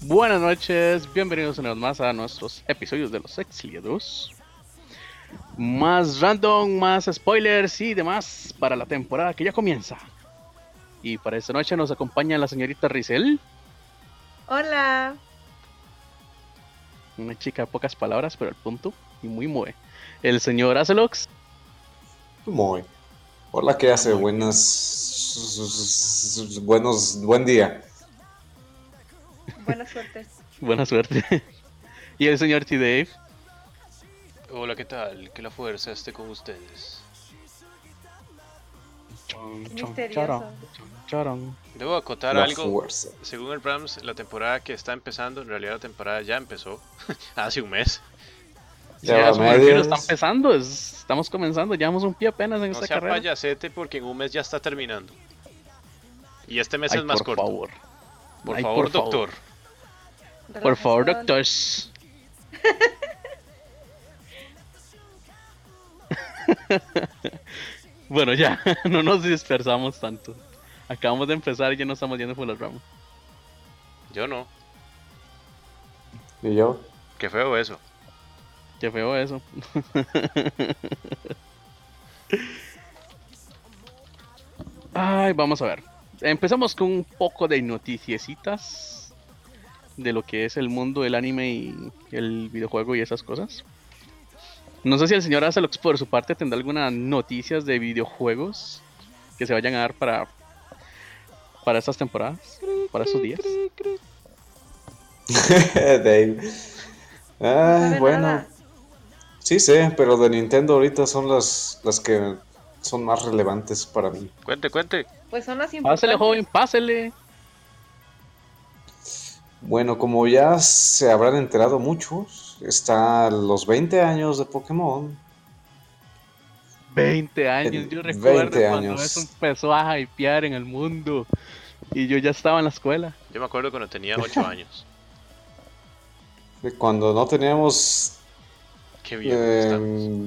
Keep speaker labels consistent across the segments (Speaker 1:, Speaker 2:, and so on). Speaker 1: Buenas noches, bienvenidos una vez más a nuestros episodios de los exiliados. Más random, más spoilers y demás para la temporada que ya comienza. Y para esta noche nos acompaña la señorita Rizel,
Speaker 2: Hola.
Speaker 1: una chica de pocas palabras, pero al punto y muy mue. El señor Acelox
Speaker 3: Muy. Hola, ¿qué hace? Buenas. Buenos. Buen día.
Speaker 2: Buena suerte.
Speaker 1: buena suerte. y el señor T. Dave,
Speaker 4: Hola, ¿qué tal? Que la fuerza esté con ustedes.
Speaker 2: Misterioso.
Speaker 4: Debo acotar
Speaker 3: La
Speaker 4: algo.
Speaker 3: fuerza.
Speaker 4: Según el Brahms, la temporada que está empezando, en realidad la temporada ya empezó hace un mes.
Speaker 1: Ya,
Speaker 3: Ya va
Speaker 1: su vampiro
Speaker 3: medias.
Speaker 1: está empezando, es- estamos comenzando, llevamos un pie apenas en
Speaker 4: No
Speaker 1: esta
Speaker 4: sea
Speaker 1: carrera.
Speaker 4: payasete porque en un mes ya está terminando. Y este mes
Speaker 1: Ay,
Speaker 4: es más
Speaker 1: por
Speaker 4: corto.
Speaker 1: favor.
Speaker 4: Por
Speaker 1: Ay,
Speaker 4: favor,
Speaker 1: por favor.
Speaker 4: doctor.
Speaker 1: Por favor,
Speaker 2: Relajación.
Speaker 1: doctors. bueno, ya, no nos dispersamos tanto. Acabamos de empezar y ya nos estamos yendo por las ramas.
Speaker 4: Yo no.
Speaker 3: ¿Y yo?
Speaker 4: Qué feo eso.
Speaker 1: Qué feo eso. Ay, vamos a ver. Empezamos con un poco de noticiecitas de lo que es el mundo del anime y el videojuego y esas cosas. No sé si el señor Azelox por su parte tendrá algunas noticias de videojuegos que se vayan a dar para para estas temporadas, para estos días.
Speaker 3: Dave.
Speaker 2: No
Speaker 3: Ah,
Speaker 2: sabe
Speaker 3: bueno.
Speaker 2: nada.
Speaker 3: Sí sé, pero de Nintendo ahorita son las, las que son más relevantes para mí.
Speaker 4: Cuente, cuente.
Speaker 2: Pues son las
Speaker 1: Pásele,
Speaker 2: importantes.
Speaker 1: joven, pásele.
Speaker 3: Bueno, como ya se habrán enterado muchos, está los 20 años de Pokémon.
Speaker 1: 20 años,
Speaker 3: En
Speaker 1: yo recuerdo
Speaker 3: 20
Speaker 1: cuando
Speaker 3: años.
Speaker 1: eso empezó a hypear en el mundo y yo ya estaba en la escuela.
Speaker 4: Yo me acuerdo cuando tenía 8 años.
Speaker 3: de Cuando no teníamos
Speaker 4: Qué bien.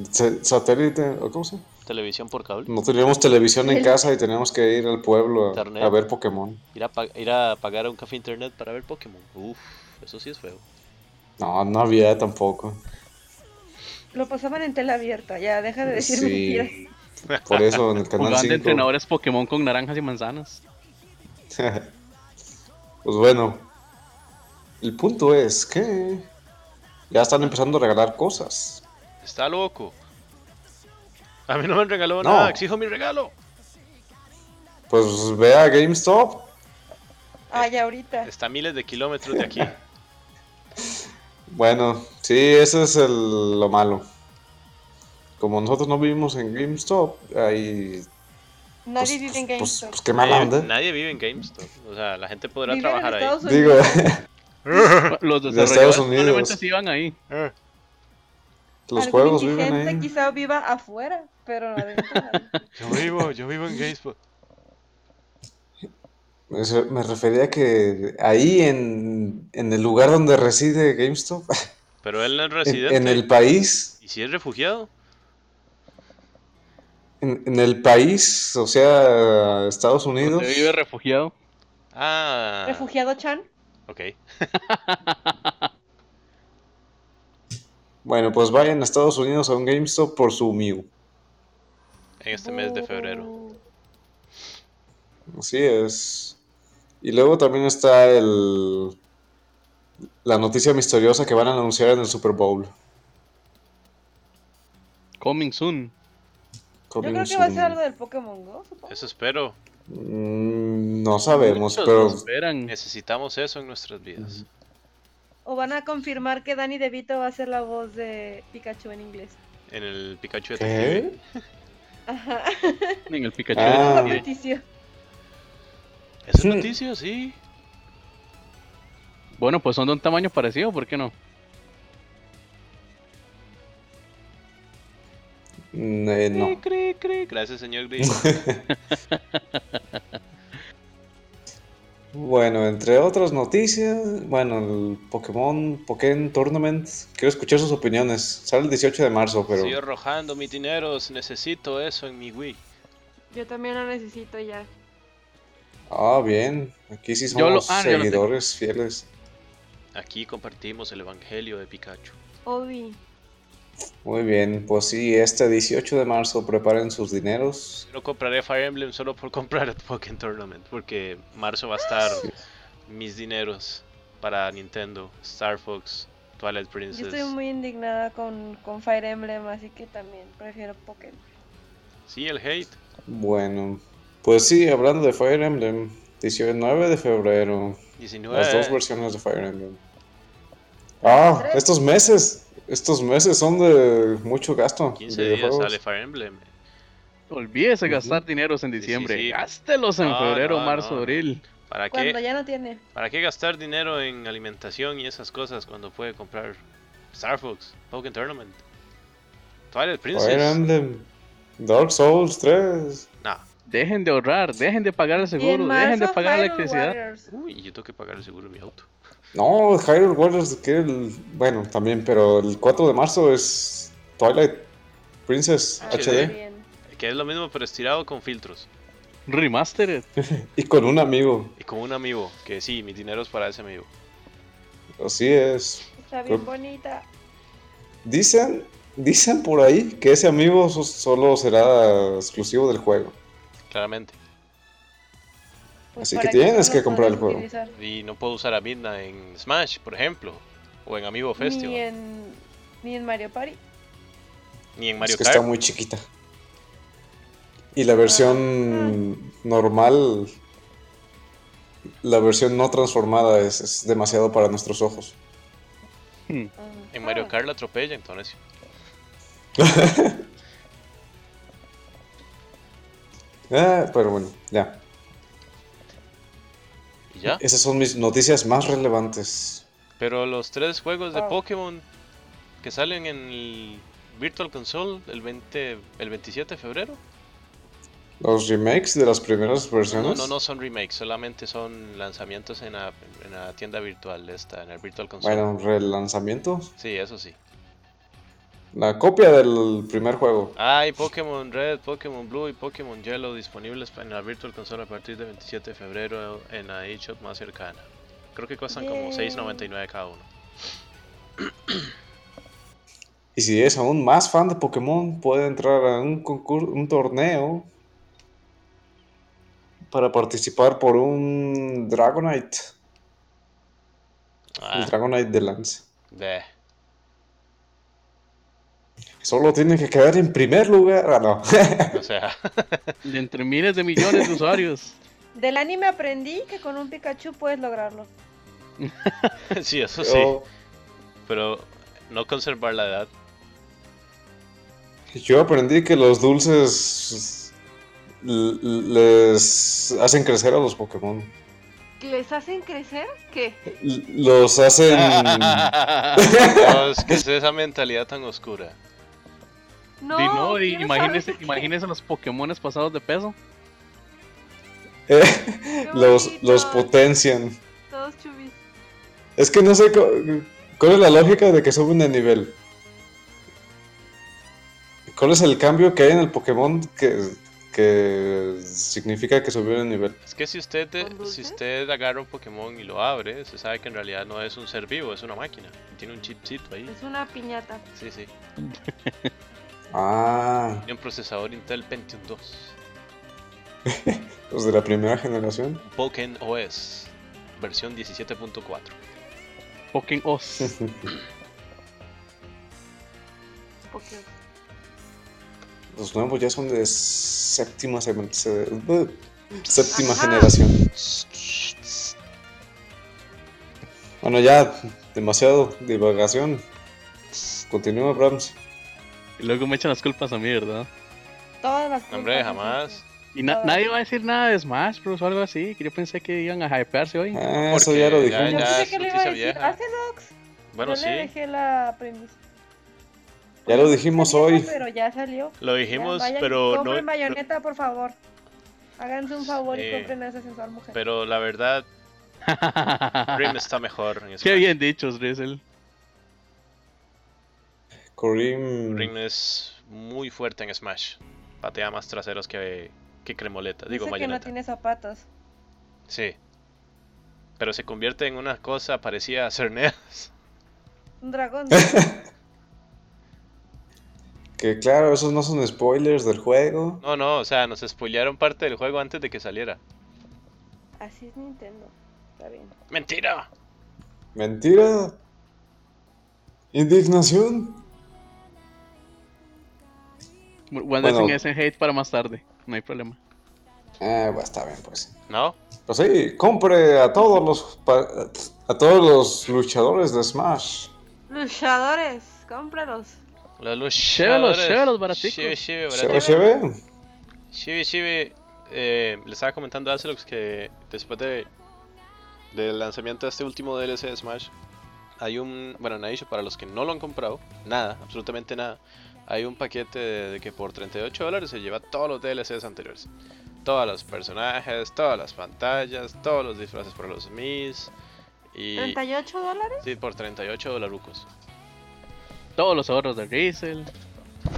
Speaker 4: estamos.
Speaker 3: eh, sa- satélite, ¿o ¿cómo se? llama?
Speaker 5: televisión por cable,
Speaker 3: No teníamos televisión en
Speaker 2: El-
Speaker 3: casa y teníamos que ir al pueblo a-
Speaker 5: Internet.
Speaker 3: a ver Pokémon.
Speaker 5: ir a, pa- ir a pagar a un café internet para ver Pokémon. Uf, eso sí es feo.
Speaker 3: No, no había tampoco.
Speaker 2: Lo pasaban en tela abierta, ya, deja de decir
Speaker 3: Pues Sí.
Speaker 2: mentiras.
Speaker 3: Por eso en el canal
Speaker 1: Jugando de
Speaker 3: 5.
Speaker 1: entrenadores Pokémon con naranjas y manzanas.
Speaker 3: pues bueno. El punto es que ya están empezando a regalar cosas.
Speaker 4: Está loco. A mí no me han regalado
Speaker 3: No.
Speaker 4: nada. Exijo mi regalo.
Speaker 3: Pues ve a GameStop.
Speaker 2: Ah, ya ahorita.
Speaker 4: Está a miles de kilómetros de aquí.
Speaker 3: Bueno, sí, eso es el- lo malo. Como nosotros no vivimos en GameStop, ahí. Pues,
Speaker 2: Nadie vive en
Speaker 3: pues- pues-
Speaker 2: GameStop.
Speaker 3: pues qué mala
Speaker 4: Nadie-
Speaker 3: onda.
Speaker 4: Eh, Nadie vive en GameStop. O sea, la gente podrá
Speaker 2: Viven
Speaker 4: trabajar
Speaker 2: en
Speaker 4: ahí.
Speaker 2: Estados
Speaker 3: Digo,
Speaker 2: Unidos.
Speaker 1: Los
Speaker 3: Estados
Speaker 1: desarrolladores
Speaker 3: Unidos.
Speaker 1: probablemente sí iban ahí.
Speaker 4: Eh,
Speaker 3: los
Speaker 2: Algún
Speaker 3: juegos viven
Speaker 2: indigente
Speaker 3: ahí.
Speaker 2: quizá viva afuera, pero adentro no.
Speaker 4: Yo vivo, yo vivo en GameStop.
Speaker 3: Eso- Me refería a que ahí en, en el lugar donde reside GameStop,
Speaker 4: Pero él no es
Speaker 3: en,
Speaker 4: residente.
Speaker 3: en el país,
Speaker 4: ¿Y si es refugiado?
Speaker 3: en, en el país, o sea, Estados Unidos.
Speaker 1: Donde vive refugiado.
Speaker 4: Ah.
Speaker 2: Refugiado Chan.
Speaker 4: Ok.
Speaker 3: Bueno, pues vayan a Estados Unidos a un GameStop por su Mew.
Speaker 4: En este mes de febrero.
Speaker 2: Uh,
Speaker 3: Así es. Y luego también está el la noticia misteriosa que van a anunciar en el Super Bowl.
Speaker 1: Coming soon.
Speaker 2: Yo creo que va a ser algo del Pokémon Go, supongo.
Speaker 4: Eso espero.
Speaker 3: Mm, no sabemos,
Speaker 1: Muchos
Speaker 3: pero
Speaker 1: lo esperan.
Speaker 4: Necesitamos eso en nuestras vidas.
Speaker 2: O van a confirmar que Danny DeVito va a ser la voz de Pikachu en inglés.
Speaker 4: En el Pikachu de
Speaker 3: ¿Qué?
Speaker 2: Ajá.
Speaker 1: En el Pikachu.
Speaker 3: Ah.
Speaker 2: Esa noticia.
Speaker 4: Es
Speaker 3: Hmm.
Speaker 4: noticia, sí.
Speaker 1: Bueno, pues son de un tamaño parecido, ¿por qué no?
Speaker 3: Mm, eh, no.
Speaker 4: Cri, cri, cri. Gracias, señor Gris.
Speaker 3: Bueno, entre otras noticias, bueno, el Pokémon Pokémon Tournament, quiero escuchar sus opiniones. Sale el 18 de marzo, pero
Speaker 4: Sigo arrojando mis dineros. Necesito eso en mi Wii.
Speaker 2: Yo también lo necesito ya.
Speaker 3: ah, bien, aquí sí
Speaker 1: Yo lo-
Speaker 3: somos
Speaker 1: ah, yo lo tengo.
Speaker 3: seguidores fieles.
Speaker 4: Aquí compartimos el Evangelio de Pikachu.
Speaker 2: Obi.
Speaker 3: Muy bien, pues sí, este 18 de marzo preparen sus dineros.
Speaker 4: No compraré Fire Emblem solo por comprar Pokémon Tournament, porque marzo va a estar
Speaker 3: Sí.
Speaker 4: mis dineros para Nintendo, Star Fox, Twilight
Speaker 2: Yo
Speaker 4: Princess.
Speaker 2: estoy muy indignada con, con Fire Emblem, así que también prefiero Pokémon.
Speaker 4: Sí, el hate.
Speaker 3: Bueno, pues sí, hablando de Fire Emblem, 19 de febrero,
Speaker 4: 19.
Speaker 3: las dos versiones de Fire Emblem. Ah, estos meses, estos meses son de mucho gasto.
Speaker 4: 15 días
Speaker 3: videojuegos.
Speaker 4: sale Fire Emblem.
Speaker 1: Olvídese
Speaker 3: Ujú.
Speaker 1: gastar dineros en
Speaker 4: Sí, sí,
Speaker 1: diciembre.
Speaker 4: sí.
Speaker 1: Gástelos en
Speaker 4: No,
Speaker 1: febrero,
Speaker 4: no,
Speaker 1: marzo,
Speaker 4: no.
Speaker 1: abril.
Speaker 4: ¿Para
Speaker 2: Cuando
Speaker 4: qué,
Speaker 2: ya no tiene.
Speaker 4: ¿Para qué gastar dinero en alimentación y esas cosas cuando puede comprar Star Fox, Pokémon Tournament,
Speaker 3: Fire
Speaker 4: Twilight Princess?
Speaker 3: Emblem, Dark Souls 3.
Speaker 4: Nah.
Speaker 1: Dejen de ahorrar, dejen de pagar el
Speaker 2: Y en
Speaker 1: seguro,
Speaker 2: marzo,
Speaker 1: dejen de pagar la
Speaker 2: Hyrule
Speaker 1: electricidad.
Speaker 2: Warriors.
Speaker 4: Uy, yo tengo que pagar el seguro de mi auto.
Speaker 3: No, Hyrule Warriors, que el, bueno, también, pero el 4 de marzo es Twilight Princess
Speaker 2: Ah,
Speaker 4: HD.
Speaker 3: HD
Speaker 2: bien.
Speaker 4: Que es lo mismo pero estirado con filtros.
Speaker 1: Remastered.
Speaker 3: y con un amigo.
Speaker 4: Y con un amigo. Que sí, mi dinero es para ese amigo.
Speaker 3: Así es.
Speaker 2: Está bien
Speaker 3: Creo-
Speaker 2: bonita.
Speaker 3: Dicen, dicen por ahí que ese amigo so- solo será exclusivo del juego.
Speaker 4: Claramente.
Speaker 2: Pues
Speaker 3: Así
Speaker 2: para
Speaker 3: que tienes
Speaker 2: no
Speaker 3: que
Speaker 2: lo
Speaker 3: comprar el
Speaker 2: puedes
Speaker 3: juego.
Speaker 2: utilizar.
Speaker 4: Y no puedo usar a Midna en Smash, por ejemplo. O en Amiibo Festival.
Speaker 2: Ni en, ni en Mario Party.
Speaker 4: Ni en Mario
Speaker 3: es que
Speaker 4: Kart.
Speaker 3: está muy chiquita. Y la versión normal, la versión no transformada es, es demasiado para nuestros ojos.
Speaker 4: En
Speaker 2: Ajá.
Speaker 4: Mario Kart la atropella, entonces.
Speaker 3: Ah, pero bueno, ya.
Speaker 4: Y ya.
Speaker 3: Esas son mis noticias más relevantes.
Speaker 4: Pero los tres juegos de
Speaker 2: Ah.
Speaker 4: Pokémon que salen en el Virtual Console el 20, el 27 de febrero.
Speaker 3: Los remakes de las primeras
Speaker 4: No,
Speaker 3: versiones.
Speaker 4: no, no son remakes, solamente son lanzamientos en la, en la tienda virtual esta, en el Virtual Console.
Speaker 3: Bueno, relanzamiento.
Speaker 4: Sí, eso sí.
Speaker 3: La copia del primer juego.
Speaker 4: Hay Pokémon Red, Pokémon Blue y Pokémon Yellow disponibles en la Virtual Console a partir del 27 de febrero en la eShop más cercana. Creo que cuestan como
Speaker 2: Yay.
Speaker 4: 6.99 cada uno.
Speaker 3: Y si es aún más fan de Pokémon, puede entrar a un concurso, un torneo para participar por un Dragonite, el
Speaker 4: Ah,
Speaker 3: Dragonite de Lance.
Speaker 4: de.
Speaker 3: Solo tiene que quedar en primer lugar. Ah, no.
Speaker 4: O sea,
Speaker 1: De entre miles de millones de usuarios.
Speaker 2: Del anime aprendí que con un Pikachu puedes lograrlo.
Speaker 4: sí, eso sí.
Speaker 3: Yo,
Speaker 4: Pero no conservar la edad.
Speaker 3: yo aprendí que los dulces l- l- les hacen crecer a los Pokémon.
Speaker 2: ¿Les hacen crecer? ¿Qué?
Speaker 3: L- Los hacen. eh,
Speaker 4: No, es que es esa mentalidad tan oscura.
Speaker 1: Di, no, y imagínense, imagínense los Pokémones pasados de peso.
Speaker 3: eh, los, los potencian.
Speaker 2: Todos chubis.
Speaker 3: Es que no sé cu- cuál es la lógica de que suben de nivel. ¿Cuál es el cambio que hay en el Pokémon que, que significa que subió de nivel?
Speaker 4: Es que si usted, de-
Speaker 2: ¿Con
Speaker 4: si
Speaker 2: dulce?
Speaker 4: usted agarra un Pokémon y lo abre, se sabe que en realidad no es un ser vivo, es una máquina. Tiene un chipcito ahí.
Speaker 2: Es una piñata.
Speaker 4: Sí, sí.
Speaker 3: Ah,
Speaker 4: Tiene un procesador Intel Pentium 2.
Speaker 3: los de la primera generación.
Speaker 4: Pokémon OS, versión 17.4.
Speaker 1: Pokémon oh, Os.
Speaker 2: Porque
Speaker 3: Los nuevos ya son de séptima, seme- se- buh, séptima
Speaker 2: Ajá.
Speaker 3: generación. Bueno, ya, demasiado divagación. Continúa, Brahms.
Speaker 1: Y luego me echan las culpas a mí, ¿verdad?
Speaker 2: todas las culpas
Speaker 4: Hombre,
Speaker 2: las
Speaker 4: jamás.
Speaker 2: hacen.
Speaker 1: Y na-
Speaker 2: Ah.
Speaker 1: nadie va a decir nada de Smash Bros. o algo así. Que yo pensé que iban a hypearse hoy.
Speaker 3: Ah,
Speaker 4: Porque
Speaker 3: eso ya lo
Speaker 4: ya-
Speaker 3: dijimos.
Speaker 2: Yo
Speaker 4: ya-
Speaker 2: pensé
Speaker 4: es
Speaker 2: que le iba a
Speaker 4: noticia
Speaker 2: decir,
Speaker 4: vieja.
Speaker 2: hace dox.
Speaker 4: Bueno,
Speaker 2: Yo
Speaker 4: sí,
Speaker 2: le dejé la premisa.
Speaker 3: ya lo dijimos
Speaker 2: Salió,
Speaker 3: hoy.
Speaker 2: Pero ya salió.
Speaker 4: lo
Speaker 2: Ya,
Speaker 4: dijimos,
Speaker 2: vayan y
Speaker 4: pero no,
Speaker 2: compren bayoneta, por favor. Háganse un favor y
Speaker 4: Eh,
Speaker 2: compren a esa sensual mujer.
Speaker 4: Pero la verdad, Rim está mejor en
Speaker 1: Qué
Speaker 4: Smash.
Speaker 1: bien dicho, Drizzle.
Speaker 3: Karim.
Speaker 4: Rim es muy fuerte en Smash. Patea más traseros que, que cremoleta.
Speaker 2: Dice que
Speaker 4: Digo,
Speaker 2: no
Speaker 4: mayoneta.
Speaker 2: tiene zapatos.
Speaker 4: Sí. Pero se convierte en una cosa parecida a Cerneas.
Speaker 2: Un dragón.
Speaker 3: Que claro, esos no son spoilers del juego.
Speaker 4: No, no, o sea, nos spoilearon parte del juego antes de que saliera.
Speaker 2: Así es Nintendo. Está bien.
Speaker 4: ¡Mentira!
Speaker 3: Mentira. Indignación.
Speaker 1: One
Speaker 3: Bueno.
Speaker 1: ese hate para más tarde. No hay problema.
Speaker 3: Ah, bueno, está bien, pues.
Speaker 4: ¿No?
Speaker 3: Pues sí, compre a todos los pa- a todos los luchadores de Smash.
Speaker 2: Luchadores, cómpralos.
Speaker 4: Los
Speaker 1: Llévelos,
Speaker 4: luchadores-
Speaker 1: llévelos baraticos.
Speaker 4: Lleve, lleve,
Speaker 3: Se
Speaker 4: baratico.
Speaker 3: ve, se ve.
Speaker 4: Chibi, Chibi, eh, le estaba comentando a Azelux que después de del lanzamiento de este último DLC de Smash, hay un, bueno, en Aisho, para los que no lo han comprado, nada, absolutamente nada, hay un paquete de, de que por 38 dólares se lleva todos los DLCs anteriores. Todos los personajes, todas las pantallas, todos los disfraces para los Mis y
Speaker 2: ¿38 dólares?
Speaker 4: sí, por 38 dolarucos.
Speaker 1: Todos los ahorros de Riesel.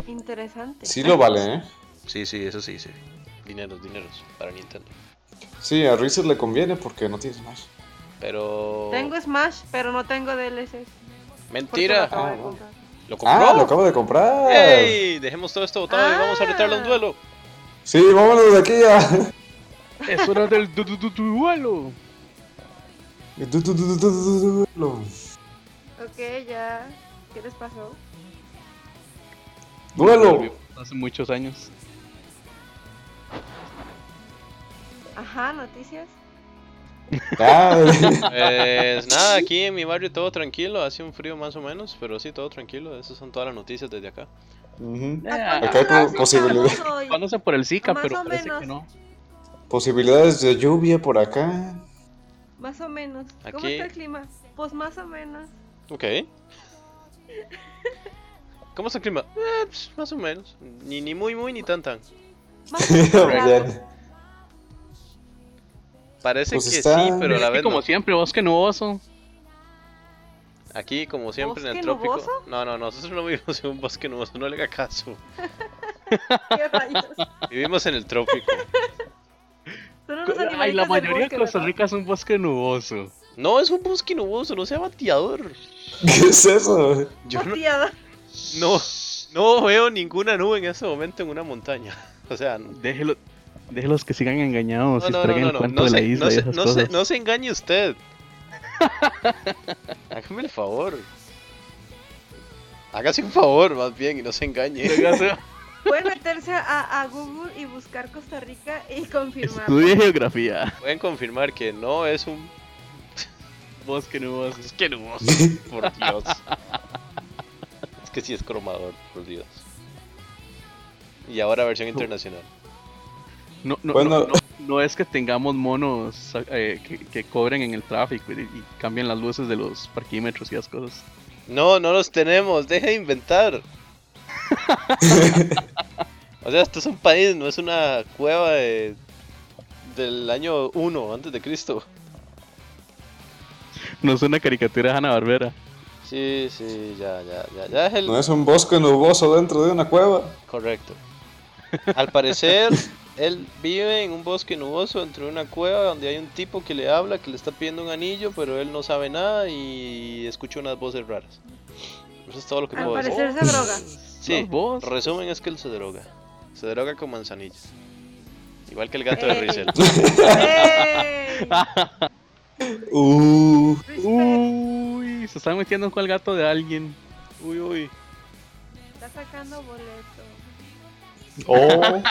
Speaker 2: Interesante.
Speaker 3: Sí lo vale, ¿eh?
Speaker 4: Sí, sí, eso sí, sí. Dineros, dineros para Nintendo.
Speaker 3: Sí, a Reezer le conviene porque no tiene Smash.
Speaker 4: Pero
Speaker 2: Tengo Smash, pero no tengo DLCs. porque lo
Speaker 4: mentira.
Speaker 2: acabo de
Speaker 3: Ah,
Speaker 2: comprar.
Speaker 4: Lo compró.
Speaker 3: Ah, lo acabo de comprar.
Speaker 4: ¡Ey! Dejemos todo esto botado y vamos a retarlo a un
Speaker 2: Ah.
Speaker 4: duelo.
Speaker 3: Sí, vámonos de aquí ya.
Speaker 1: Es hora del du- du- du- duelo.
Speaker 3: Du- du- du- du- du- du- du-
Speaker 2: Ok, ya. ¿Qué les pasó?
Speaker 3: Duelo.
Speaker 1: Hace muchos años.
Speaker 2: Ajá, noticias.
Speaker 3: Ya.
Speaker 4: Pues nada, aquí en mi barrio todo tranquilo, hace un frío más o menos, pero sí, todo tranquilo. Esas son todas las noticias desde acá.
Speaker 3: Ujú.
Speaker 1: Ah,
Speaker 3: Acá hay
Speaker 2: grados
Speaker 3: po- posibilidad-
Speaker 2: estamos hoy?
Speaker 1: no sé por el Zika,
Speaker 2: Más
Speaker 1: pero
Speaker 2: o
Speaker 1: parece
Speaker 2: menos.
Speaker 1: que no.
Speaker 3: Posibilidades de lluvia por acá.
Speaker 2: Más o menos. ¿Cómo
Speaker 4: Aquí-
Speaker 2: está el clima? Pues más o menos.
Speaker 4: Ok. ¿Cómo está el clima? Eh, pues, más o menos. Ni, ni muy, muy, ni tan, tan.
Speaker 2: Más o menos. grados.
Speaker 3: Ya.
Speaker 4: Parece
Speaker 3: Pues
Speaker 4: que
Speaker 3: está-
Speaker 4: sí, pero a
Speaker 1: Es
Speaker 4: la
Speaker 1: que
Speaker 4: vez no.
Speaker 1: como siempre, bosque nuboso.
Speaker 4: Aquí, como siempre, en el
Speaker 2: ¿Bosque
Speaker 4: trópico.
Speaker 2: nuboso?
Speaker 4: No, no, no, nosotros no vivimos en un bosque nuboso, no le haga caso.
Speaker 2: ¿Qué rayos?
Speaker 4: Vivimos en el trópico.
Speaker 2: Son unos
Speaker 1: Ay, la
Speaker 2: animalitos del
Speaker 1: mayoría
Speaker 2: bosque,
Speaker 1: de Costa
Speaker 2: ¿verdad?
Speaker 1: Rica es un bosque nuboso.
Speaker 4: No, es un bosque nuboso, no sea bateador.
Speaker 3: ¿Qué es eso?
Speaker 4: Yo no,
Speaker 2: Hostiada.
Speaker 4: No, no veo ninguna nube en este momento en una montaña. O sea, no,
Speaker 1: Déjelo, déjelos que sigan engañados
Speaker 4: no,
Speaker 1: y
Speaker 4: no,
Speaker 1: traigan
Speaker 4: no,
Speaker 1: el
Speaker 4: no,
Speaker 1: cuento
Speaker 4: no
Speaker 1: de la
Speaker 4: se,
Speaker 1: isla
Speaker 4: no,
Speaker 1: y
Speaker 4: se,
Speaker 1: esas
Speaker 4: no se-
Speaker 1: cosas.
Speaker 4: no se engañe usted. Hágame el favor. Hágase un favor, más bien, y no se engañe.
Speaker 2: Pueden meterse a, a Google y buscar Costa Rica y confirmar.
Speaker 1: Estudie geografía.
Speaker 4: Pueden confirmar que no es un
Speaker 1: Bosque nuboso.
Speaker 4: bosque nuboso, por Dios. Es que sí es cromador, por Dios. Y ahora versión internacional.
Speaker 1: No, no,
Speaker 3: Bueno.
Speaker 1: no, no, no es que tengamos monos eh, que, que cobren en el tráfico y, y cambien las luces de los parquímetros y las cosas.
Speaker 4: No, no los tenemos, deje de inventar. o sea, esto es un país, no es una cueva de- del año 1 antes de Cristo.
Speaker 1: No es una caricatura de Hanna Barbera.
Speaker 4: Sí, sí, ya, ya, ya, ya es el
Speaker 3: No es un bosque nuboso dentro de una cueva.
Speaker 4: correcto. Al parecer, él vive en un bosque nuboso entre una cueva donde hay un tipo que le habla, que le está pidiendo un anillo, pero él no sabe nada y escucha unas voces raras. Eso es todo lo que
Speaker 2: Al
Speaker 4: puedo
Speaker 1: Pues,
Speaker 4: decir.
Speaker 2: parecer
Speaker 1: oh.
Speaker 2: se droga.
Speaker 4: Sí,
Speaker 1: Los vos.
Speaker 4: Resumen es que él se droga. Se droga con manzanillas. Igual que el gato de
Speaker 2: Ey.
Speaker 4: Rizel.
Speaker 2: ¡Ey!
Speaker 3: Uh.
Speaker 2: Respect.
Speaker 1: Uy, se están metiendo con el gato de alguien.
Speaker 4: Uy, uy.
Speaker 2: Está sacando boleto.
Speaker 3: Oh.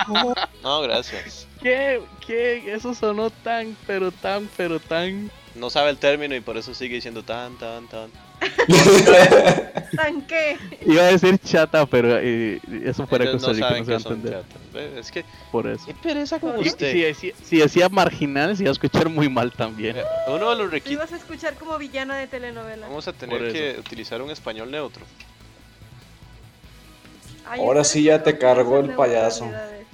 Speaker 4: No, gracias.
Speaker 1: ¿Qué? ¿Qué? Eso sonó tan, pero tan, pero tan.
Speaker 4: No sabe el término y por eso sigue diciendo tan, tan, tan.
Speaker 2: Tanque.
Speaker 1: Iba a decir chata, pero eh, eso fuera
Speaker 4: Ellos
Speaker 1: Costa
Speaker 4: no
Speaker 1: Rica no,
Speaker 4: saben
Speaker 1: se va a
Speaker 4: que son
Speaker 1: entender
Speaker 4: chatas. Este Ve, Es que,
Speaker 1: por eso.
Speaker 4: qué pereza con
Speaker 1: Y- y
Speaker 4: usted.
Speaker 1: si, decía- si decía marginal, se iba a escuchar muy mal también.
Speaker 4: Eh, Uno de los
Speaker 2: Te
Speaker 4: requisitos.
Speaker 2: ibas a escuchar como villana de telenovela.
Speaker 4: Vamos a
Speaker 1: Por
Speaker 4: tener
Speaker 1: eso.
Speaker 4: que utilizar un español neutro.
Speaker 2: Ay,
Speaker 3: Ahora
Speaker 2: ustedes
Speaker 3: sí ya
Speaker 2: no
Speaker 3: te cargó
Speaker 2: conocen
Speaker 3: el
Speaker 2: de
Speaker 3: payaso.
Speaker 2: vulnerabilidades.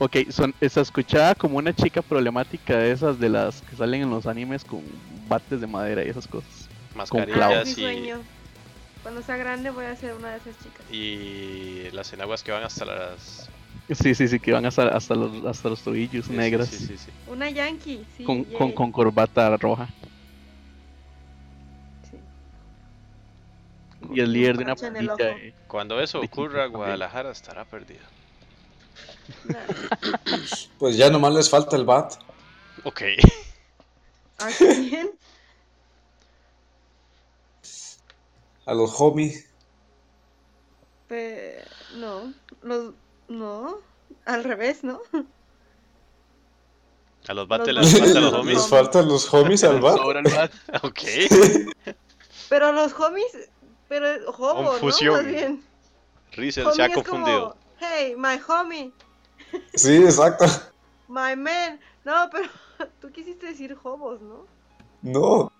Speaker 1: Ok, son, se escuchaba como una chica problemática de esas de las que salen en los animes con bates de madera y esas cosas.
Speaker 2: Ah,
Speaker 1: clavos.
Speaker 4: Mascarillas
Speaker 2: es mi
Speaker 4: y,
Speaker 2: sueño. Cuando sea grande voy a ser una de esas chicas.
Speaker 4: y las enaguas que van hasta las
Speaker 1: Sí, sí, sí, que van hasta, hasta, los, hasta los tobillos
Speaker 4: Sí, sí,
Speaker 1: negras.
Speaker 4: Sí, sí, sí.
Speaker 2: Una yankee, sí. eh.
Speaker 1: Con,
Speaker 2: yay.
Speaker 1: con, con corbata roja.
Speaker 2: Sí.
Speaker 1: Y el líder de una
Speaker 2: parche en el
Speaker 1: pandilla.
Speaker 2: ojo.
Speaker 1: eh,
Speaker 4: Cuando eso
Speaker 1: Vicky,
Speaker 4: ocurra,
Speaker 1: también.
Speaker 4: Guadalajara estará perdida.
Speaker 2: Nah,
Speaker 3: Pues ya nomás les falta el bat.
Speaker 4: Ok.
Speaker 2: ¿A quién?
Speaker 3: A los homie.
Speaker 2: Pe- No, los- no, al revés, ¿no?
Speaker 4: A los bate
Speaker 2: Los
Speaker 4: les
Speaker 2: bate.
Speaker 4: falta los
Speaker 2: homies.
Speaker 3: les
Speaker 4: homies.
Speaker 3: faltan los homies al bat.
Speaker 1: sobra el bat.
Speaker 4: Ok.
Speaker 2: Pero los homies, pero hobo,
Speaker 4: Confusión.
Speaker 2: ¿no? Más bien.
Speaker 4: Rizel
Speaker 2: Homie
Speaker 4: se ha
Speaker 2: es
Speaker 4: confundido.
Speaker 2: como, hey, my homie,
Speaker 3: Sí, exacto.
Speaker 2: my man. No, pero tú quisiste decir hobos, ¿no?
Speaker 3: No.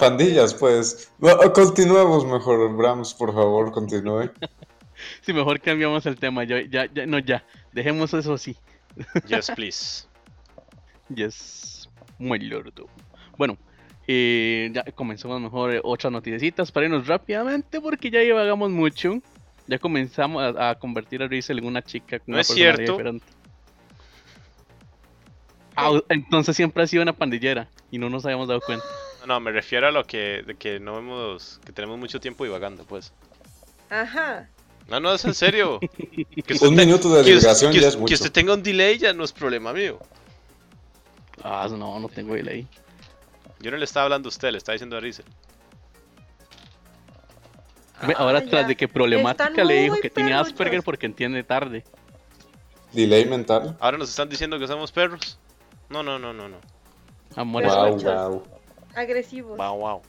Speaker 3: Pandillas, pues. No, continuemos mejor, Brahms, por favor, continúe.
Speaker 1: Sí, mejor cambiamos el tema. Ya, ya, ya, no, ya. Dejemos eso así.
Speaker 4: Yes, please.
Speaker 1: Yes, muy lordo. Bueno, eh, ya comenzamos mejor eh, otras noticias para irnos rápidamente porque ya llevamos mucho. Ya comenzamos a, a convertir a Rizel en una chica con
Speaker 4: No
Speaker 1: una
Speaker 4: es
Speaker 1: personalidad
Speaker 4: cierto.
Speaker 1: diferente. Ah, o- entonces siempre ha sido una pandillera y no nos habíamos dado cuenta.
Speaker 4: No, No, me refiero a lo que, de que no hemos. que tenemos mucho tiempo divagando, pues.
Speaker 2: Ajá.
Speaker 4: No, no, es en serio. Que usted
Speaker 3: Un
Speaker 4: te-
Speaker 3: minuto de
Speaker 4: que us-
Speaker 3: divulgación
Speaker 4: que
Speaker 3: ya
Speaker 4: us-
Speaker 3: es
Speaker 4: Que
Speaker 3: mucho.
Speaker 4: usted tenga un delay ya no es problema mío.
Speaker 1: Ah, no, no tengo delay.
Speaker 4: Yo no le estaba hablando a usted, le estaba diciendo a Rizel.
Speaker 1: Ve, Ahora
Speaker 2: Ah, ya.
Speaker 1: tras de que problemática
Speaker 2: Están
Speaker 1: le dijo
Speaker 2: muy
Speaker 1: que tiene
Speaker 2: perruchos.
Speaker 1: Asperger porque entiende tarde.
Speaker 3: Delay mental.
Speaker 4: Ahora nos están diciendo que somos perros. No, no, no, no, no.
Speaker 1: Amor,
Speaker 2: Pero
Speaker 3: Wow,
Speaker 2: muchas.
Speaker 3: wow,
Speaker 2: Agresivos,
Speaker 4: Wow, wow.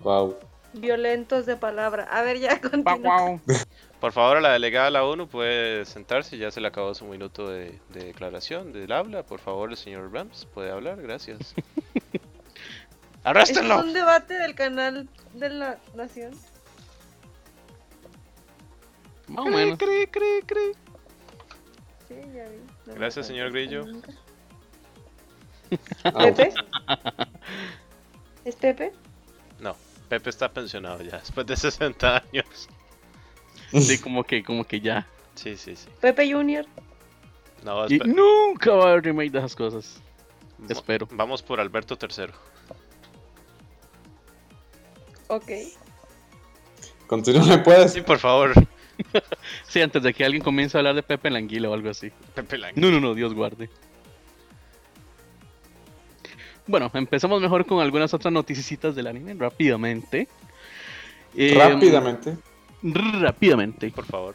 Speaker 3: wow.
Speaker 2: violentos de palabra. A ver, ya continúa.
Speaker 1: Guau, guau.
Speaker 4: Por favor, a la delegada de la ONU puede sentarse, ya se le acabó su minuto de, de declaración, del habla. Por favor, el señor Rams puede hablar, gracias.
Speaker 2: Es
Speaker 4: ¡Arrástenlo!
Speaker 2: un debate del canal de la nación.
Speaker 1: Más o menos.
Speaker 2: Sí, ya vi. No me
Speaker 4: Gracias,
Speaker 2: acuerdo
Speaker 4: señor Grillo.
Speaker 2: nunca.
Speaker 3: Au.
Speaker 2: ¿Pepe? ¿Es Pepe?
Speaker 4: No, Pepe está pensionado ya, después de 60 años.
Speaker 1: Sí, como que, como que ya.
Speaker 4: Sí, sí, sí.
Speaker 2: Pepe Junior.
Speaker 4: No,
Speaker 1: Y
Speaker 4: espe-
Speaker 1: nunca va a haber remake de esas cosas.
Speaker 4: mo-
Speaker 1: Espero.
Speaker 4: Vamos por Alberto III.
Speaker 2: Ok.
Speaker 3: Continúe, pues.
Speaker 4: Sí, por favor.
Speaker 1: Sí, antes de que alguien comience a hablar de Pepe el Anguila o algo así.
Speaker 4: Pepe Lang.
Speaker 1: No, no, no, Dios guarde. Bueno, empezamos mejor con algunas otras noticias del anime rápidamente. Eh,
Speaker 3: Rápidamente.
Speaker 1: Rápidamente.
Speaker 4: Por favor.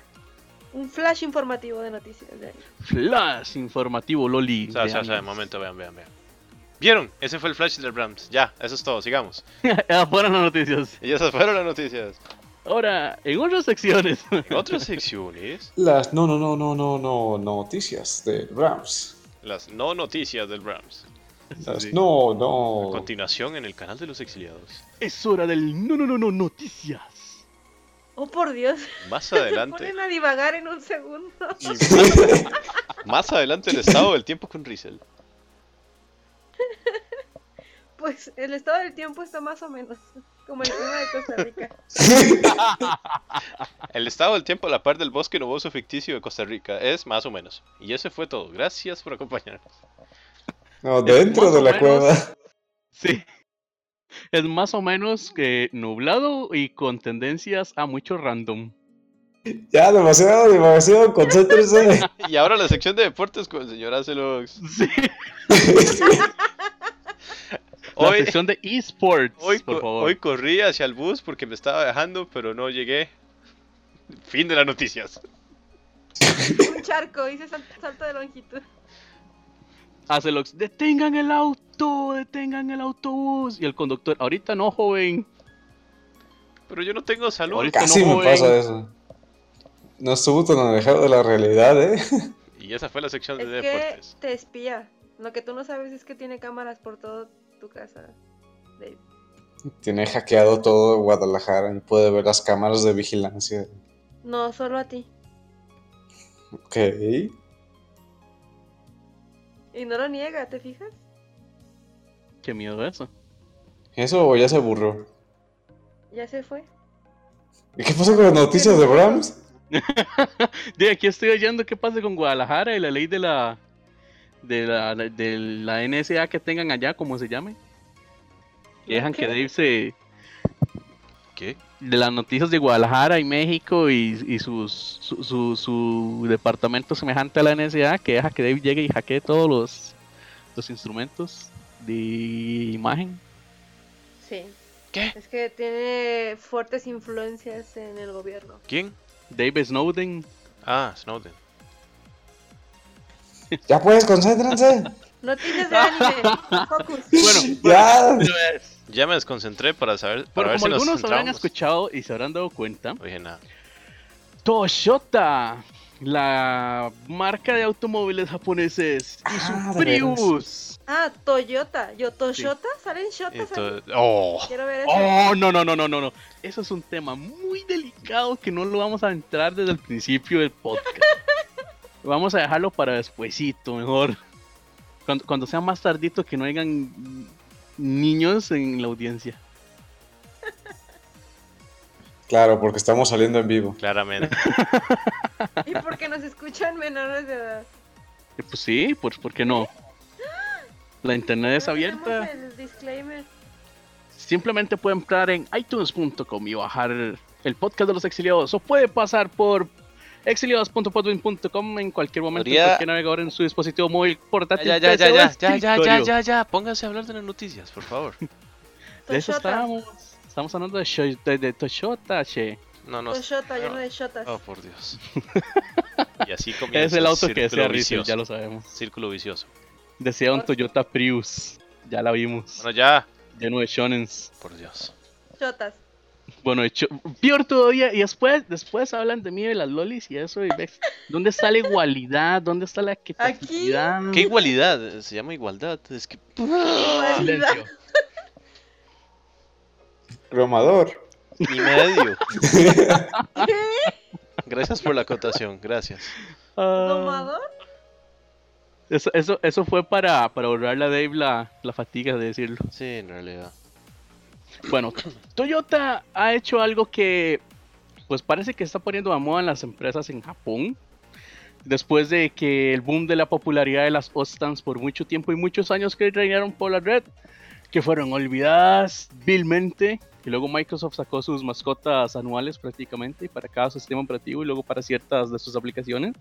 Speaker 2: Un flash informativo de noticias de ahí.
Speaker 1: Flash informativo, Loli.
Speaker 4: O sea, o sea, o sea, de
Speaker 1: veamos.
Speaker 4: momento, vean, vean, vean. ¿Vieron? Ese fue el flash del Rams. Ya, eso es todo, sigamos.
Speaker 1: Ah, fueron las noticias.
Speaker 4: Y esas fueron las noticias.
Speaker 1: Ahora, en otras secciones.
Speaker 4: En otras secciones,
Speaker 3: Las no, no, no, no, no, no noticias de Brahms.
Speaker 4: las no noticias del Rams.
Speaker 3: Las
Speaker 1: Sí.
Speaker 3: no,
Speaker 1: Oh.
Speaker 4: A
Speaker 3: no.
Speaker 4: continuación, en el canal de los exiliados.
Speaker 1: Es hora del no, no, no, no, noticias.
Speaker 2: Oh, por Dios.
Speaker 4: Más
Speaker 2: Se
Speaker 4: adelante,
Speaker 2: ponen a divagar en un segundo.
Speaker 4: más adelante el estado del tiempo con Rizel.
Speaker 2: Pues el estado del tiempo está más o menos. Como el clima de Costa Rica.
Speaker 4: El estado del tiempo a la par del bosque nuboso ficticio de Costa Rica es más o menos. Y eso fue todo. Gracias por acompañarnos.
Speaker 3: No, dentro
Speaker 1: Más
Speaker 3: de
Speaker 1: o
Speaker 3: la
Speaker 1: menos.
Speaker 3: cueva.
Speaker 1: Sí. Es más o menos que nublado y con tendencias a mucho random.
Speaker 3: Ya, demasiado, demasiado, concéntrese.
Speaker 4: Y ahora la sección de deportes con el señor Acelox.
Speaker 1: Sí. La
Speaker 4: Hoy,
Speaker 1: sección de esports,
Speaker 4: hoy,
Speaker 1: por
Speaker 4: co-
Speaker 1: favor.
Speaker 4: hoy corrí hacia el bus porque me estaba dejando, pero no llegué. Fin de las noticias.
Speaker 2: Un charco, hice sal- salto de longitud.
Speaker 1: Acelox, detengan el auto, detengan el autobús. Y el conductor, ahorita no, joven.
Speaker 4: Pero yo no tengo salud.
Speaker 1: Ahorita-
Speaker 3: Casi
Speaker 1: no,
Speaker 3: me pasa
Speaker 1: joven.
Speaker 3: eso. No estuvo tan alejado de la realidad, ¿eh?
Speaker 4: Y esa fue la sección de
Speaker 2: Es que
Speaker 4: deportes.
Speaker 2: te espía. Lo que tú no sabes es que tiene cámaras por toda tu casa. Dave.
Speaker 3: Tiene hackeado todo Guadalajara y puede ver las cámaras de vigilancia.
Speaker 2: No, solo a ti.
Speaker 3: Ok.
Speaker 2: Y no lo niega, ¿te fijas?
Speaker 1: Qué miedo eso.
Speaker 3: Eso o ya se aburrió.
Speaker 2: Ya se fue.
Speaker 3: ¿Y qué pasa con las noticias de Brahms?
Speaker 1: De aquí estoy oyendo qué pasa con Guadalajara y la ley de la, de la de la NSA que tengan allá, como se llame. Que dejan que Dave se
Speaker 4: ¿Qué?
Speaker 1: de las noticias de Guadalajara y México y, y sus, su, su, su departamento semejante a la NSA que deja que Dave llegue y hackee todos los, los instrumentos de imagen.
Speaker 2: Sí.
Speaker 4: ¿Qué?
Speaker 2: Es que tiene fuertes influencias en el gobierno.
Speaker 4: ¿Quién?
Speaker 1: Dave Snowden.
Speaker 4: Ah, Snowden.
Speaker 3: Ya pues, concéntrense.
Speaker 2: Noticias de anime. Focus.
Speaker 1: Bueno,
Speaker 3: ya.
Speaker 4: Ya me desconcentré para saber. Para
Speaker 1: Bueno,
Speaker 4: ver
Speaker 1: como
Speaker 4: si nos
Speaker 1: algunos habrán
Speaker 4: centramos.
Speaker 1: escuchado y se habrán dado cuenta,
Speaker 4: No dije nada.
Speaker 1: Toyota, la marca de automóviles japoneses y su
Speaker 3: Ah, de veras.
Speaker 1: Prius.
Speaker 2: Ah, Toyota. Yo, Toyota. ¿Salen Shotas? ahí?
Speaker 4: Esto- ¡Oh!
Speaker 2: Quiero ver eso.
Speaker 1: Oh, no, no, no, no, no, no. Eso es un tema muy delicado que no lo vamos a entrar desde el principio del podcast. vamos a dejarlo para despuesito, mejor. Cuando, cuando sea más tardito que no hayan niños en la audiencia.
Speaker 3: Claro, porque estamos saliendo en vivo.
Speaker 4: Claramente.
Speaker 2: Y porque nos escuchan menores de edad.
Speaker 1: Eh, Pues sí, pues ¿por qué no? La internet es
Speaker 2: No
Speaker 1: abierta.
Speaker 2: tenemos el disclaimer.
Speaker 1: Simplemente puede entrar en iTunes.com y bajar el podcast de los exiliados. O puede pasar por exiliados.podbean.com en cualquier momento, en
Speaker 4: Podría-
Speaker 1: cualquier navegador en su dispositivo móvil portátil.
Speaker 4: Ya, ya, ya,
Speaker 1: PC o
Speaker 4: ya, ya, ya, ya,
Speaker 1: escritorio.
Speaker 4: ya, ya. Pónganse a hablar de las noticias, por favor.
Speaker 1: De eso
Speaker 2: Toyota.
Speaker 1: estábamos. Estamos hablando de, Sho- de, de Toyota, che.
Speaker 4: No, no.
Speaker 2: Toyota, lleno de Shotas.
Speaker 4: Oh, por Dios. Y así comienza.
Speaker 1: Es el auto que
Speaker 4: círculo
Speaker 1: desea Rizzo,
Speaker 4: vicioso.
Speaker 1: ya lo sabemos.
Speaker 4: Círculo vicioso.
Speaker 1: Desea un Toyota Prius. Ya la vimos.
Speaker 4: Bueno, ya.
Speaker 1: Lleno de shonens.
Speaker 4: Por Dios.
Speaker 2: Shotas.
Speaker 1: Bueno, hecho, peor todavía. Y después, después hablan de mí de las lolis y eso. Y ves, ¿Dónde está la igualdad? ¿Dónde está la equidad?
Speaker 4: ¿Qué igualdad? Se llama igualdad. Es que.
Speaker 1: Oh, Silencio.
Speaker 3: Cromador.
Speaker 4: Ni medio.
Speaker 2: ¿Qué?
Speaker 4: Gracias por la acotación. Gracias.
Speaker 1: Ah,
Speaker 2: ¿Domador?
Speaker 1: eso, eso, eso fue para, para ahorrarle a Dave la, la fatiga de decirlo.
Speaker 4: Sí, en realidad.
Speaker 1: Bueno, Toyota ha hecho algo que pues parece que está poniendo a moda en las empresas en Japón. Después de que el boom de la popularidad de las Ostans por mucho tiempo y muchos años que reinaron por la red, que fueron olvidadas vilmente, y luego Microsoft sacó sus mascotas anuales prácticamente para cada sistema operativo y luego para ciertas de sus aplicaciones.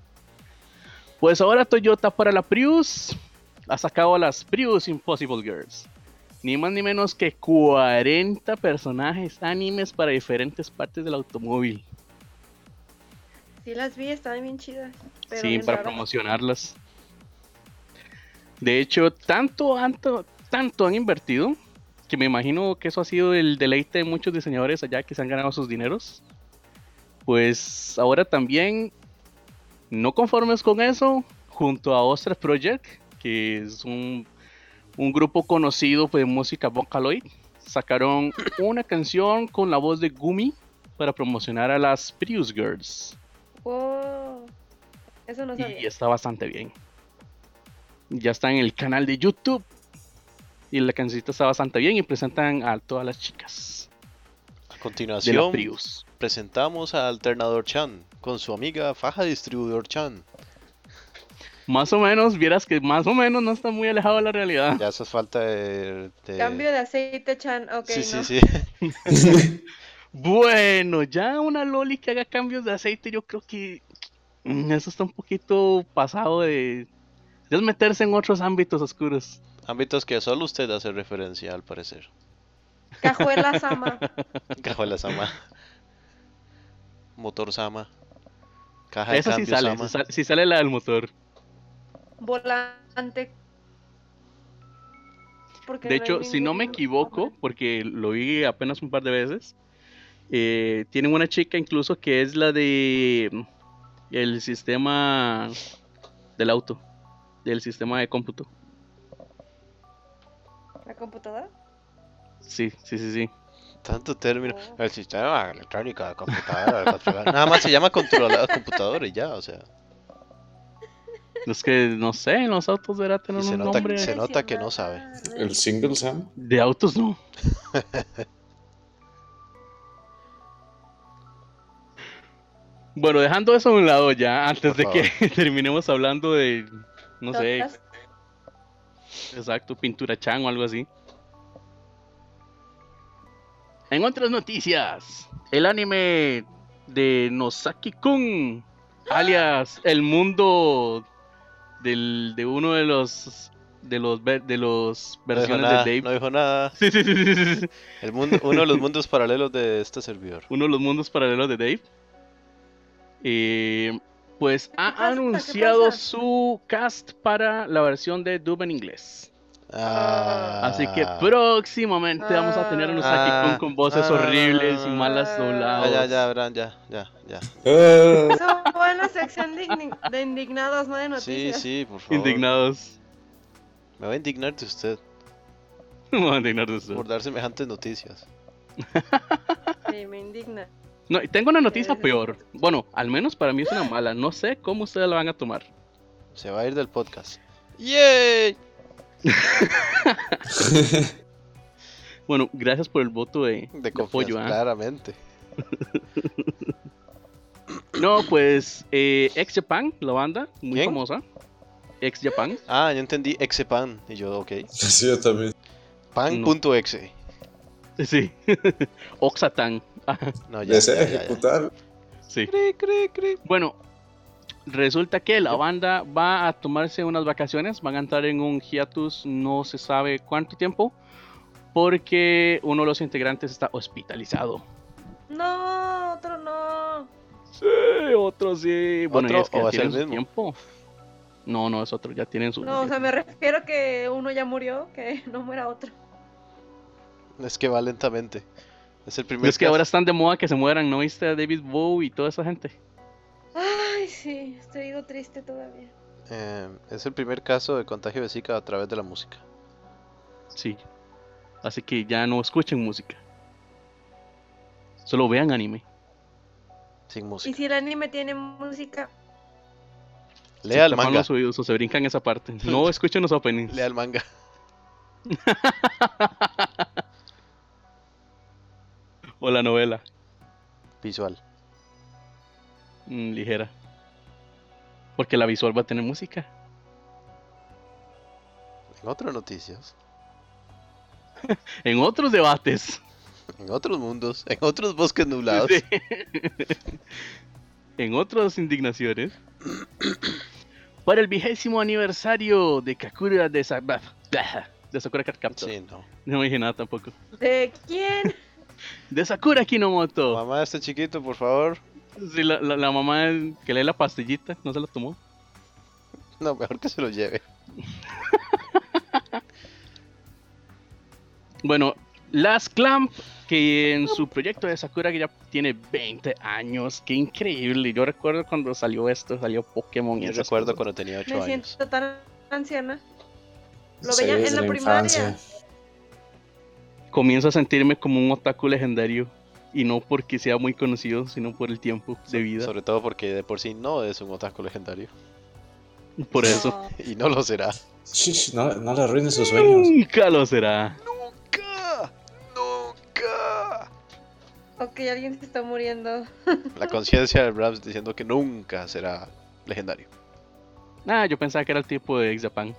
Speaker 1: Pues ahora Toyota para la Prius ha sacado a las Prius Impossible Girls ni más ni menos que 40 personajes animes para diferentes partes del automóvil.
Speaker 2: Sí, las vi, estaban bien chidas. pero
Speaker 1: sí,
Speaker 2: bien
Speaker 1: para
Speaker 2: raras.
Speaker 1: promocionarlas. De hecho, tanto, tanto, tanto han invertido que me imagino que eso ha sido el deleite de muchos diseñadores allá que se han ganado sus dineros. Pues ahora también, no conformes con eso, junto a Ostra Project, que es un, un grupo conocido pues, de música Vocaloid, sacaron una canción con la voz de Gumi para promocionar a las Prius Girls.
Speaker 2: Wow. Oh. Eso no sabía.
Speaker 1: Y está bastante bien. Ya está en el canal de YouTube. Y la cancioncita está bastante bien y presentan a todas las chicas
Speaker 4: A
Speaker 1: de la
Speaker 4: continuación,
Speaker 1: Prius.
Speaker 4: presentamos a Alternador Chan con su amiga Faja Distribuidor Chan.
Speaker 1: Más o menos, vieras que más o menos no está muy alejado de la realidad.
Speaker 4: Ya hace falta de.
Speaker 1: este-
Speaker 4: de-
Speaker 2: Cambio de aceite, Chan. Ok,
Speaker 4: sí,
Speaker 2: no.
Speaker 4: sí, sí.
Speaker 1: Bueno, ya una Loli que haga cambios de aceite, yo creo que mm, eso está un poquito pasado de. ya es meterse en otros ámbitos oscuros.
Speaker 4: Ámbitos que solo usted hace referencia, al parecer.
Speaker 2: Cajuela Sama.
Speaker 4: Cajuela Sama. Motor Sama. Caja de
Speaker 1: Esa sí
Speaker 4: cambio
Speaker 1: sale,
Speaker 4: Sama.
Speaker 1: si sale, sí sale la del motor.
Speaker 2: Volante. Porque
Speaker 1: De
Speaker 2: no hay
Speaker 1: hecho, si no me
Speaker 2: ningún-
Speaker 1: equivoco, porque lo vi apenas un par de veces, eh, tienen una chica incluso que es la de mm, el sistema del auto, del sistema de cómputo.
Speaker 2: ¿La computadora?
Speaker 1: Sí, sí, sí, sí.
Speaker 4: Tanto término.
Speaker 2: Oh.
Speaker 4: El sistema electrónico de computadora. de controlar- Nada más se llama controlador de computadora y ya, o sea.
Speaker 1: Es que no sé, en los autos deberá tener
Speaker 4: Y se
Speaker 1: un
Speaker 4: nota-
Speaker 1: nombre
Speaker 4: se nota que no sabe.
Speaker 3: ¿El single Sam?
Speaker 1: de autos, no. Bueno, dejando eso a un lado ya, antes
Speaker 4: Por
Speaker 1: de que terminemos hablando de, no sé,
Speaker 2: Tortas.
Speaker 1: exacto, pintura chan o algo así. En otras noticias, el anime de Nosaki-kun, alias El Mundo del, de uno de los de los ver- de los
Speaker 4: No dijo,
Speaker 1: versiones
Speaker 4: nada,
Speaker 1: de Dave.
Speaker 4: no dijo nada.
Speaker 1: Sí, sí, sí, sí, sí, sí.
Speaker 4: El mundo, uno de los mundos paralelos de este servidor.
Speaker 1: uno de los mundos paralelos de Dave. Eh, pues ha
Speaker 2: pasa? ¿Qué
Speaker 1: anunciado
Speaker 2: pasa?
Speaker 1: su cast para la versión de dub en inglés.
Speaker 4: Ah.
Speaker 1: Así que próximamente vamos a tener unos aquí
Speaker 4: Ah.
Speaker 1: con, con voces
Speaker 4: Ah.
Speaker 1: horribles y malas
Speaker 4: Ah,
Speaker 1: dobladas.
Speaker 4: ya, ya, Bran, ya, ya, ya.
Speaker 3: Eh,
Speaker 2: Eso fue en la sección de, igni- de indignados, no de
Speaker 4: Sí,
Speaker 2: noticias.
Speaker 4: sí, por favor.
Speaker 1: Indignados.
Speaker 4: Me va a indignar de usted
Speaker 1: Vamos a indignar de eso.
Speaker 4: por dar semejantes noticias.
Speaker 2: Sí, me indigna.
Speaker 1: No, y tengo una noticia
Speaker 2: Eh.
Speaker 1: peor. Bueno, al menos para mí es una mala. No sé cómo ustedes la van a tomar.
Speaker 4: Se va a ir del podcast. ¡Yay!
Speaker 1: Bueno, gracias por el voto de, de
Speaker 4: De
Speaker 1: apoyo.
Speaker 4: confianza,
Speaker 1: ¿ah?
Speaker 4: claramente.
Speaker 1: No, pues eh, Ex Japan, la banda, muy
Speaker 4: ¿Quién?
Speaker 1: famosa. Ex Japan.
Speaker 4: Ah, yo entendí exepan. Y yo, ok.
Speaker 3: sí, yo también.
Speaker 4: Pan.exe.
Speaker 1: Sí. Oxatan.
Speaker 4: No, ya,
Speaker 3: Desea
Speaker 4: ya, ya, ya.
Speaker 3: ejecutar.
Speaker 1: Sí.
Speaker 4: Cri, cri, cri.
Speaker 1: Bueno, resulta que la banda va a tomarse unas vacaciones, van a entrar en un hiatus, no se sabe cuánto tiempo, porque uno de los integrantes está hospitalizado.
Speaker 2: No, otro no.
Speaker 1: Sí, otro sí. Bueno, y
Speaker 4: ¿Otro
Speaker 1: es que
Speaker 4: o
Speaker 1: ya
Speaker 4: va a ser
Speaker 1: tienen
Speaker 4: el
Speaker 1: su
Speaker 4: mismo?
Speaker 1: tiempo. No, no, es otro, ya tienen su.
Speaker 2: No, o sea, me refiero que uno ya murió, que no muera otro.
Speaker 4: Es que va lentamente. Es el primer
Speaker 1: es que
Speaker 4: caso.
Speaker 1: ahora están de moda que se mueran, ¿no viste a David Bowie y toda esa gente?
Speaker 2: Ay, sí, estoy ido triste todavía.
Speaker 4: Eh, es el primer caso de contagio de Zika a través de la música.
Speaker 1: Sí. Así que ya no escuchen música. Solo vean anime.
Speaker 4: Sin
Speaker 2: Y
Speaker 4: música.
Speaker 2: si el anime tiene música,
Speaker 4: Lea el
Speaker 1: tapan
Speaker 4: manga.
Speaker 1: los oídos o se brincan esa parte. No escuchen los openings.
Speaker 4: Lea el manga.
Speaker 1: O la novela.
Speaker 4: Visual.
Speaker 1: mm, ligera. Porque la visual va a tener música.
Speaker 4: En otras noticias.
Speaker 1: En otros debates.
Speaker 4: En otros mundos. En otros bosques nublados.
Speaker 1: Sí. en otras indignaciones. Para el vigésimo aniversario de Kakura de, Sa- bah, bah, de Sakura Card Captor.
Speaker 4: Sí, no.
Speaker 1: No dije nada tampoco.
Speaker 2: ¿de quién?
Speaker 1: De Sakura Kinomoto.
Speaker 4: Mamá de este chiquito, por favor.
Speaker 1: Sí, la, la- la mamá que lee la pastillita no se la tomó.
Speaker 4: No, mejor que se lo lleve.
Speaker 1: Bueno, Last Clamp, que en su proyecto de Sakura que ya tiene 20 años, qué increíble. Yo recuerdo cuando salió esto, salió Pokémon y
Speaker 4: Yo
Speaker 1: esas
Speaker 4: recuerdo
Speaker 1: cosas.
Speaker 4: cuando tenía 8
Speaker 2: Me
Speaker 4: años.
Speaker 2: siento tan anciana. Lo
Speaker 3: Sí,
Speaker 2: veía en
Speaker 3: desde
Speaker 2: la, primaria.
Speaker 1: Comienzo a sentirme como un otaku legendario. Y no porque sea muy conocido, sino por el tiempo de vida.
Speaker 4: Sobre todo porque de por sí no es un otaku legendario.
Speaker 1: Por eso.
Speaker 2: No.
Speaker 4: Y no lo será.
Speaker 3: Shish, no, no le arruines sus sueños.
Speaker 1: Nunca lo será.
Speaker 4: ¡Nunca! ¡Nunca!
Speaker 2: Oh, Ok, alguien se está muriendo.
Speaker 4: La conciencia de Brams diciendo que nunca será legendario.
Speaker 1: Ah, yo pensaba que era el tipo de Ex Japan.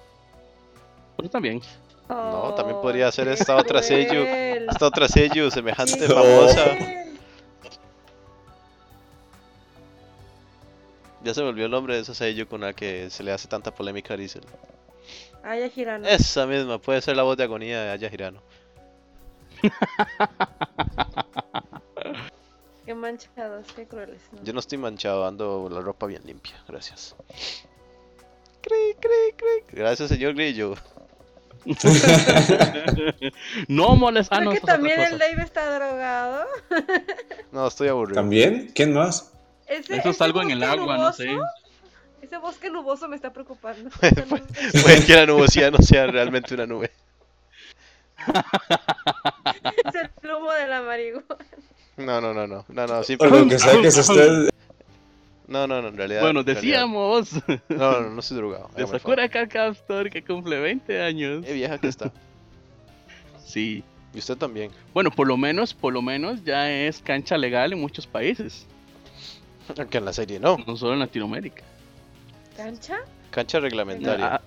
Speaker 1: Pero también.
Speaker 4: No, también
Speaker 2: Oh,
Speaker 4: podría ser
Speaker 2: qué
Speaker 4: esta otra sello.
Speaker 2: cruel.
Speaker 4: Esta otra sello semejante
Speaker 2: Qué
Speaker 3: No.
Speaker 4: famosa.
Speaker 2: cruel.
Speaker 4: Ya se me olvidó el nombre de esa sello con la que se le hace tanta polémica a Rizel.
Speaker 2: Ay, a Girano.
Speaker 4: Esa misma puede ser la voz de agonía de Aya Girano.
Speaker 2: Qué manchados, qué crueles. ¿no?
Speaker 4: Yo no estoy manchado, ando la ropa bien limpia. Gracias. Cri, cri, cri. Gracias, señor Grillo.
Speaker 1: No molesta. Ah, no,
Speaker 2: Creo que
Speaker 1: eso es otra
Speaker 2: también el
Speaker 1: cosa.
Speaker 2: Dave está drogado.
Speaker 4: No, estoy aburrido.
Speaker 3: ¿También? ¿Quién más?
Speaker 2: Ese-
Speaker 1: Eso es
Speaker 2: ese
Speaker 1: algo en el
Speaker 2: bosque
Speaker 1: agua, no sé.
Speaker 2: nuboso- Ese bosque nuboso me está preocupando.
Speaker 4: Pues, Puede que la nubosidad no sea realmente una nube.
Speaker 2: Es el humo de la marihuana.
Speaker 4: No, no, no, no. No, no,
Speaker 3: O
Speaker 4: simplemente.
Speaker 3: lo que sea que se esté.
Speaker 4: No, no, no, en realidad.
Speaker 1: Bueno,
Speaker 4: en realidad.
Speaker 1: decíamos.
Speaker 4: No, no, no, no estoy drogado. eh,
Speaker 1: De
Speaker 4: hágame el
Speaker 1: Sakura
Speaker 4: favor.
Speaker 1: Card Captor que cumple 20 años.
Speaker 4: Qué Eh, vieja que está.
Speaker 1: Sí.
Speaker 4: Y usted también.
Speaker 1: Bueno, por lo menos, por lo menos ya es cancha legal en muchos países.
Speaker 4: Aunque en la serie no.
Speaker 1: No solo en Latinoamérica.
Speaker 2: ¿Cancha?
Speaker 4: Cancha reglamentaria.
Speaker 1: Ah,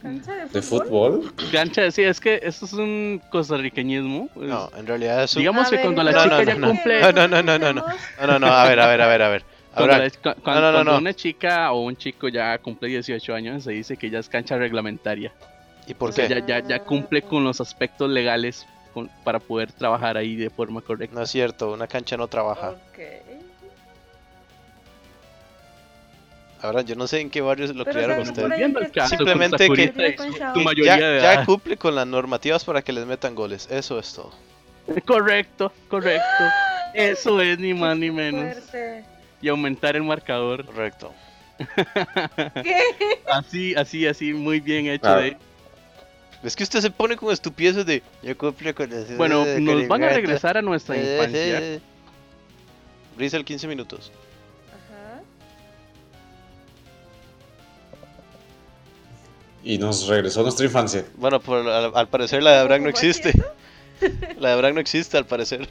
Speaker 2: ¿Cancha de fútbol?
Speaker 3: ¿De fútbol?
Speaker 1: cancha, sí, es que esto es un costarriqueñismo. es-
Speaker 4: No, en realidad es un...
Speaker 1: pues, Digamos
Speaker 2: A
Speaker 1: que
Speaker 2: ver,
Speaker 1: cuando la
Speaker 4: no,
Speaker 1: chica
Speaker 4: no,
Speaker 1: ya
Speaker 4: no, no.
Speaker 1: cumple.
Speaker 4: No, no, no, no, no.
Speaker 2: Tenemos-
Speaker 4: No, no, no, a ver, a ver, a ver, a ver.
Speaker 1: Cuando,
Speaker 4: Ahora,
Speaker 1: la- cu- cu-
Speaker 4: no, no,
Speaker 1: cuando
Speaker 4: no.
Speaker 1: una chica o un chico ya cumple 18 años, se dice que ya es cancha reglamentaria.
Speaker 4: ¿y por
Speaker 1: O sea,
Speaker 4: qué?
Speaker 1: ya, ya, ya cumple con los aspectos legales con- para poder trabajar ahí de forma correcta.
Speaker 4: No es cierto, una cancha no trabaja.
Speaker 2: Ok.
Speaker 4: Ahora, yo no sé en qué barrios lo
Speaker 2: Ah. Pero
Speaker 4: crearon
Speaker 2: se supone
Speaker 4: ustedes.
Speaker 2: que
Speaker 1: Volviendo al caso,
Speaker 4: Simplemente
Speaker 1: Costa
Speaker 4: que-
Speaker 1: Curita y su-
Speaker 2: Que
Speaker 1: tu
Speaker 2: ya-
Speaker 1: mayoría
Speaker 4: Ya,
Speaker 1: de
Speaker 4: ya
Speaker 1: edad.
Speaker 4: cumple con las normativas para que les metan goles. Eso es todo.
Speaker 1: Correcto, correcto. Eso es ni más ni menos.
Speaker 2: Fuerte.
Speaker 1: Y aumentar el marcador.
Speaker 4: Correcto.
Speaker 2: ¿Qué?
Speaker 1: Así, así, así, muy bien hecho.
Speaker 3: Ah.
Speaker 1: Dave.
Speaker 4: Es que usted se pone con estupideces de... Yo cumple con las...
Speaker 1: Bueno, nos van a
Speaker 4: reglas".
Speaker 1: regresar a nuestra
Speaker 4: Eh,
Speaker 1: infancia.
Speaker 4: Brisa el 15 minutos.
Speaker 2: Ajá.
Speaker 3: Y nos regresó a nuestra infancia.
Speaker 4: Bueno, por- al, al parecer la de Abraham no
Speaker 2: ¿Cómo es
Speaker 4: existe.
Speaker 2: eso?
Speaker 4: La de Abraham no existe, al parecer.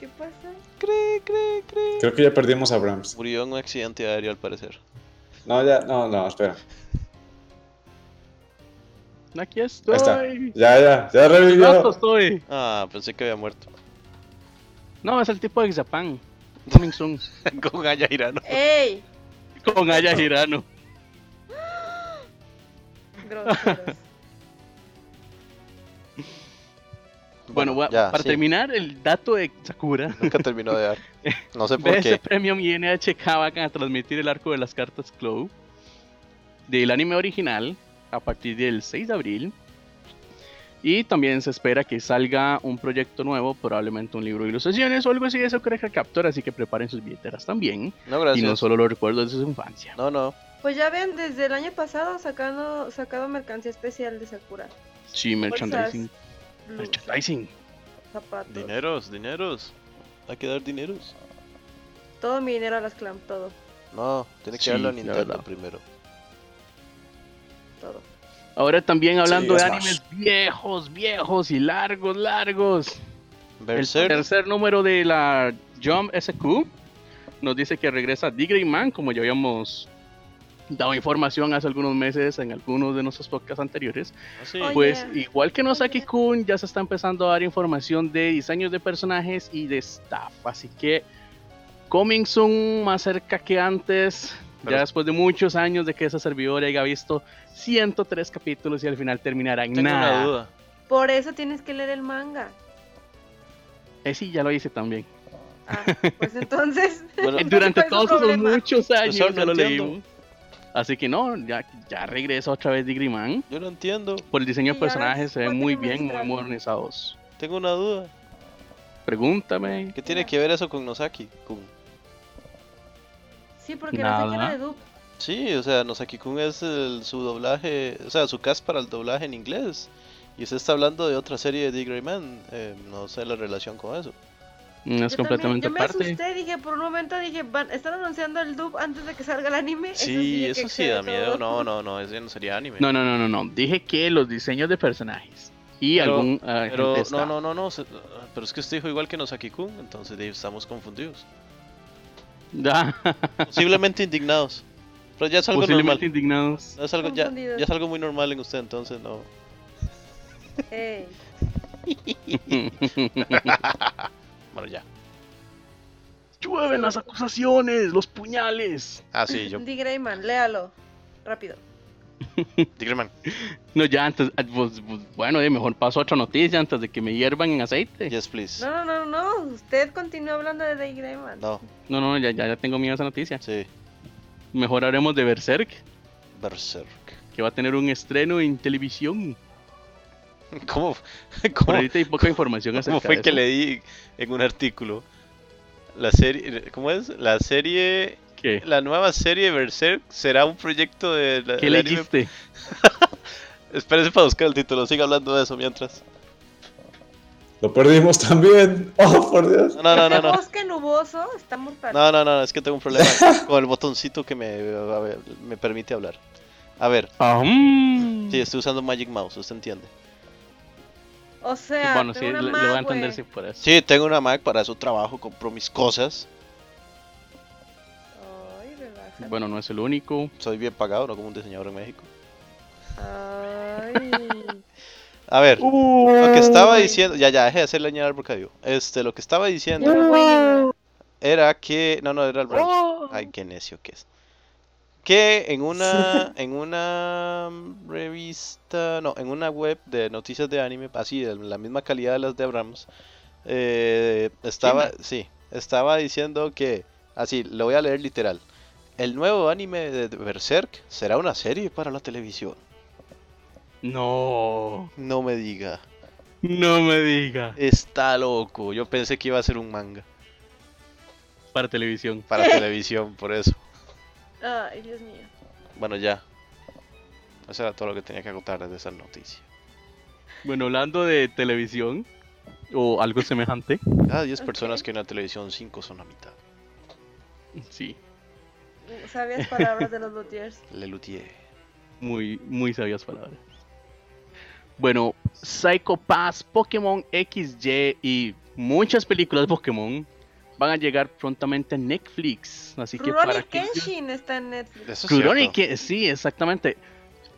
Speaker 2: ¿Qué pasa?
Speaker 4: Cree, cree, cree.
Speaker 3: Creo que ya perdimos a Brahms.
Speaker 4: Murió en un accidente aéreo, al parecer.
Speaker 3: No, ya, no, no, espera.
Speaker 1: Aquí
Speaker 3: Ahí está.
Speaker 1: estoy.
Speaker 3: Ya, ya, ya
Speaker 1: Rato
Speaker 3: revivió.
Speaker 1: estoy.
Speaker 4: Ah, pensé que había muerto.
Speaker 1: No, es el tipo de Xapán. Coming soon.
Speaker 4: con Ayairano.
Speaker 2: ¡Ey!
Speaker 1: Con Aya Girano.
Speaker 2: Groseros.
Speaker 1: Bueno, voy a- para terminar el dato de Sakura,
Speaker 4: Nunca terminó de dar. No sé por
Speaker 1: BS
Speaker 4: qué.
Speaker 1: Premium y NHK van a transmitir el arco de las cartas Clow del anime original a partir del 6 de abril. Y también se espera que salga un proyecto nuevo, probablemente un libro de ilustraciones o algo así de eso que captura, así que preparen sus billeteras también.
Speaker 4: No,
Speaker 1: Y no
Speaker 4: gracias.
Speaker 1: solo los recuerdos de su infancia.
Speaker 4: No, no.
Speaker 2: Pues ya ven, desde el año pasado sacando, sacado mercancía especial de Sakura.
Speaker 1: Sí, merchandising.
Speaker 2: Blusas,
Speaker 1: Merchandising.
Speaker 2: zapatos.
Speaker 6: Dineros, dineros.
Speaker 4: Hay que dar dineros.
Speaker 2: Todo mi dinero a las clam, todo,
Speaker 4: No, tiene que
Speaker 1: Sí,
Speaker 4: darlo a
Speaker 1: la
Speaker 4: Nintendo
Speaker 1: verdad.
Speaker 4: primero.
Speaker 2: todo.
Speaker 1: Ahora también hablando
Speaker 3: Sí,
Speaker 1: de
Speaker 3: Smash.
Speaker 1: animes viejos, viejos y largos, largos. El
Speaker 4: Berserk.
Speaker 1: tercer número de la Jump SQ nos dice que regresa Digray Man, como ya habíamos dado información hace algunos meses en algunos de nuestros podcasts anteriores.
Speaker 6: Ah, sí.
Speaker 2: Oye.
Speaker 1: Pues igual que Nosaki
Speaker 2: Oye.
Speaker 1: Kun, ya se está empezando a dar información de diseños de personajes y de staff. Así que coming soon, más cerca que antes.
Speaker 6: Pero-
Speaker 1: ya después de muchos años de que esa servidora haya visto 103 capítulos y al final terminará en
Speaker 6: Tengo
Speaker 1: nada.
Speaker 6: una duda.
Speaker 2: Por eso tienes que leer el manga.
Speaker 1: Eh, sí, ya lo hice también.
Speaker 2: Ah, pues entonces.
Speaker 4: Bueno,
Speaker 1: Eh, Durante
Speaker 2: ¿Cuál es el
Speaker 1: todos esos
Speaker 2: problema?
Speaker 1: muchos años
Speaker 4: Eso no
Speaker 1: ya lo
Speaker 4: entiendo.
Speaker 1: leímos. Así que no, ya, ya regresa otra vez de Grimán.
Speaker 4: yo no entiendo.
Speaker 1: Por el diseño de
Speaker 2: Y ahora
Speaker 1: personajes se ven
Speaker 2: cuéntame
Speaker 1: muy
Speaker 2: más
Speaker 1: bien, muy
Speaker 2: grande.
Speaker 1: modernizados.
Speaker 4: Tengo una duda.
Speaker 1: Pregúntame. mm,
Speaker 4: ¿Qué tiene que ver eso con Nosaki? Kun?
Speaker 2: Sí, porque no sé qué
Speaker 1: Nada.
Speaker 2: era de dupe.
Speaker 4: Sí, o sea, Nosaki Kun es el- su doblaje, o sea, su cast para el doblaje en inglés. Y usted está hablando de otra serie de D. Gray Man. eh, no sé la relación con eso.
Speaker 1: No es
Speaker 2: Yo también-
Speaker 1: completamente
Speaker 2: yo me
Speaker 1: parte.
Speaker 2: asusté, dije, por un momento dije, van, están anunciando el dub antes de que salga el anime.
Speaker 4: Sí,
Speaker 2: de que
Speaker 4: eso sí
Speaker 2: excede
Speaker 4: da miedo.
Speaker 2: todo.
Speaker 4: No, no, no, ese no sería anime.
Speaker 1: No, no, no, no, no. Dije que los diseños de personajes y
Speaker 4: Pero-
Speaker 1: algún. ah,
Speaker 4: Pero
Speaker 1: gente está.
Speaker 4: no, no, no, no. se- pero es que usted dijo igual que Nosaki Kun, entonces de- estamos confundidos.
Speaker 1: Ya,
Speaker 4: Posiblemente indignados. Pero ya es algo normal.
Speaker 1: posiblemente indignados.
Speaker 4: No es algo, ya,
Speaker 2: Confundidos.
Speaker 4: ya es algo muy normal en usted, entonces no.
Speaker 2: Ey,
Speaker 4: Bueno, ya.
Speaker 1: Llueven las acusaciones, los puñales.
Speaker 4: Ah, sí, yo.
Speaker 2: D. Greyman, léalo. Rápido.
Speaker 4: Digreman.
Speaker 1: No, ya antes. ah, pues, pues, bueno, eh, mejor paso a otra noticia antes de que me hiervan en aceite.
Speaker 4: Yes, please.
Speaker 2: No, no, no, no. Usted continúa hablando de D. Greyman.
Speaker 4: No,
Speaker 1: No, no, ya, ya, ya tengo miedo a esa noticia.
Speaker 4: sí.
Speaker 1: Mejor haremos de Berserk,
Speaker 4: Berserk.
Speaker 1: que va a tener un estreno en televisión.
Speaker 4: ¿Cómo,
Speaker 1: Por
Speaker 4: cómo,
Speaker 1: ahorita hay poca información acerca
Speaker 4: cómo fue
Speaker 1: de
Speaker 4: que
Speaker 1: eso.
Speaker 4: leí en un artículo? La serie. ¿Cómo es? La serie.
Speaker 1: ¿Qué?
Speaker 4: La nueva serie Berserk será un proyecto de. la-
Speaker 1: ¿Qué
Speaker 4: del anime
Speaker 1: leíste?
Speaker 4: Espérense para buscar el título, siga hablando de eso mientras.
Speaker 3: Lo perdimos también. Oh, por Dios.
Speaker 4: No, no, no,
Speaker 2: Ese
Speaker 4: no.
Speaker 2: bosque nuboso está mortal.
Speaker 4: No, no, no, es que tengo un problema con el botoncito que me, a ver, me permite hablar. A ver,
Speaker 1: Ah, mm.
Speaker 4: sí, estoy usando Magic Mouse, usted entiende.
Speaker 2: O sea,
Speaker 1: bueno, sí,
Speaker 2: tengo
Speaker 1: le,
Speaker 2: una
Speaker 1: le
Speaker 2: Mac,
Speaker 1: voy a entender
Speaker 2: güey.
Speaker 1: si por eso.
Speaker 4: Sí, tengo una Mac para su trabajo, compro mis cosas.
Speaker 2: Ay, relájate.
Speaker 1: Bueno, no es el único.
Speaker 4: Soy bien pagado, no como un diseñador en México.
Speaker 2: Ay.
Speaker 4: A ver, lo que estaba
Speaker 2: Uy.
Speaker 4: diciendo, ya, ya, dejé de hacerle añadir al bocadillo. Este, lo que estaba diciendo
Speaker 2: Muy bueno.
Speaker 4: era que, no, no, era el brunch. Ay, qué necio que es. Que en una, en una mm, revista, no, en una web de noticias de anime, así, de la misma calidad de las de Abrams, eh, estaba, sí, estaba diciendo que, así, lo voy a leer literal. El nuevo anime de Berserk será una serie para la televisión.
Speaker 1: No,
Speaker 4: No me diga,
Speaker 1: no me diga.
Speaker 4: está loco. Yo pensé que iba a ser un manga
Speaker 1: Para televisión.
Speaker 4: para televisión, por eso.
Speaker 2: Ay, Dios mío.
Speaker 4: Bueno, ya. Eso era todo lo que tenía que agotar desde esa noticia.
Speaker 1: Bueno, hablando de televisión o algo semejante.
Speaker 4: Cada 10 Ah, personas
Speaker 2: Ok.
Speaker 4: que hay en la televisión, 5 son la mitad.
Speaker 1: Sí,
Speaker 2: Sabias palabras de los Lutiers.
Speaker 4: Le Luthier.
Speaker 1: muy, muy sabias palabras. Bueno, Psycho Pass, Pokémon XY y muchas películas Pokémon van a llegar prontamente a Netflix. Así que para
Speaker 2: Ronnie
Speaker 1: que...
Speaker 2: Kenshin está en Netflix.
Speaker 4: Eso es
Speaker 1: Rurouni
Speaker 4: cierto.
Speaker 1: Ke- sí, exactamente.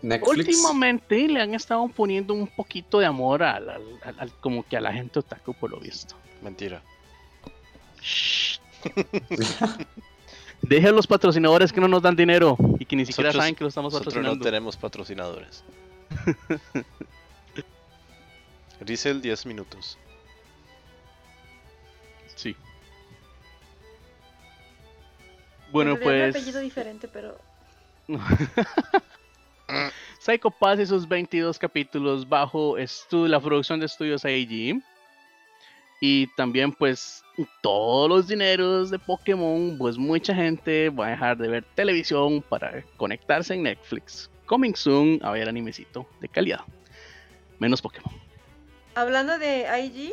Speaker 3: Netflix.
Speaker 1: Últimamente le han estado poniendo un poquito de amor al, al- al- al- como que a la gente otaku por lo visto.
Speaker 4: Mentira.
Speaker 1: Shh. Dejen los patrocinadores que no nos dan dinero y que ni siquiera
Speaker 4: Nosotros-
Speaker 1: saben que lo estamos
Speaker 4: Nosotros no
Speaker 1: patrocinando.
Speaker 4: tenemos patrocinadores. Rizel 10 minutos.
Speaker 1: Sí. Bueno,
Speaker 2: En realidad era
Speaker 1: pues
Speaker 2: Un apellido diferente, pero.
Speaker 1: Psycho Pass y sus 22 capítulos bajo estu- la producción de estudios AIG. Y también pues todos los dineros de Pokémon, pues mucha gente va a dejar de ver televisión para conectarse en Netflix. Coming soon a ver animecito de calidad. Menos Pokémon.
Speaker 2: Hablando de IG,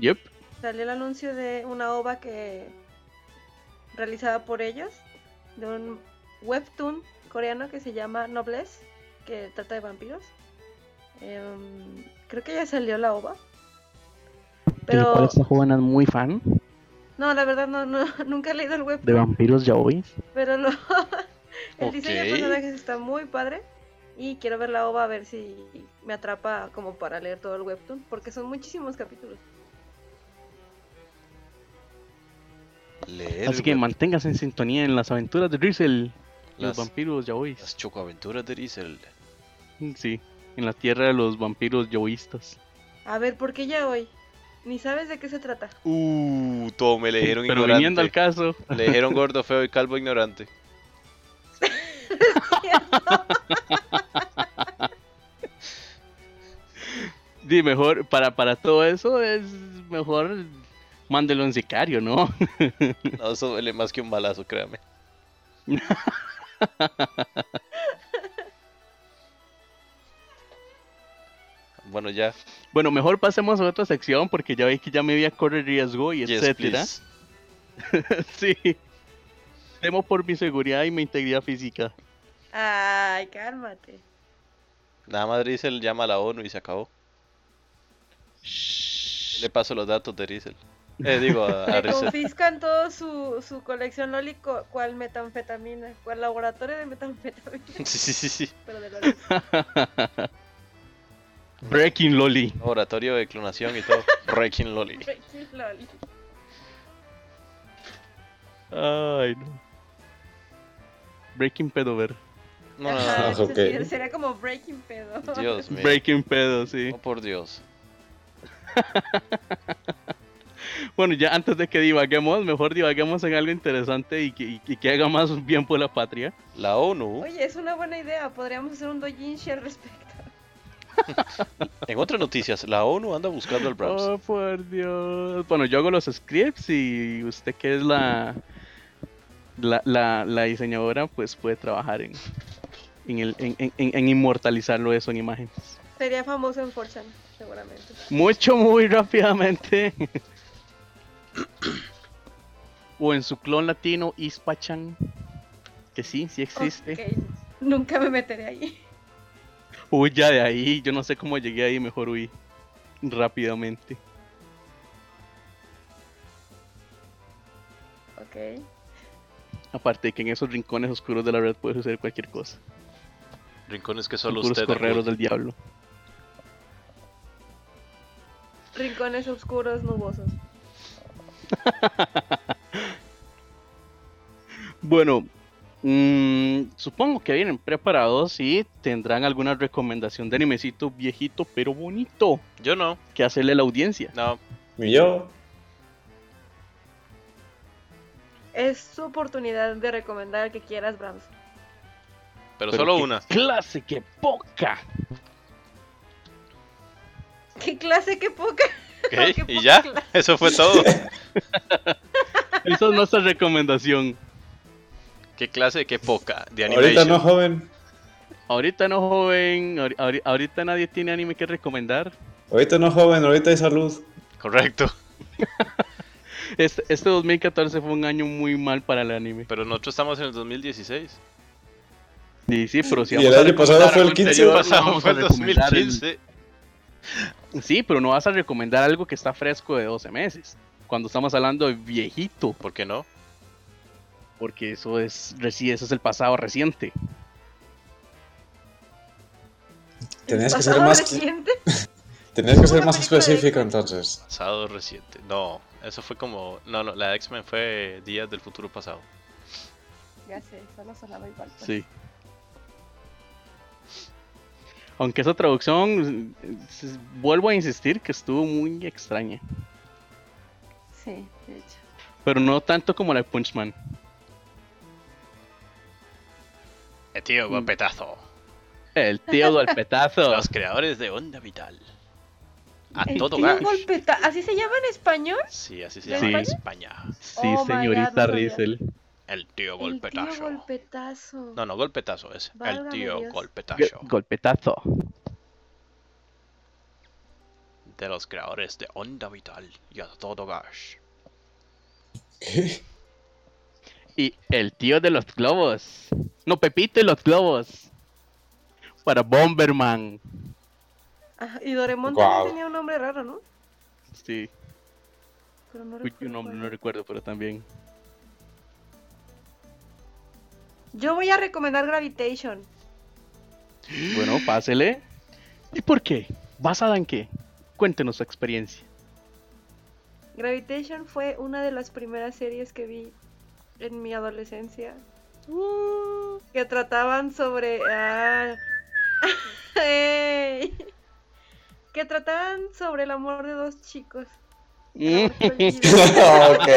Speaker 1: Yep.
Speaker 2: salió el anuncio de una ova que. realizada por ellos. De un webtoon coreano que se llama Noblesse, que trata de vampiros. Em, creo que ya salió la ova.
Speaker 1: De lo cual
Speaker 2: Pero.
Speaker 1: esta joven es muy fan
Speaker 2: No, la verdad, no, no, nunca he leído el webtoon.
Speaker 1: de vampiros yaoi.
Speaker 2: Pero lo- el diseño de
Speaker 4: Ok.
Speaker 2: personajes está muy padre. Y quiero ver la OVA a ver si me atrapa como para leer todo el webtoon. Porque son muchísimos capítulos.
Speaker 4: Leer
Speaker 1: Así que
Speaker 4: web-
Speaker 1: manténgase en sintonía en las aventuras de Drizzle. Los
Speaker 4: las,
Speaker 1: vampiros yaoi.
Speaker 4: las chocoaventuras de Rizel.
Speaker 1: Sí, en la tierra de los vampiros yoístas.
Speaker 2: A ver, ¿por qué ya hoy? Ni sabes de qué se trata.
Speaker 4: Uh, todo me le dijeron
Speaker 1: Pero
Speaker 4: ignorante.
Speaker 1: viniendo al caso,
Speaker 4: Le dijeron gordo, feo y calvo ignorante.
Speaker 1: di mejor, para, para todo eso es mejor mándelo en sicario, ¿no?
Speaker 4: No, eso duele más que un balazo, créame. bueno, ya.
Speaker 1: Bueno, mejor pasemos a otra sección porque ya veis que ya me voy a correr riesgo y
Speaker 4: Yes,
Speaker 1: etcétera.
Speaker 4: please.
Speaker 1: sí. Temo por mi seguridad y mi integridad física.
Speaker 2: Ay, cálmate.
Speaker 4: Nada más Rizel llama a la ONU y se acabó. Le paso los datos de Rizel. Eh, digo, a, a
Speaker 2: Le
Speaker 4: Rizel.
Speaker 2: confiscan toda su, su colección Loli, co- cual metanfetamina, cual laboratorio de metanfetamina,
Speaker 4: Sí, sí, sí, sí.
Speaker 2: pero de Loli.
Speaker 1: Breaking Loli.
Speaker 4: Oratorio de clonación y todo. Breaking Loli.
Speaker 2: Breaking Loli.
Speaker 1: Ay, no. Breaking Pedover.
Speaker 4: No, no,
Speaker 2: Ajá,
Speaker 4: no, no.
Speaker 3: ok.
Speaker 2: entonces Sería como Breaking Pedo.
Speaker 4: Dios mío.
Speaker 1: Breaking Pedo, sí.
Speaker 4: Oh, por Dios.
Speaker 1: Bueno, ya antes de que divaguemos, mejor divaguemos en algo interesante y que, y- y que haga más bien por la patria.
Speaker 4: La ONU,
Speaker 2: Oye, es una buena idea. Podríamos hacer un doujinshi al respecto.
Speaker 4: en otras noticias, la ONU anda buscando al Brahms.
Speaker 1: Oh, por Dios. Bueno, yo hago los scripts y usted que es la la, la, la diseñadora, pues puede trabajar en, en, el, en, en- en- en inmortalizarlo eso en imágenes.
Speaker 2: Sería famoso en 4 seguramente.
Speaker 1: Mucho, muy rápidamente. o en su clon latino, Ispachan. Que sí, sí existe.
Speaker 2: Ok, Nunca me meteré ahí.
Speaker 1: Uy, ya de ahí, yo no sé cómo llegué ahí, mejor huí. rápidamente.
Speaker 2: Ok.
Speaker 1: Aparte de que en esos rincones oscuros de la red puede suceder cualquier cosa.
Speaker 4: Rincones que
Speaker 1: Son
Speaker 4: solo
Speaker 1: puros
Speaker 4: usted.
Speaker 1: correros
Speaker 4: acude.
Speaker 1: del diablo.
Speaker 2: Rincones oscuros, nubosos.
Speaker 1: Bueno, mm, supongo que vienen preparados y tendrán alguna recomendación de animecito viejito pero bonito
Speaker 4: Yo no,
Speaker 1: que hacerle a la audiencia.
Speaker 4: no.
Speaker 3: Y yo.
Speaker 2: Es su oportunidad de recomendar que quieras, Brahms.
Speaker 4: Pero,
Speaker 1: Pero
Speaker 4: solo
Speaker 1: qué
Speaker 4: una.
Speaker 1: Clase que poca.
Speaker 2: ¡Qué clase, qué poca!
Speaker 4: ¿Ok?
Speaker 2: qué
Speaker 4: ¿Y
Speaker 2: poca
Speaker 4: ya?
Speaker 2: clase.
Speaker 4: Eso fue todo.
Speaker 1: Esa es nuestra recomendación.
Speaker 4: ¿Qué clase? ¿Qué poca? De
Speaker 3: Ahorita
Speaker 4: animation.
Speaker 3: no, joven.
Speaker 1: Ahorita no, joven. ahori- ahori- Ahorita nadie tiene anime que recomendar.
Speaker 3: Ahorita no, joven. Ahorita hay salud.
Speaker 4: Correcto.
Speaker 1: Este, este 2014 fue un año muy mal para el anime.
Speaker 4: Pero nosotros estamos en el 2016.
Speaker 1: Y sí, pero si
Speaker 3: Y el
Speaker 1: vamos a
Speaker 3: año pasado fue el
Speaker 1: recomendar algo
Speaker 3: 15.
Speaker 4: El año
Speaker 1: anterior,
Speaker 4: pasado
Speaker 1: no vamos
Speaker 4: fue
Speaker 1: a
Speaker 4: el
Speaker 1: recomendar el-
Speaker 4: 2015.
Speaker 1: Sí, pero no vas a recomendar algo que está fresco de 12 meses. Cuando estamos hablando de viejito,
Speaker 4: ¿Por qué no?
Speaker 1: porque eso es, reci- eso es el pasado reciente.
Speaker 3: Tenías que ser
Speaker 2: Pasado
Speaker 3: más,
Speaker 2: reciente.
Speaker 3: tenías que ser
Speaker 2: Una
Speaker 3: más
Speaker 2: película de
Speaker 3: específico
Speaker 2: X-Men.
Speaker 3: entonces.
Speaker 4: Pasado reciente. No, eso fue como. No, no, la de X-Men fue Días del Futuro Pasado.
Speaker 2: Ya sé, solo sonaba igual. pues.
Speaker 1: Sí. Aunque esa traducción, s- s- vuelvo a insistir que estuvo muy extraña.
Speaker 2: Sí, de hecho.
Speaker 1: Pero no tanto como la de Punch Man.
Speaker 4: Eh, tío, guapetazo.
Speaker 1: El tío del
Speaker 2: Oh
Speaker 1: petazo.
Speaker 4: Los creadores de Onda Vital. A
Speaker 2: El
Speaker 4: todo
Speaker 2: tío
Speaker 4: gas.
Speaker 2: golpeta. ¿Así se llama en español?
Speaker 4: Sí, así se
Speaker 1: ¿De
Speaker 4: llama en España.
Speaker 1: Sí,
Speaker 2: Oh my God, no
Speaker 1: señorita
Speaker 2: sabía.
Speaker 1: Riesel.
Speaker 4: El tío
Speaker 2: El tío
Speaker 4: golpetazo.
Speaker 2: golpetazo.
Speaker 4: No, no, golpetazo es. El
Speaker 2: Válgame
Speaker 4: tío
Speaker 2: Dios.
Speaker 4: golpetazo.
Speaker 1: Golpetazo.
Speaker 4: De los creadores de Onda Vital y a todo gas.
Speaker 1: Y el tío de los globos. No, Pepito y los globos. Para Bomberman.
Speaker 2: Ah, y Doremon
Speaker 3: Guau.
Speaker 2: también tenía un nombre raro, ¿no?
Speaker 1: Sí,
Speaker 2: Pero no
Speaker 1: cuyo
Speaker 2: recuerdo
Speaker 1: nombre no
Speaker 2: cuál.
Speaker 1: recuerdo, pero también.
Speaker 2: Yo voy a recomendar Gravitation.
Speaker 1: Bueno, pásele. ¿Y por qué? ¿Basada en qué? Cuéntenos su experiencia.
Speaker 2: Gravitation fue una de las primeras series que vi en mi adolescencia. Que trataban sobre. ah, ey, que trataban sobre el amor de dos chicos. pues,
Speaker 1: Mm,
Speaker 3: ok.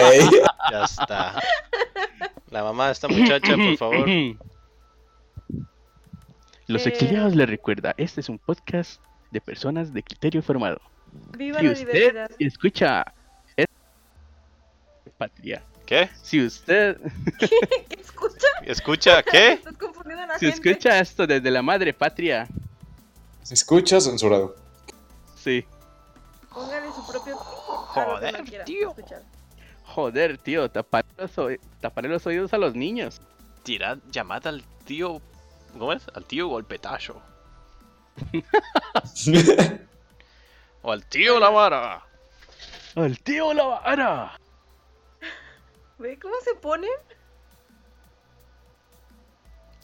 Speaker 4: Ya está. La mamá de esta muchacha, por favor.
Speaker 1: Los
Speaker 2: Eh.
Speaker 1: exiliados les recuerda, este es un podcast de personas de criterio formado.
Speaker 2: Viva
Speaker 1: Si
Speaker 2: la
Speaker 1: usted
Speaker 2: diversidad.
Speaker 1: escucha... es- Patria.
Speaker 4: ¿Qué?
Speaker 1: Si usted...
Speaker 2: ¿Qué escucha?
Speaker 4: ¿Escucha qué?
Speaker 2: Estás confundiendo a la
Speaker 1: Si
Speaker 2: gente.
Speaker 1: escucha esto desde la madre patria,
Speaker 3: Se escucha censurado.
Speaker 1: sí.
Speaker 2: Póngale su propio. a lo que
Speaker 4: Joder,
Speaker 2: no quiera
Speaker 4: tío.
Speaker 2: escuchar.
Speaker 1: Joder, tío, tapar los, oí- taparle los oídos a los niños.
Speaker 4: Tirad, llamad al tío. ¿Cómo es? Al tío golpetazo. O al tío la vara.
Speaker 1: ¡Al tío la vara!
Speaker 2: ¿Ve cómo se pone?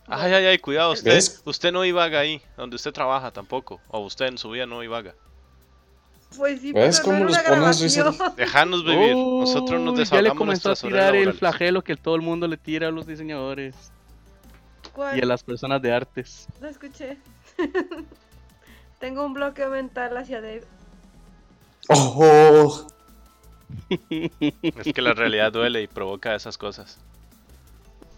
Speaker 4: Ay, ay, ay, cuidado, usted,
Speaker 3: ¿Ves?
Speaker 4: usted no divaga ahí, donde usted trabaja tampoco. O usted en su vida no divaga.
Speaker 2: Pues sí,
Speaker 3: ¿Ves
Speaker 2: pero no
Speaker 3: cómo
Speaker 2: en
Speaker 3: los
Speaker 2: una
Speaker 3: pones, Rizel?
Speaker 2: grabación.
Speaker 4: Dejarnos vivir.
Speaker 1: Uy,
Speaker 4: Nosotros nos
Speaker 1: Oh, Ya le
Speaker 4: desahogamos
Speaker 1: comenzó a
Speaker 4: nuestras
Speaker 1: tirar el
Speaker 4: horribles
Speaker 1: flagelo que todo el mundo le tira a los diseñadores
Speaker 2: ¿Cuál?
Speaker 1: y a las personas de artes.
Speaker 2: Lo escuché. Tengo un bloqueo mental hacia Dave.
Speaker 3: Ojo.
Speaker 4: Es que la realidad duele y provoca esas cosas.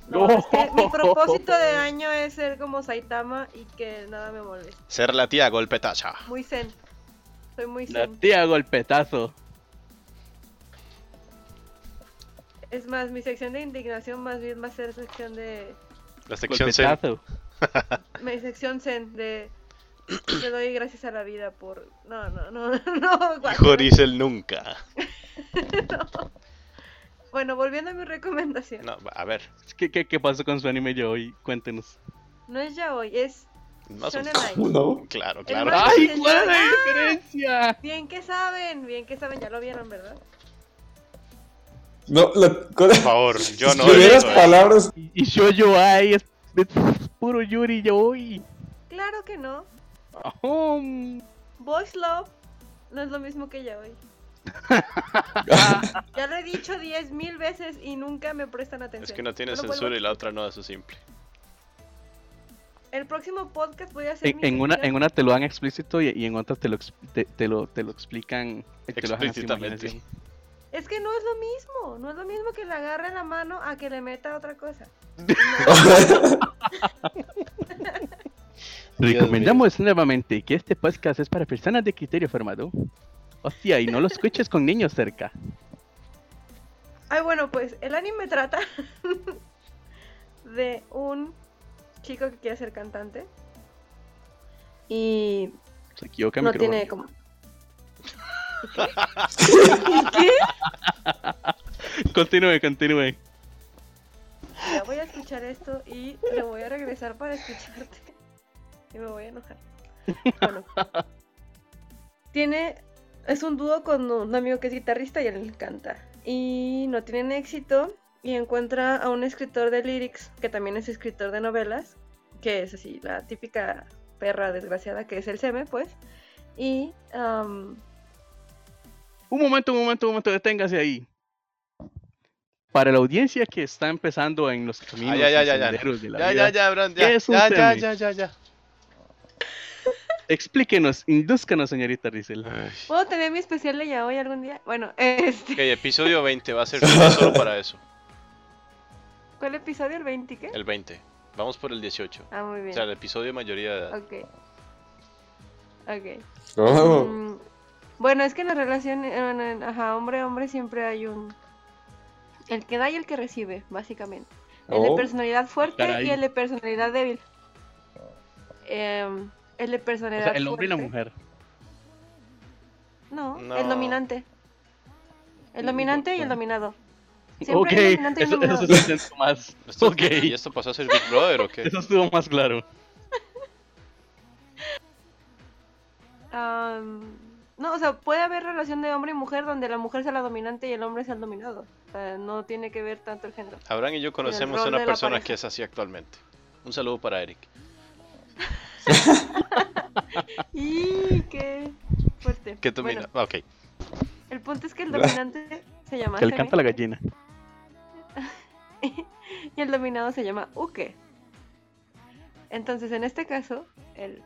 Speaker 2: No,
Speaker 1: No.
Speaker 2: es que mi propósito de año es ser como Saitama y que nada me moleste.
Speaker 4: Ser la tía golpetacha.
Speaker 2: Muy zen. Soy muy
Speaker 1: La
Speaker 2: zen.
Speaker 1: tía golpetazo.
Speaker 2: Es más, mi sección de indignación más bien va a ser sección de...
Speaker 4: La sección C.
Speaker 1: Golpetazo.
Speaker 2: Mi sección zen de... Te doy gracias a la vida por... No, no, no, no. guau.
Speaker 4: Hijo Rizel nunca.
Speaker 2: Bueno, volviendo a mi recomendación.
Speaker 4: No, a ver.
Speaker 1: ¿Qué, qué, qué pasó con su anime yo hoy? Cuéntenos.
Speaker 2: No es ya hoy, es
Speaker 4: Más o
Speaker 2: Shonen
Speaker 4: menos.
Speaker 2: Ai.
Speaker 3: ¿Cómo no?
Speaker 2: Claro.
Speaker 4: Claro, claro.
Speaker 2: más-
Speaker 1: ¡Ay, cuál es la diferencia!
Speaker 2: Bien que saben, bien que saben, ya lo vieron, ¿verdad?
Speaker 3: No, la, con
Speaker 4: Por favor, yo no.
Speaker 3: las primeras
Speaker 4: eso eh. es.
Speaker 3: palabras.
Speaker 1: Y y yo, yo, ay, es, es puro Yuri, yo, uy.
Speaker 2: Claro que no.
Speaker 1: Ajum.
Speaker 2: Boys Love no es lo mismo que ya hoy.
Speaker 1: Ah,
Speaker 2: Ya lo he dicho diez mil veces y nunca me prestan atención. pues,
Speaker 4: Es que una tiene
Speaker 2: No lo vuelvo
Speaker 4: censura
Speaker 2: a-
Speaker 4: y la otra no, eso es simple.
Speaker 2: El próximo podcast voy a hacer.
Speaker 1: En,
Speaker 2: mi
Speaker 1: en una,
Speaker 2: sección.
Speaker 1: en una te lo dan explícito y, y en otra te lo, ex- te, te lo, te lo explican y te lo dejan así,
Speaker 4: Explícitamente.
Speaker 1: imagínense.
Speaker 2: Es que no es lo mismo. No es lo mismo que le agarre la mano a que le meta otra cosa.
Speaker 4: Dios
Speaker 1: Recomendamos nuevamente que este podcast es para personas de criterio formado. Hostia, y no lo escuches con niños cerca.
Speaker 2: Ay, bueno, pues el anime trata de un chico que quiere ser cantante. Y
Speaker 1: Se equivoca el
Speaker 2: no
Speaker 1: micrófono.
Speaker 2: tiene como. ¿Qué? ¿Qué?
Speaker 1: Continúe, continúe.
Speaker 2: Ya voy a escuchar esto y te voy a regresar para escucharte. Y me voy a enojar. Bueno. Tiene. Es un dúo con un amigo que es guitarrista y él canta. Y no tienen éxito. Y encuentra a un escritor de lyrics, que también es escritor de novelas, que es así, la típica perra desgraciada que es el Seme, pues. Y am,
Speaker 1: Un momento, un momento, un momento, deténgase ahí. Para la audiencia que está empezando en los caminos
Speaker 4: ya, ya,
Speaker 1: y
Speaker 4: ya, ya.
Speaker 1: senderos de la
Speaker 4: Ya,
Speaker 1: vida,
Speaker 4: ya, ya, Bran, ya.
Speaker 1: ¿Qué es un
Speaker 4: Ya, ya,
Speaker 1: semi?
Speaker 4: ya, ya, ya.
Speaker 1: explíquenos, indúzcanos, señorita Rizel.
Speaker 2: ¿Puedo tener mi especial de ya hoy algún día? Bueno, este.
Speaker 4: Ok, episodio 20 va a ser solo para eso.
Speaker 2: ¿Cuál episodio? ¿El 20 qué?
Speaker 4: El 20. Vamos por el 18.
Speaker 2: Ah, muy bien.
Speaker 4: O sea, el episodio de mayoría de edad.
Speaker 2: Ok. Ok.
Speaker 3: Oh,
Speaker 2: Mm, bueno, es que en la relación, eh, bueno, en- ajá, hombre-hombre siempre hay un... El que da y el que recibe, básicamente. El de
Speaker 3: oh,
Speaker 2: personalidad fuerte
Speaker 1: Caray.
Speaker 2: y el de personalidad débil. Em, el de
Speaker 1: O
Speaker 2: personalidad
Speaker 1: sea, el hombre y la
Speaker 2: fuerte-
Speaker 1: mujer.
Speaker 2: No, el
Speaker 4: No.
Speaker 2: dominante. El dominante y el dominado. Siempre
Speaker 1: Ok,
Speaker 2: hay un dominante y
Speaker 1: eso,
Speaker 2: un
Speaker 1: eso
Speaker 2: dominado.
Speaker 1: se siente más.
Speaker 4: Esto-
Speaker 1: Ok,
Speaker 4: ¿Y esto pasó a ser Big Brother o qué?
Speaker 1: eso estuvo más claro.
Speaker 2: Am, no, o sea, puede haber relación de hombre y mujer donde la mujer sea la dominante y el hombre sea el dominado. O sea, no tiene que ver tanto el género.
Speaker 4: Abraham y yo conocemos a
Speaker 2: rol
Speaker 4: una
Speaker 2: de la
Speaker 4: persona
Speaker 2: pareja.
Speaker 4: que es así actualmente. Un saludo para Eric.
Speaker 2: Y qué fuerte.
Speaker 4: Que tú
Speaker 2: Bueno,
Speaker 4: mira- ah, Ok.
Speaker 2: el punto es que el dominante se llama
Speaker 1: Que le
Speaker 2: Seme
Speaker 1: canta la gallina.
Speaker 2: y el dominado se llama Uke. Entonces, en este caso, el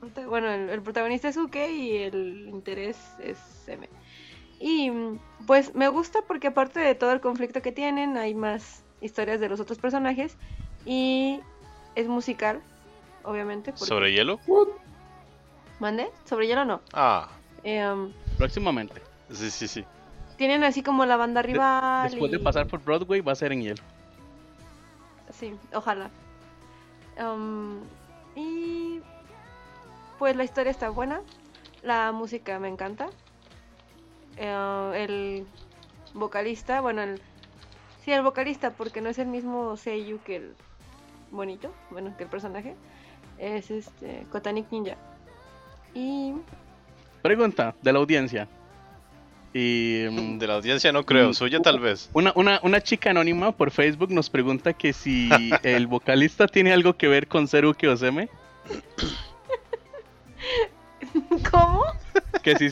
Speaker 2: prota- bueno, el, el protagonista es Uke y el interés es Seme. Y mm, pues me gusta porque aparte de todo el conflicto que tienen, hay más historias de los otros personajes y es musical, obviamente. Porque...
Speaker 4: ¿Sobre hielo?
Speaker 2: ¿Mande? ¿Sobre hielo no?
Speaker 4: Ah,
Speaker 2: Em,
Speaker 1: Próximamente.
Speaker 4: sí, sí, sí.
Speaker 2: tienen así como la banda
Speaker 1: De-
Speaker 2: rival.
Speaker 1: Después de
Speaker 2: y-
Speaker 1: pasar por Broadway va a ser en hielo.
Speaker 2: Sí, ojalá. Em, y pues la historia está buena, la música me encanta. Eh, el vocalista, bueno, el sí, el vocalista porque no es el mismo Seiyu que el bonito, bueno, que el personaje es este Kotanik Ninja. Y
Speaker 1: Pregunta de la audiencia. Y mm,
Speaker 4: De la audiencia no creo,
Speaker 1: Mm.
Speaker 4: suya tal vez.
Speaker 1: una, una, una chica anónima por Facebook nos pregunta que si el vocalista tiene algo que ver con Seruki Oseme.
Speaker 2: ¿Cómo?
Speaker 1: Que si,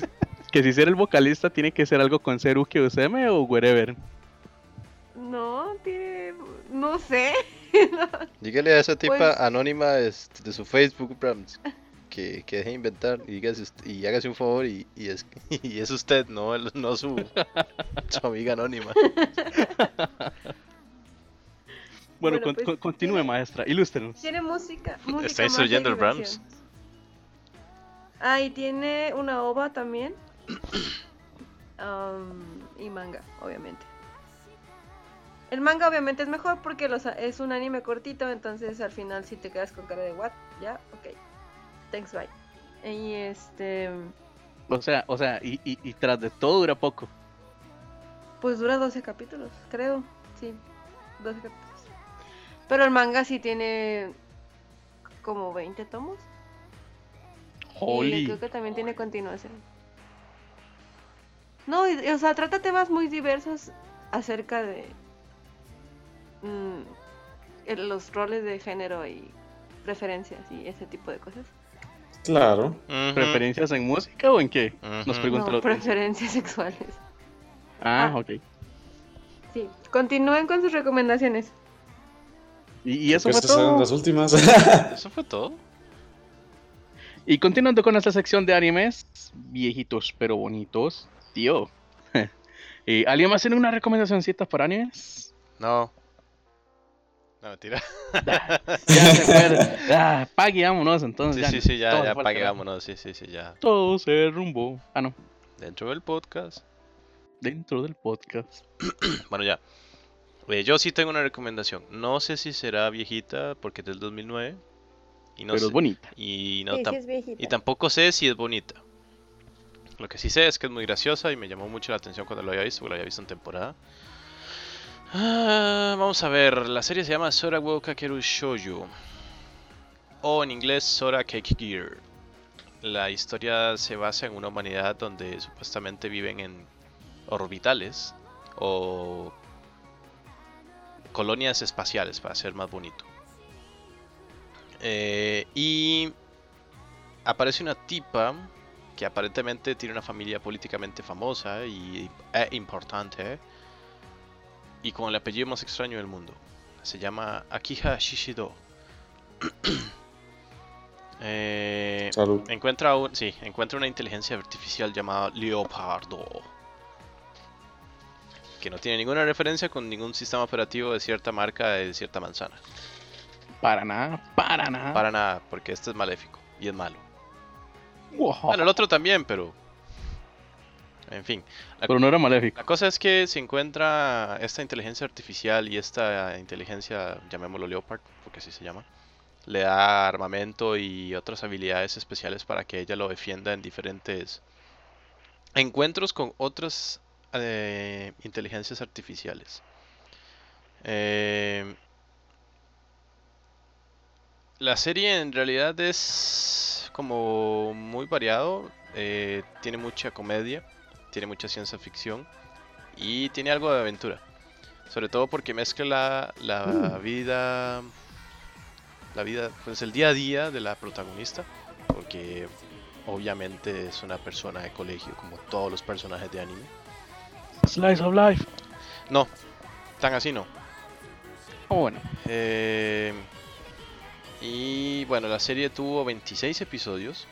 Speaker 1: que si ser el vocalista tiene que ser algo con Seruki Oseme o wherever.
Speaker 2: No tiene no sé.
Speaker 7: Dígale a esa tipa
Speaker 2: Pues-
Speaker 7: anónima este, de su Facebook, Brams, que, que deje de inventar y, dígase ust- y hágase un favor y, y, es, y es usted, no, el- no su, su amiga anónima.
Speaker 1: Bueno,
Speaker 2: Bueno,
Speaker 1: con-
Speaker 2: pues,
Speaker 1: con- continúe,
Speaker 2: tiene-
Speaker 1: maestra. Ilústrenos.
Speaker 2: Tiene música. música magia
Speaker 4: Está
Speaker 2: y
Speaker 4: instruyendo el Brahms.
Speaker 2: diversión. Ah, y tiene una ova también. Am, y manga, obviamente. El manga obviamente es mejor porque los, a- es un anime cortito, entonces al final si te quedas con cara de what, ya, ok. Thanks, bye. Y este,
Speaker 1: O sea, o sea, y, y- y tras de todo dura poco.
Speaker 2: pues dura 12 capítulos, creo. Sí, 12 capítulos. Pero el manga sí tiene como 20 tomos. Y
Speaker 1: Holy.
Speaker 2: creo que también tiene continuación. No, y- y, o sea, trata temas muy diversos acerca de mm, el- los roles de género y preferencias y ese tipo de cosas.
Speaker 3: Claro.
Speaker 1: ¿Preferencias en música o en qué? Nos
Speaker 7: Ujú.
Speaker 1: pregunta
Speaker 2: No,
Speaker 1: la otra.
Speaker 2: preferencias sexuales.
Speaker 1: Ah,
Speaker 2: Ah.
Speaker 1: ok.
Speaker 2: Sí, continúen con sus recomendaciones.
Speaker 1: Y, y eso
Speaker 3: Que
Speaker 1: fue
Speaker 3: estas eran
Speaker 1: todo.
Speaker 3: las últimas.
Speaker 4: Eso fue todo.
Speaker 1: Y continuando con esta sección de animes, viejitos pero bonitos, tío. Eh, ¿Alguien más tiene una recomendacioncita para animes?
Speaker 7: No.
Speaker 4: No, mentira.
Speaker 1: Ya se fue. Ah, pague, vámonos entonces.
Speaker 4: Sí,
Speaker 1: ya.
Speaker 4: sí, sí, ya,
Speaker 1: todo
Speaker 4: ya
Speaker 1: fue al
Speaker 4: pagué,
Speaker 1: carajo.
Speaker 4: vámonos. Sí, sí, sí, ya.
Speaker 1: Todo se rumbo. Ah, no.
Speaker 4: Dentro del podcast.
Speaker 1: Dentro del podcast.
Speaker 4: Bueno, ya. Eh, yo sí tengo una recomendación. No sé si será viejita porque es del 2009. Y no
Speaker 1: pero es
Speaker 4: sé-
Speaker 1: bonita.
Speaker 4: Y, no
Speaker 8: Sí,
Speaker 4: tam-
Speaker 8: sí es viejita.
Speaker 4: y tampoco sé si es bonita. Lo que sí sé es que es muy graciosa y me llamó mucho la atención cuando lo había visto, porque lo había visto en temporada. Ah, vamos a ver, la serie se llama Sora wo Kakeru Shoujo. O en inglés Sora Cake Gear. La historia se basa en una humanidad donde supuestamente viven en orbitales o colonias espaciales, para ser más bonito. Eh, y aparece una tipa que aparentemente tiene una familia políticamente famosa y e importante y con el apellido más extraño del mundo. Se llama Akiha Shishido. Eh,
Speaker 3: Salud.
Speaker 4: Encuentra, un- sí, encuentra una inteligencia artificial llamada Leopardo. Que no tiene ninguna referencia con ningún sistema operativo de cierta marca de cierta manzana.
Speaker 1: Para nada, para nada.
Speaker 4: Para nada, porque este es maléfico y es malo.
Speaker 1: Wow.
Speaker 4: Bueno, el otro también, pero. En fin.
Speaker 1: Pero no era maléfico.
Speaker 4: La cosa es que se encuentra esta inteligencia artificial y esta inteligencia, llamémoslo Leopard, porque así se llama, le da armamento y otras habilidades especiales para que ella lo defienda en diferentes encuentros con otras eh, inteligencias artificiales. Eh, la serie en realidad es como muy variado, eh, tiene mucha comedia tiene mucha ciencia ficción y tiene algo de aventura. Sobre todo porque mezcla la, la vida, la vida, pues el día a día de la protagonista, porque obviamente es una persona de colegio como todos los personajes de anime.
Speaker 1: Slice of life.
Speaker 4: No, tan así no.
Speaker 1: Ah, bueno.
Speaker 4: Eh, y bueno, la serie tuvo 26 episodios.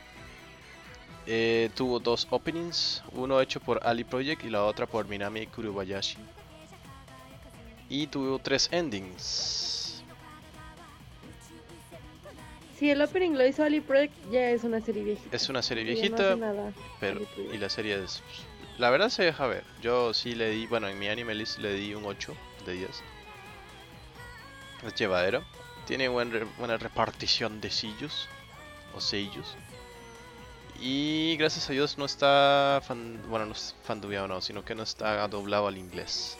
Speaker 4: Eh, tuvo dos openings, uno hecho por Ali Project y la otra por Minami Kurubayashi. Y tuvo tres endings.
Speaker 8: Si el opening lo hizo Ali Project, ya es una serie viejita.
Speaker 4: Es una serie
Speaker 8: Y ya no
Speaker 4: viejita,
Speaker 8: hace nada.
Speaker 4: pero
Speaker 8: Ali Project.
Speaker 4: y la serie es la verdad se deja ver. Yo sí le di, bueno, en mi anime list le di un 8 de 10. Es llevadero. Tiene buen re- buena repartición de sillos o sellos. Y gracias a Dios no está fan, bueno, no es fandubiado no, sino que no está doblado al inglés.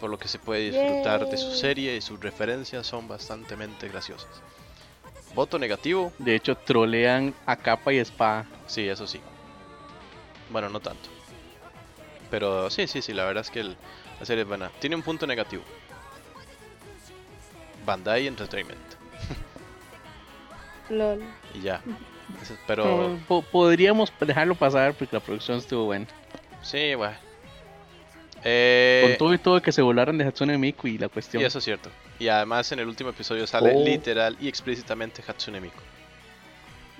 Speaker 4: Por lo que se puede disfrutar de su
Speaker 8: Yay.
Speaker 4: serie y sus referencias son bastantemente graciosas. Voto negativo,
Speaker 1: De hecho, trolean a capa y espada.
Speaker 4: Sí, eso sí. Bueno, no tanto. Pero sí, sí, sí, la verdad es que el- la serie es buena. Tiene un punto negativo. Bandai Entertainment.
Speaker 8: LOL.
Speaker 4: Y ya. Eso- Pero
Speaker 1: Po- podríamos dejarlo pasar porque la producción estuvo buena.
Speaker 4: sí, bueno. Eh,
Speaker 1: Con todo y todo que se volaron de Hatsune Miku y la cuestión.
Speaker 4: y eso es cierto. Y además en el último episodio sale
Speaker 3: Oh.
Speaker 4: literal y explícitamente Hatsune Miku.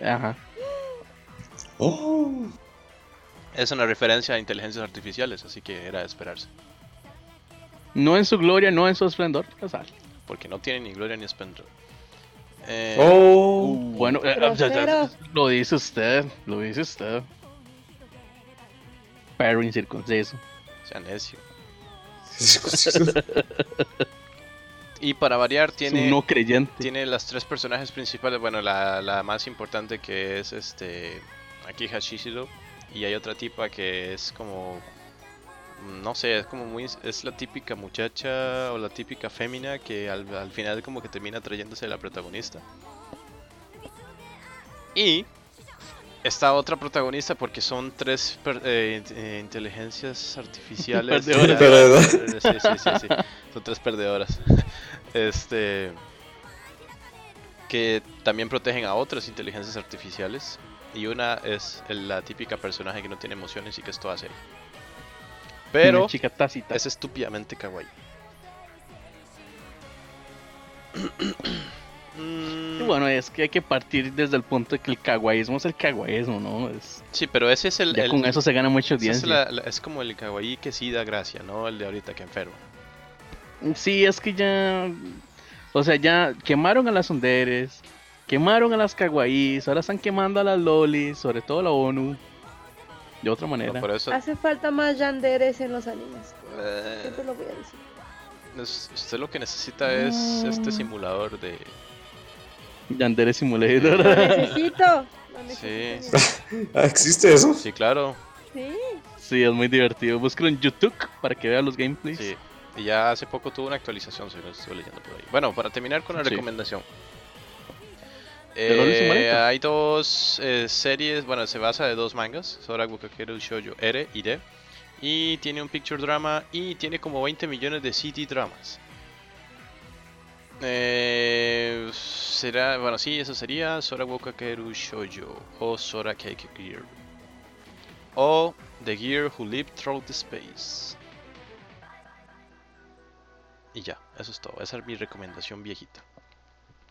Speaker 1: Ajá.
Speaker 3: Oh.
Speaker 4: Es una referencia a inteligencias artificiales, así que era de esperarse.
Speaker 1: No en su gloria, no en su esplendor, pero sale.
Speaker 4: Porque no tiene ni gloria ni esplendor. Eh,
Speaker 3: Oh.
Speaker 1: Bueno, eh,
Speaker 8: Grosero.
Speaker 1: lo dice usted, lo dice usted. Pero incircunciso.
Speaker 4: sea necio.
Speaker 3: Eso
Speaker 4: Y para variar
Speaker 1: Es
Speaker 4: tiene...
Speaker 1: un no creyente.
Speaker 4: Tiene las tres personajes principales, bueno, la, la más importante que es este aquí Hashishido y hay otra tipa que es como no sé, es como muy es la típica muchacha o la típica fémina que al, al final como que termina trayéndose a la protagonista. Y está otra protagonista porque son tres per- eh, int- eh, inteligencias artificiales.
Speaker 1: Perdedoras.
Speaker 4: creadas- Sí, sí, sí, sí. Son tres perdedoras. Este que también protegen a otras inteligencias artificiales y una es el- la típica personaje que no tiene emociones y que esto hace. Pero
Speaker 1: Una chica tácita.
Speaker 4: es estúpidamente kawaii.
Speaker 1: Y
Speaker 4: Mm,
Speaker 1: Bueno, es que hay que partir desde el punto de que el kawaiismo es el kawaiismo, ¿no? Es-
Speaker 4: Sí, pero ese es el.
Speaker 1: ya
Speaker 4: el-
Speaker 1: con eso se gana mucha
Speaker 4: ese es,
Speaker 1: audiencia.
Speaker 4: la- la- es como el kawaii que sí da gracia, ¿no? El de ahorita que enferma.
Speaker 1: Sí, es que ya. O sea, ya quemaron a las honderes, quemaron a las kawaiis, ahora están quemando a las lolis, sobre todo la ONU. De otra
Speaker 4: No,
Speaker 1: manera.
Speaker 4: por eso.
Speaker 2: Ah,
Speaker 8: Hace falta más yanderes en los animes.
Speaker 4: eh,
Speaker 8: Siempre lo voy a decir.
Speaker 4: es- usted lo que necesita es este simulador de.
Speaker 1: Yandere
Speaker 8: Lo
Speaker 4: Eh,
Speaker 1: Simulator.
Speaker 8: necesito. Lo
Speaker 4: Sí.
Speaker 8: necesito.
Speaker 3: Ah, ¿Existe eso?
Speaker 4: Sí, claro.
Speaker 8: Sí.
Speaker 1: sí, es muy divertido. Búsquelo en YouTube para que vean los gameplays.
Speaker 4: Sí. Y ya hace poco tuvo una actualización, si lo estuve leyendo por ahí. Bueno, para terminar con la
Speaker 1: Sí.
Speaker 4: recomendación.
Speaker 1: ¿De dónde es su
Speaker 4: Eh,
Speaker 1: maleta?
Speaker 4: hay dos eh, series, bueno, se basa de dos mangas, Soragu Kakeru Shoujo R y D. Y tiene un picture drama y tiene como 20 millones de city dramas. Eh, será, bueno, sí, eso sería Soragu Kakeru Shoujo o Sora Cake Gear. O The Gear Who Lived Through the Space. Y ya, eso es todo. Esa es mi recomendación viejita.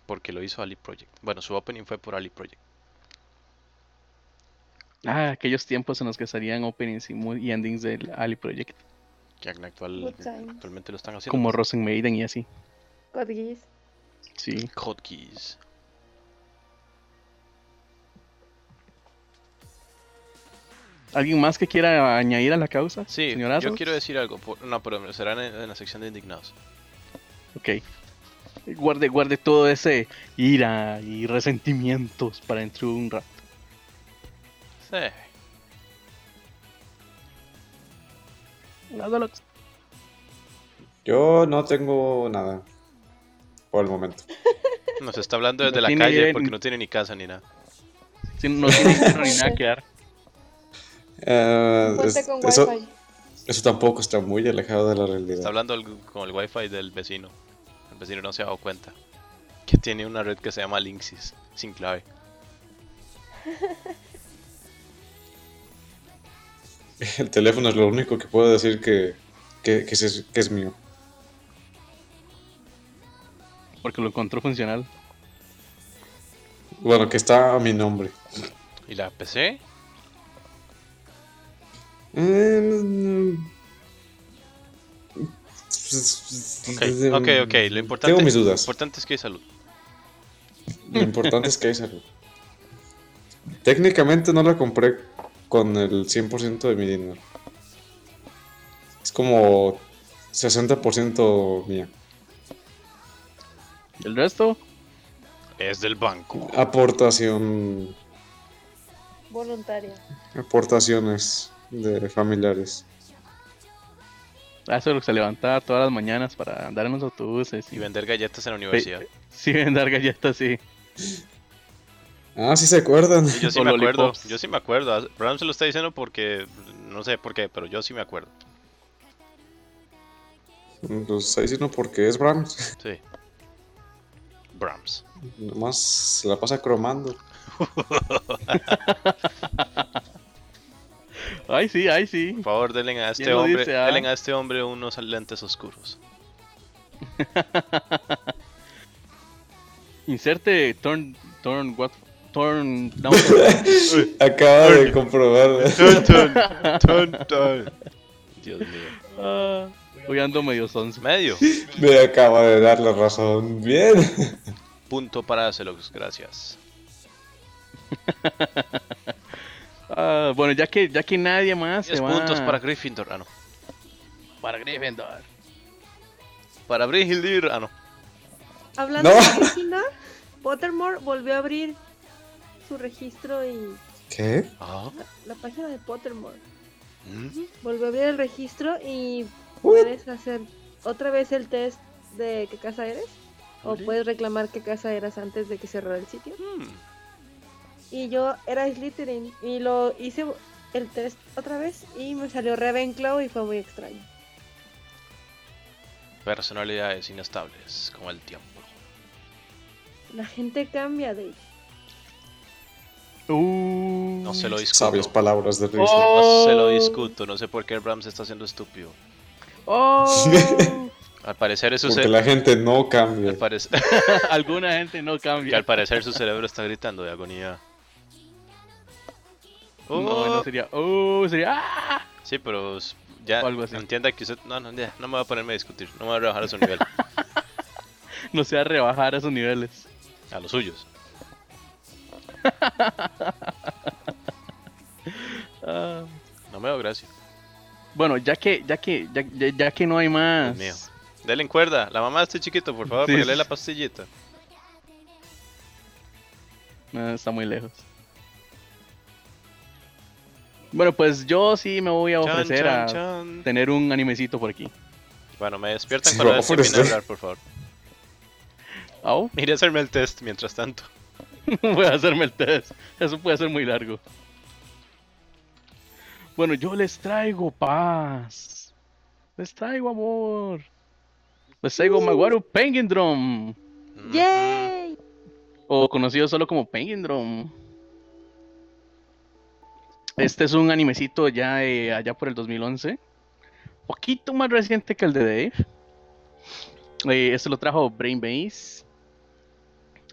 Speaker 4: Porque lo hizo Ali Project. Bueno, su opening fue por Ali Project.
Speaker 1: Ah, aquellos tiempos en los que salían openings y, mu- y endings del Ali Project,
Speaker 4: Que en actual,
Speaker 8: Good times.
Speaker 4: actualmente lo están haciendo.
Speaker 1: como Rosen Maiden y así.
Speaker 8: God Geass.
Speaker 1: Sí.
Speaker 4: Hotkeys.
Speaker 1: ¿Alguien más que quiera añadir a la causa?
Speaker 4: Sí,
Speaker 1: señorazos?
Speaker 4: yo quiero decir algo. por- no, pero serán en, en la sección de indignados.
Speaker 1: Ok. Guarde, guarde todo ese ira y resentimientos para dentro de un rato.
Speaker 4: Sí.
Speaker 1: Nodolox.
Speaker 3: Yo no tengo nada. Por el momento.
Speaker 4: Nos está hablando
Speaker 1: No
Speaker 4: desde la
Speaker 1: tiene
Speaker 4: calle
Speaker 1: idea
Speaker 4: porque
Speaker 1: ni-
Speaker 4: no tiene ni casa ni nada.
Speaker 1: Sí, no tiene dinero ni nada que dar.
Speaker 3: Eh,
Speaker 8: Ponte
Speaker 3: es-
Speaker 8: con
Speaker 3: eso,
Speaker 8: wifi.
Speaker 3: eso tampoco está muy alejado de la
Speaker 4: Está
Speaker 3: realidad.
Speaker 4: hablando al- con el wifi del vecino. El vecino no se ha dado cuenta. Que tiene una red que se llama Linksys. Sin clave.
Speaker 3: El teléfono es lo único que puedo decir que, que, que es, que es mío.
Speaker 1: Porque lo encontró funcional.
Speaker 3: Bueno, que está a mi nombre.
Speaker 4: ¿Y la PC?
Speaker 3: Eh, mm, mm,
Speaker 4: ok, ok, lo importante-
Speaker 3: Tengo mis
Speaker 4: Lo
Speaker 3: dudas.
Speaker 4: importante es que hay salud.
Speaker 3: Lo importante es que hay salud. Técnicamente no la compré con el 100% de mi dinero. Es como 60% mía.
Speaker 1: El resto,
Speaker 4: Es del banco.
Speaker 3: Aportación.
Speaker 8: Voluntaria.
Speaker 3: Aportaciones de familiares.
Speaker 1: hace lo que se levantaba todas las mañanas para andar en los autobuses.
Speaker 4: Y vender galletas en la universidad.
Speaker 1: Sí, vender galletas, sí.
Speaker 3: Ah, sí se acuerdan.
Speaker 4: Yo sí
Speaker 1: O
Speaker 4: me acuerdo,
Speaker 1: lollipops.
Speaker 4: yo sí me acuerdo. Ah, Bram se lo está diciendo porque no sé por qué, pero yo sí me acuerdo.
Speaker 3: Lo está diciendo porque es Brahms.
Speaker 4: Sí. Brahms.
Speaker 3: Nomás se la pasa cromando.
Speaker 1: Ay, sí, ay, sí.
Speaker 4: Por favor, denle a este
Speaker 1: lo
Speaker 4: hombre,
Speaker 1: dice, ah?
Speaker 4: denle a este hombre unos lentes oscuros.
Speaker 1: Inserte turn, turn, what, turn down.
Speaker 3: Acaba de comprobar.
Speaker 4: Dios mío.
Speaker 1: Ah, hoy ando medio sonso.
Speaker 4: Medio.
Speaker 3: Me acaba de dar la razón. Bien.
Speaker 4: Punto para Celox, gracias.
Speaker 1: Ah, bueno, ya que, ya que nadie más
Speaker 4: 10
Speaker 1: se va
Speaker 4: puntos para Gryffindor, ah no.
Speaker 1: Este para Gryffindor.
Speaker 4: Para Brigildir, ah no.
Speaker 2: Hablando
Speaker 3: No.
Speaker 2: de página, Pottermore volvió a abrir su registro y
Speaker 3: ¿Qué?
Speaker 4: Ah.
Speaker 2: la página de Pottermore.
Speaker 4: Mm.
Speaker 2: Volvió a abrir el registro y
Speaker 3: Uh,
Speaker 2: puedes hacer otra vez el test de qué casa eres. O puedes reclamar qué casa eras antes de que cerrara el sitio.
Speaker 4: Mm.
Speaker 2: Y yo era Slytherin. Y lo hice el test otra vez y me salió Ravenclaw y fue muy extraño.
Speaker 4: Personalidades inestables con el tiempo.
Speaker 2: La gente cambia de
Speaker 1: Uh,
Speaker 4: No se lo discuto. Oh.
Speaker 3: Sabias palabras de Riz.
Speaker 4: No Pues
Speaker 2: Oh.
Speaker 4: se lo discuto. No sé por qué Brahms está siendo estúpido.
Speaker 1: Oh.
Speaker 4: Al parecer es su
Speaker 3: Porque
Speaker 4: ce-
Speaker 3: la gente no
Speaker 4: al
Speaker 3: cambia.
Speaker 4: parecer-
Speaker 1: Alguna gente no
Speaker 4: que al
Speaker 1: cambia.
Speaker 4: parecer su cerebro está gritando de agonía. Oh,
Speaker 1: No, no sería. Oh, sería. ¡Ah!
Speaker 4: Sí, pero s- ya
Speaker 1: O algo así.
Speaker 4: entienda que usted. No, no, ya, no me va a ponerme a discutir. No me va a rebajar a su nivel.
Speaker 1: No sea rebajar a esos niveles.
Speaker 4: a los suyos.
Speaker 1: Ah.
Speaker 4: No me da gracia.
Speaker 1: Bueno, ya que, ya que, ya, ya- ya que no hay más.
Speaker 4: mío. Dele en cuerda. La mamá de este chiquito, por favor,
Speaker 1: Sí,
Speaker 4: porque
Speaker 1: sí,
Speaker 4: lee la
Speaker 1: sí.
Speaker 4: pastillita.
Speaker 1: No, Ah, está muy lejos. Bueno, pues yo sí me voy a
Speaker 4: Chan,
Speaker 1: ofrecer
Speaker 4: chan,
Speaker 1: a
Speaker 4: chan.
Speaker 1: tener un animecito por aquí.
Speaker 4: Bueno, me despiertan
Speaker 3: Sí,
Speaker 4: cuando
Speaker 3: vamos a
Speaker 4: termine de
Speaker 3: ofrecer.
Speaker 4: hablar, por favor.
Speaker 1: Au,
Speaker 4: Iré a hacerme el test mientras tanto.
Speaker 1: voy a hacerme el test. Eso puede ser muy largo. Bueno, yo les traigo paz. Les traigo amor. Les traigo Maguaru Penguin Drum.
Speaker 2: ¡Yay!
Speaker 1: o conocido solo como Penguin Drum. Este es un animecito ya eh, allá por el 2011, poquito más reciente que el de Dave. Eh, este lo trajo Brain Base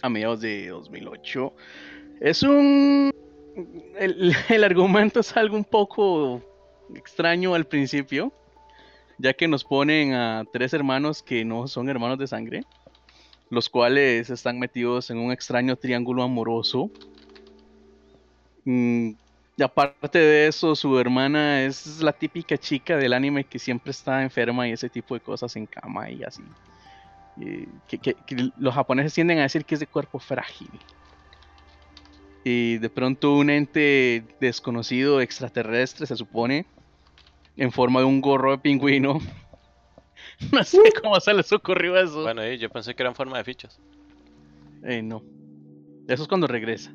Speaker 1: a mediados de 2008. Es un... El, el argumento es algo un poco extraño al principio, ya que nos ponen a tres hermanos que no son hermanos de sangre los cuales están metidos en un extraño triángulo amoroso. Mm, y aparte de eso, su hermana es la típica chica del anime que siempre está enferma y ese tipo de cosas en cama y así. Eh, que, que- que los japoneses tienden a decir que es de cuerpo frágil. Y de pronto un ente desconocido extraterrestre, se supone, en forma de un gorro de pingüino. No sé cómo se les ocurrió eso.
Speaker 4: Bueno, y yo pensé que era en forma de fichas.
Speaker 1: Eh, no. Eso es cuando regresa.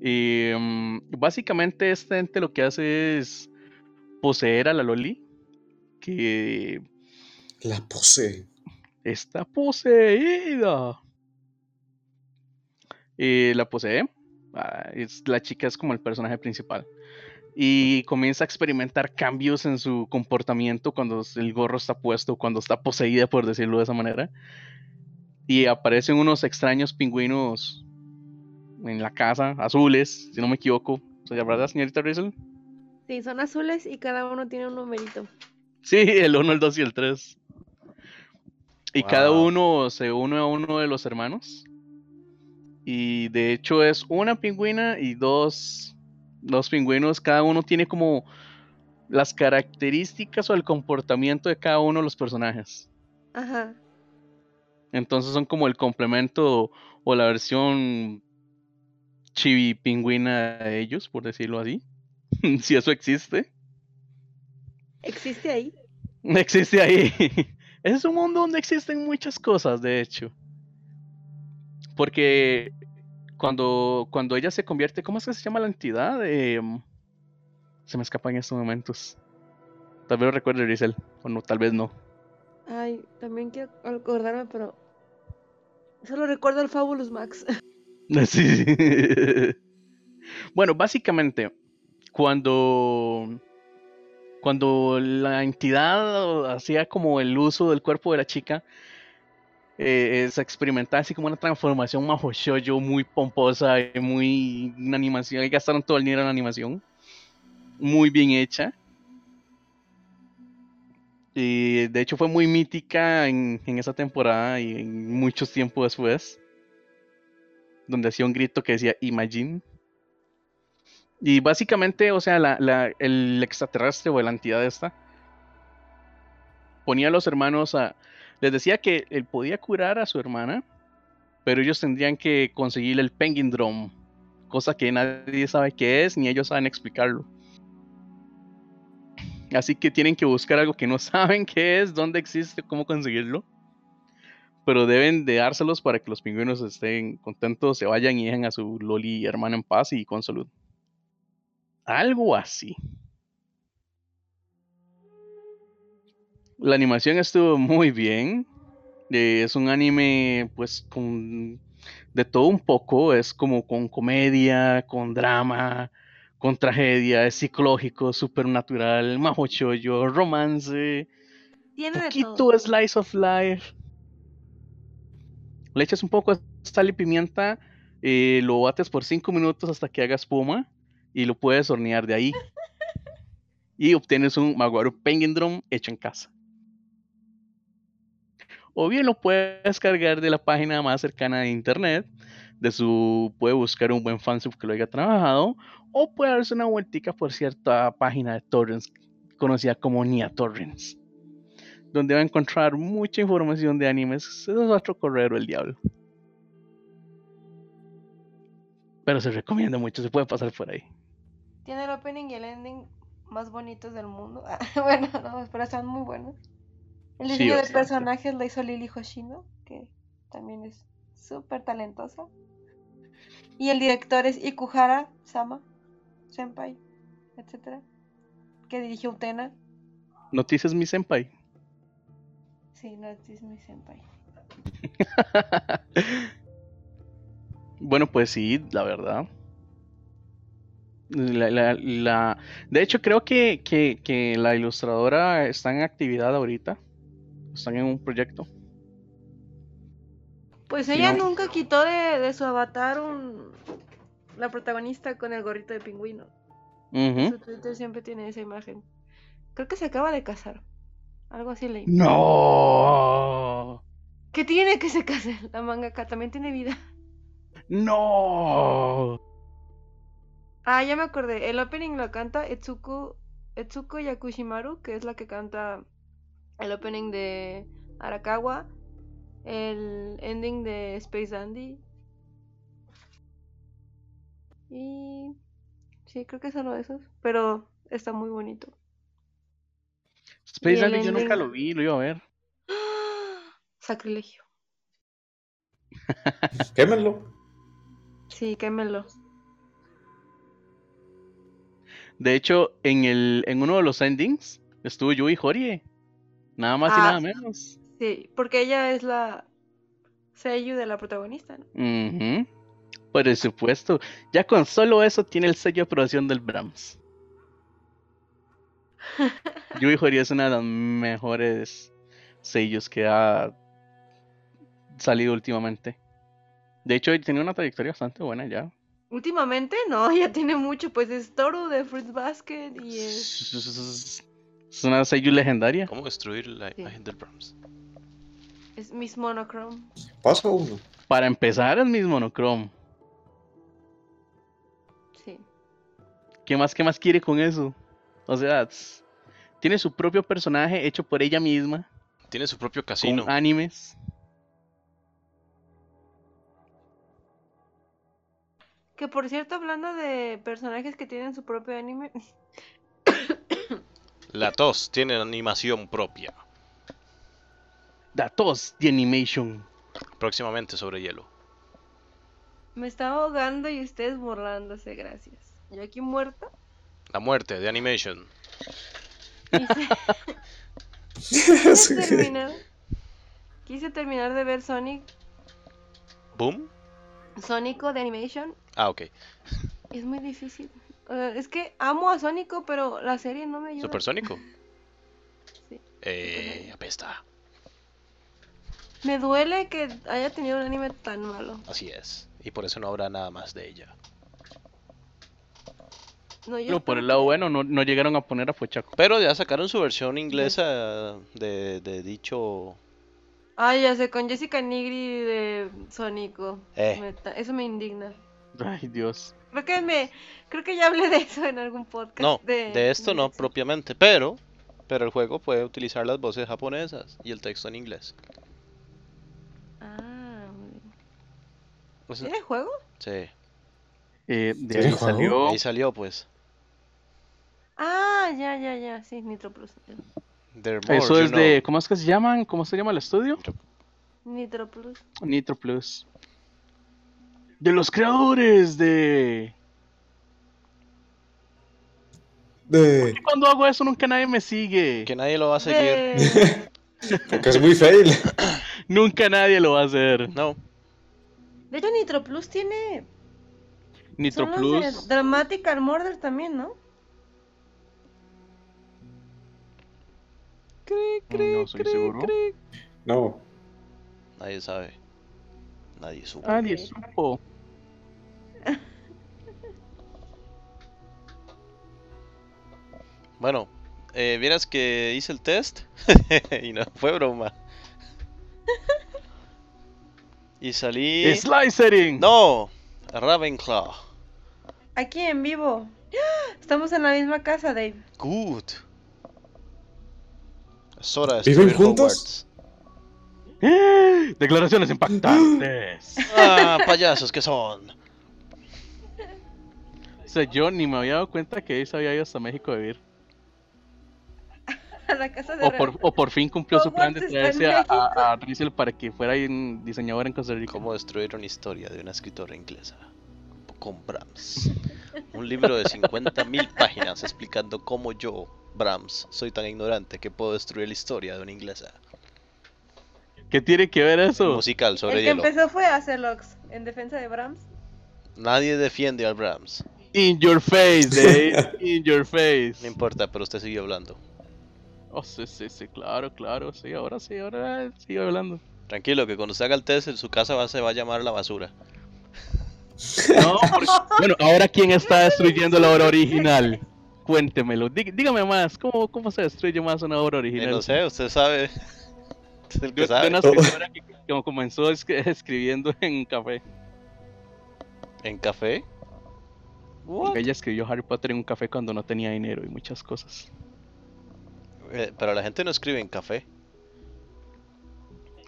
Speaker 1: Y mm, básicamente este ente lo que hace es poseer a la Loli, que
Speaker 3: La posee.
Speaker 1: está poseída. Eh, la posee. ah, es, la chica es como el personaje principal. Y comienza a experimentar cambios en su comportamiento cuando s- el gorro está puesto, cuando está poseída, por decirlo de esa manera. Y aparecen unos extraños pingüinos en la casa, azules, si no me equivoco. O sea, ¿Verdad, señorita Rizzle?
Speaker 2: Sí, son azules y cada uno tiene un numerito.
Speaker 1: Sí, el 1, el 2 y el 3. Y cada
Speaker 4: Wow.
Speaker 1: uno se une a uno de los hermanos. Y de hecho es una pingüina y dos, dos pingüinos. Cada uno tiene como las características o el comportamiento de cada uno de los personajes.
Speaker 2: Ajá.
Speaker 1: Entonces son como el complemento o la versión chibi pingüina de ellos, por decirlo así. si eso existe.
Speaker 2: ¿Existe ahí?
Speaker 1: No existe ahí. Ese es un mundo donde existen muchas cosas, de hecho. Porque cuando, cuando ella se convierte, ¿cómo es que se llama la entidad? Em, se me escapa en estos momentos. Tal vez lo recuerde Rizel, o no, tal vez no.
Speaker 2: Ay, también quiero acordarme, pero solo recuerdo el Fabulous Max.
Speaker 1: Sí. Bueno, básicamente, cuando, cuando la entidad hacía como el uso del cuerpo de la chica, eh, se experimentaba así como una transformación majo shoujo muy pomposa, y muy una animación, y gastaron todo el dinero en animación, muy bien hecha. Y de hecho fue muy mítica en, en esa temporada y en muchos tiempos después donde hacía un grito que decía Imagine. Y básicamente, o sea, la, la- el extraterrestre o la entidad esta ponía a los hermanos a. Les decía que él podía curar a su hermana, pero ellos tendrían que conseguir el Penguin Drum, cosa que nadie sabe qué es ni ellos saben explicarlo. Así que tienen que buscar algo que no saben qué es, dónde existe, cómo conseguirlo pero deben de dárselos para que los pingüinos estén contentos, se vayan y dejen a su Loli hermana en paz y con salud. Algo así. La animación estuvo muy bien. Eh, es un anime, pues, con de todo un poco. Es como con comedia, con drama, con tragedia, es psicológico, supernatural, majo choyo, romance,
Speaker 2: Tiene de todo.
Speaker 1: poquito slice of life. Le echas un poco de sal y pimienta, eh, lo bates por 5 minutos hasta que haga espuma y lo puedes hornear de ahí. Y obtienes un Maguaro Pengendrum hecho en casa. O bien lo puedes cargar de la página más cercana de internet, de su puede buscar un buen fansub que lo haya trabajado, o puede darse una vueltica por cierta página de torrents conocida como Nia Torrents, donde va a encontrar mucha información de animes. Eso es otro correo el diablo. Pero se recomienda mucho, se puede pasar por ahí.
Speaker 2: Tiene el opening y el ending más bonitos del mundo. Ah, bueno, no, pero están muy buenos. El
Speaker 1: Sí,
Speaker 2: diseño de
Speaker 1: bastante.
Speaker 2: personajes lo hizo Lily Hoshino, que también es súper talentosa. Y el director es Ikuhara Sama, Senpai, etcétera, que dirigió Utena.
Speaker 1: Noticias mi senpai.
Speaker 2: Sí, no, es mi senpai.
Speaker 1: Bueno, pues sí, la verdad. La- la- la- De hecho, creo que, que- que la ilustradora está en actividad ahorita. Están en un proyecto.
Speaker 2: Pues
Speaker 1: Sí,
Speaker 2: ella
Speaker 1: no.
Speaker 2: nunca quitó de, de su avatar un... la protagonista con el gorrito de pingüino.
Speaker 1: Ujú.
Speaker 2: Su Twitter siempre tiene esa imagen. Creo que se acaba de casar. Algo así leí.
Speaker 1: No.
Speaker 2: ¿Qué tiene que se case? La mangaka también tiene vida.
Speaker 1: No.
Speaker 2: Ah, ya me acordé. El opening lo canta Etsuko, Etsuko Yakushimaru, que es la que canta el opening de Arakawa, el ending de Space Dandy. Y sí, creo que solo esos, pero está muy bonito.
Speaker 1: Space
Speaker 2: Y el
Speaker 1: Dandy yo nunca
Speaker 2: ending.
Speaker 1: lo vi, lo iba a ver.
Speaker 2: Sacrilegio.
Speaker 3: Quémenlo.
Speaker 2: Sí, quémelo.
Speaker 1: De hecho, en el en uno de los endings estuvo Yui Horie. Nada más y
Speaker 2: Ah,
Speaker 1: nada
Speaker 2: sí.
Speaker 1: menos.
Speaker 2: Sí, porque ella es la seiyuu de la protagonista, ¿no?
Speaker 1: Ujú. Por supuesto. Ya con solo eso tiene el sello de aprobación del Brahms. Yui Horie es una de las mejores sellos que ha salido últimamente. De hecho, tiene una trayectoria bastante buena ya.
Speaker 2: Últimamente no, ya tiene mucho, pues es Toru de Fruit Basket y es...
Speaker 1: Es es una sello legendaria.
Speaker 4: ¿Cómo destruir la
Speaker 2: Sí.
Speaker 4: imagen del Brahms?
Speaker 2: Es Miss Monochrome.
Speaker 3: Paso uno.
Speaker 1: Para empezar, es Miss Monochrome.
Speaker 2: Sí.
Speaker 1: ¿Qué más, qué más quiere con eso? O sea, es- tiene su propio personaje hecho por ella misma,
Speaker 4: Tiene su propio
Speaker 1: con
Speaker 4: casino.
Speaker 1: animes.
Speaker 2: Que por cierto, hablando de personajes que tienen su propio anime,
Speaker 4: La tos tiene animación propia.
Speaker 1: Datos de animation.
Speaker 4: Próximamente sobre hielo.
Speaker 2: me estaba ahogando y ustedes burlándose, gracias. Yo aquí muerta.
Speaker 4: La muerte de Animation.
Speaker 2: Quise, quise terminar. Quise terminar de ver Sonic,
Speaker 4: ¿Boom?
Speaker 2: Sonico de Animation.
Speaker 4: Ah, ok.
Speaker 2: Es muy difícil. O sea, es que amo a Sonico, pero la serie no me ayuda.
Speaker 4: ¿Supersónico?
Speaker 2: Sí.
Speaker 4: Eh, apesta.
Speaker 2: Me duele que haya tenido un anime tan malo.
Speaker 4: Así es. Y por eso no habrá nada más de ella.
Speaker 2: No, yo
Speaker 1: Pero por
Speaker 2: espero
Speaker 1: el lado
Speaker 2: que-
Speaker 1: bueno, no, no llegaron a poner a Pochaco.
Speaker 4: Pero ya sacaron su versión inglesa de, de dicho...
Speaker 2: Ay, ya sé, con Jessica Nigri de Sónico.
Speaker 4: Eh.
Speaker 2: Me ta- Eso me indigna.
Speaker 1: Ay, Dios.
Speaker 2: Creo que me, creo que ya hablé de eso en algún podcast.
Speaker 4: No, de esto no
Speaker 2: Netflix.
Speaker 4: propiamente, pero... Pero el juego puede utilizar las voces japonesas y el texto en inglés.
Speaker 2: Ah, muy bien.
Speaker 4: O sea,
Speaker 2: ¿Tiene juego?
Speaker 4: Sí,
Speaker 1: Eh, de
Speaker 3: ¿Tiene
Speaker 1: ahí
Speaker 3: juego?
Speaker 1: salió.
Speaker 4: ahí salió pues.
Speaker 2: Ah, ya, ya, ya, sí, Nitro Plus. eh,
Speaker 4: There more,
Speaker 1: Eso
Speaker 4: you
Speaker 1: es de.
Speaker 4: know.
Speaker 1: ¿Cómo es que se llaman? ¿Cómo se llama el estudio?
Speaker 2: Nitro Plus.
Speaker 1: Nitro Plus. De los creadores de.
Speaker 3: De...
Speaker 1: Cuando hago eso nunca nadie me sigue.
Speaker 4: Que nadie lo va a seguir.
Speaker 2: De-
Speaker 3: Porque es muy fail.
Speaker 1: Nunca nadie lo va a hacer.
Speaker 4: No.
Speaker 2: De hecho, Nitro Plus tiene.
Speaker 1: Nitro
Speaker 2: son los de
Speaker 1: Plus.
Speaker 2: Dramatical Murder también, ¿no?
Speaker 1: Mm, No soy seguro.
Speaker 3: No.
Speaker 4: Nadie sabe. Nadie supo.
Speaker 1: Nadie supo.
Speaker 4: Bueno, eh, vieras que hice el test y no fue broma. Y salí.
Speaker 1: Slicering.
Speaker 4: ¡No! Ravenclaw.
Speaker 2: Aquí en vivo. ¡Ah! Estamos en la misma casa, Dave.
Speaker 4: Good. Es hora de
Speaker 3: ¿Viven
Speaker 4: destruir
Speaker 3: juntos?
Speaker 4: Hogwarts.
Speaker 1: ¡Eh! Declaraciones impactantes.
Speaker 4: ¡Ah, payasos que son!
Speaker 1: o sea, yo ni me había dado cuenta que Ace había ido hasta México a vivir.
Speaker 2: A la casa de.
Speaker 1: O por, o por fin cumplió su plan de
Speaker 2: Hogwarts está en
Speaker 1: traerse a,
Speaker 2: México.
Speaker 1: a, a Rizel para que fuera en- diseñadora en Costa Rica.
Speaker 4: ¿Cómo destruir una historia de una escritora inglesa? Con Brahms. Un libro de 50.000 páginas explicando cómo yo, Brahms, soy tan ignorante que puedo destruir la historia de una inglesa.
Speaker 1: ¿Qué tiene que ver eso?
Speaker 4: Musical
Speaker 2: El
Speaker 4: sobre
Speaker 2: que
Speaker 4: hielo.
Speaker 2: empezó fue Acerlox, en defensa de Brahms.
Speaker 4: Nadie defiende al Brahms.
Speaker 1: In your face, Dave. In your
Speaker 4: No
Speaker 1: face.
Speaker 4: importa, pero usted sigue hablando.
Speaker 1: Oh, sí, sí, sí, claro, claro. Sí, ahora sí, ahora sigue hablando.
Speaker 4: Tranquilo, que cuando usted haga el test, en su casa va- se va a llamar la basura.
Speaker 1: No, porque- bueno, ahora quién está destruyendo la obra original. Cuéntemelo. Dí- dígame más. ¿Cómo, ¿Cómo se destruye más una obra
Speaker 4: Eh,
Speaker 1: original?
Speaker 4: no sé, usted sabe. Es el
Speaker 1: Yo-
Speaker 4: que
Speaker 1: de
Speaker 4: sabe.
Speaker 1: una escritora que como comenzó es- escribiendo en un café.
Speaker 4: ¿En café?
Speaker 1: Ella escribió Harry Potter en un café cuando no tenía dinero y muchas cosas.
Speaker 4: Eh, pero la gente no escribe en café.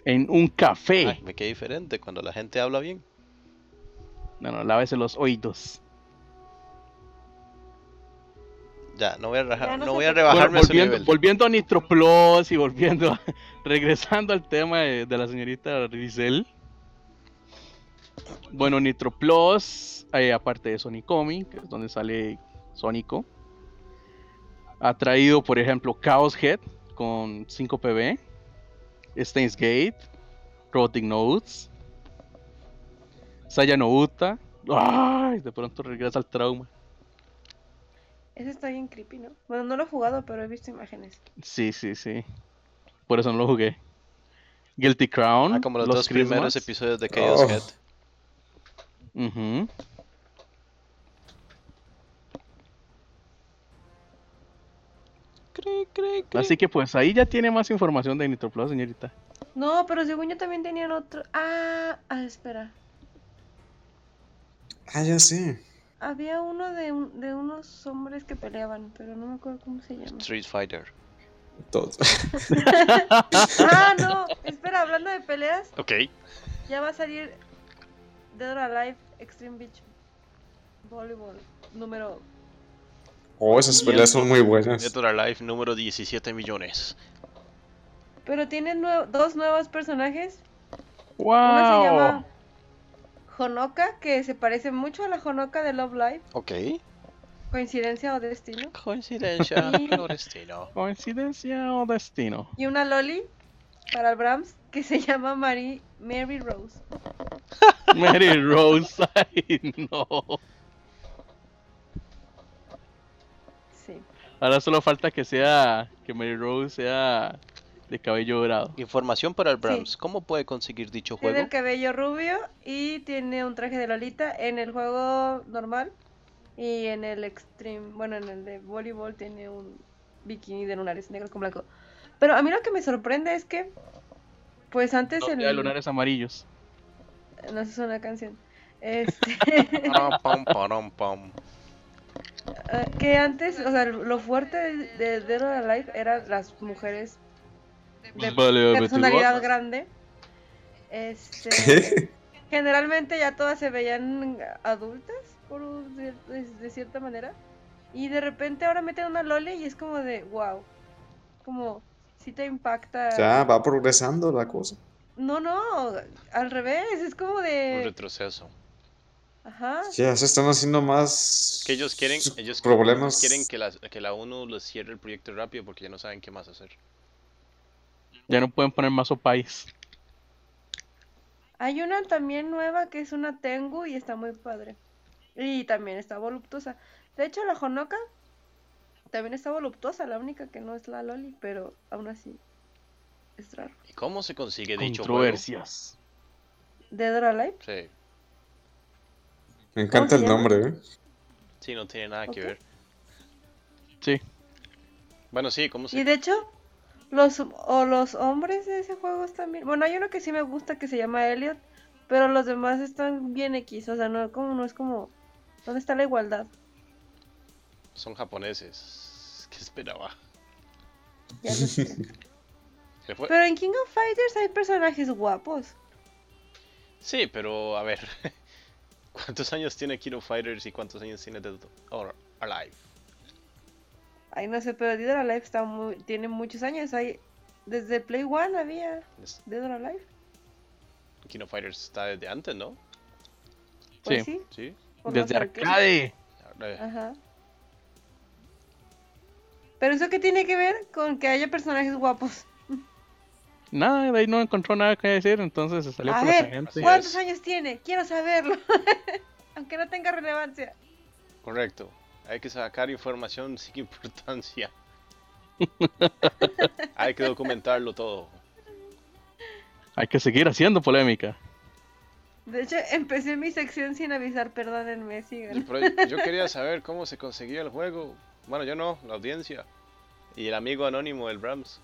Speaker 1: En un café.
Speaker 4: Ay, me queda diferente cuando la gente habla bien.
Speaker 1: No, no, lávese los oídos.
Speaker 4: Ya, no voy a, rajar-
Speaker 2: Ya no
Speaker 4: no
Speaker 2: se
Speaker 4: voy a
Speaker 2: preocupe.
Speaker 4: rebajarme
Speaker 1: Bueno,
Speaker 4: a su
Speaker 1: volviendo,
Speaker 4: nivel.
Speaker 1: volviendo a Nitro Plus y volviendo, a- regresando al tema de, de la señorita Rizel. Bueno, Nitro Plus, eh, aparte de Sonic Comic, que es donde sale Sonico, ha traído, por ejemplo, Chaos Head con 5PB, Stains Gate, Rotting Notes, Sayano Uta. ¡Ay! De pronto regresa al trauma.
Speaker 2: Ese está bien creepy, ¿no? Bueno, no lo he jugado, pero he visto imágenes.
Speaker 1: Sí, sí, sí. Por eso no lo jugué. Guilty Crown.
Speaker 4: Ah, como los, dos
Speaker 1: Christmas.
Speaker 4: primeros episodios de Chaos
Speaker 3: Oh.
Speaker 4: Head.
Speaker 1: Ujú. Así que pues ahí ya tiene más información de Nitro Plus, señorita.
Speaker 2: No, pero según yo también tenían otro. Ah, ah, espera.
Speaker 3: Ah, ya sé.
Speaker 2: Había uno de, un- de unos hombres que peleaban, pero no me acuerdo cómo se llama.
Speaker 4: Street Fighter.
Speaker 3: Todo.
Speaker 2: Ah, no, espera, hablando de peleas,
Speaker 6: Ok.
Speaker 2: ya va a salir Dead or Alive Extreme Beach Volleyball número.
Speaker 3: Oh, esas peleas son muy buenas.
Speaker 4: Dead or Alive número 17 millones.
Speaker 2: Pero tiene nue- dos nuevos personajes. Uno se
Speaker 1: ¡Wow!
Speaker 2: llama Honoka, que se parece mucho a la Honoka de Love Live.
Speaker 4: Ok.
Speaker 2: Coincidencia o destino.
Speaker 4: Coincidencia,
Speaker 2: Sí.
Speaker 4: pero destino.
Speaker 1: ¿Coincidencia o destino?
Speaker 2: Y una Loli para el Brahms que se llama Mary, Mary Rose.
Speaker 1: Mary Rose. Ay, no.
Speaker 2: Sí.
Speaker 1: Ahora solo falta que sea. Que Mary Rose sea de cabello dorado.
Speaker 4: Información para el Brahms.
Speaker 2: Sí.
Speaker 4: ¿Cómo puede conseguir dicho
Speaker 2: Tiene
Speaker 4: juego?
Speaker 2: el cabello rubio y tiene un traje de Lolita en el juego normal. Y en el extreme, bueno, en el de voleibol tiene un bikini de lunares negros con blanco. Pero a mí lo que me sorprende es que, pues antes
Speaker 1: No,
Speaker 2: el...
Speaker 1: ya lunares amarillos.
Speaker 2: No, eso es una canción. Este,
Speaker 4: Param, pam, param, pam.
Speaker 2: eh, que antes, o sea, lo fuerte de- de Dead or Alive eran las mujeres de
Speaker 1: Vale,
Speaker 2: personalidad grande. Este... generalmente ya todas se veían adultas por un- de, de- de cierta manera y de repente ahora meten una loli y es como de wow como si te impacta
Speaker 3: Ya, va progresando la cosa.
Speaker 2: No, no, al revés, es como
Speaker 4: Un
Speaker 2: de...
Speaker 4: retroceso.
Speaker 2: Ajá.
Speaker 3: Ya se están haciendo más.
Speaker 4: Es que ellos quieren,
Speaker 3: sus
Speaker 4: ellos
Speaker 3: problemas.
Speaker 4: quieren que la, que la ONU les cierre el proyecto rápido porque ya no saben qué más hacer.
Speaker 1: Ya no pueden poner más opais.
Speaker 2: Hay una también nueva que es una Tengu y está muy padre. Y también está voluptuosa. De hecho, la Honoka también está voluptuosa, la única que no es la Loli, pero aún así es raro.
Speaker 4: ¿Y cómo se consigue dicho juego?
Speaker 1: Controversias.
Speaker 2: Dead or Alive,
Speaker 4: Sí,
Speaker 3: Me encanta el
Speaker 2: ¿Cómo se
Speaker 3: nombre, ¿eh?
Speaker 4: sí, no tiene nada que
Speaker 2: Ok.
Speaker 4: ver.
Speaker 1: Sí.
Speaker 4: Bueno, sí, ¿cómo se
Speaker 2: Y de hecho, los, o los hombres de ese juego están bien. Bueno, hay uno que sí me gusta que se llama Elliot, pero los demás están bien X. O sea, no, como, no es como. ¿Dónde está la igualdad?
Speaker 4: Son japoneses. ¿Qué esperaba?
Speaker 2: Ya lo sé.
Speaker 4: Se fue.
Speaker 2: pero en King of Fighters hay personajes guapos.
Speaker 4: Sí, pero a ver. ¿Cuántos años tiene Kino Fighters y cuántos años tiene Dead or Alive?
Speaker 2: Ay, no sé, pero Dead or Alive está muy, tiene muchos años. Hay, desde Play One había
Speaker 4: Es-
Speaker 2: Dead or Alive.
Speaker 4: Kino Fighters está desde antes, ¿no?
Speaker 2: Pues
Speaker 1: Sí.
Speaker 2: sí.
Speaker 4: Sí. Eh,
Speaker 2: por los
Speaker 1: Desde arcade.
Speaker 2: arcades.
Speaker 4: Ahora-
Speaker 2: Ajá. Pero eso qué tiene que ver con que haya personajes guapos.
Speaker 1: Nada, de ahí no encontró nada que decir, entonces se salió
Speaker 2: A
Speaker 1: por la
Speaker 2: ver,
Speaker 1: tangente.
Speaker 4: Sí,
Speaker 2: ¿cuántos
Speaker 4: es.
Speaker 2: años tiene? Quiero saberlo. Aunque no tenga relevancia.
Speaker 4: Correcto. Hay que sacar información sin importancia. Hay que documentarlo todo.
Speaker 1: Hay que seguir haciendo polémica.
Speaker 2: De hecho, empecé mi sección sin avisar, perdónenme,
Speaker 4: El
Speaker 2: sigan.
Speaker 4: pro- Yo quería saber cómo se conseguía el juego. Bueno, yo no, la audiencia. Y el amigo anónimo del Brahms.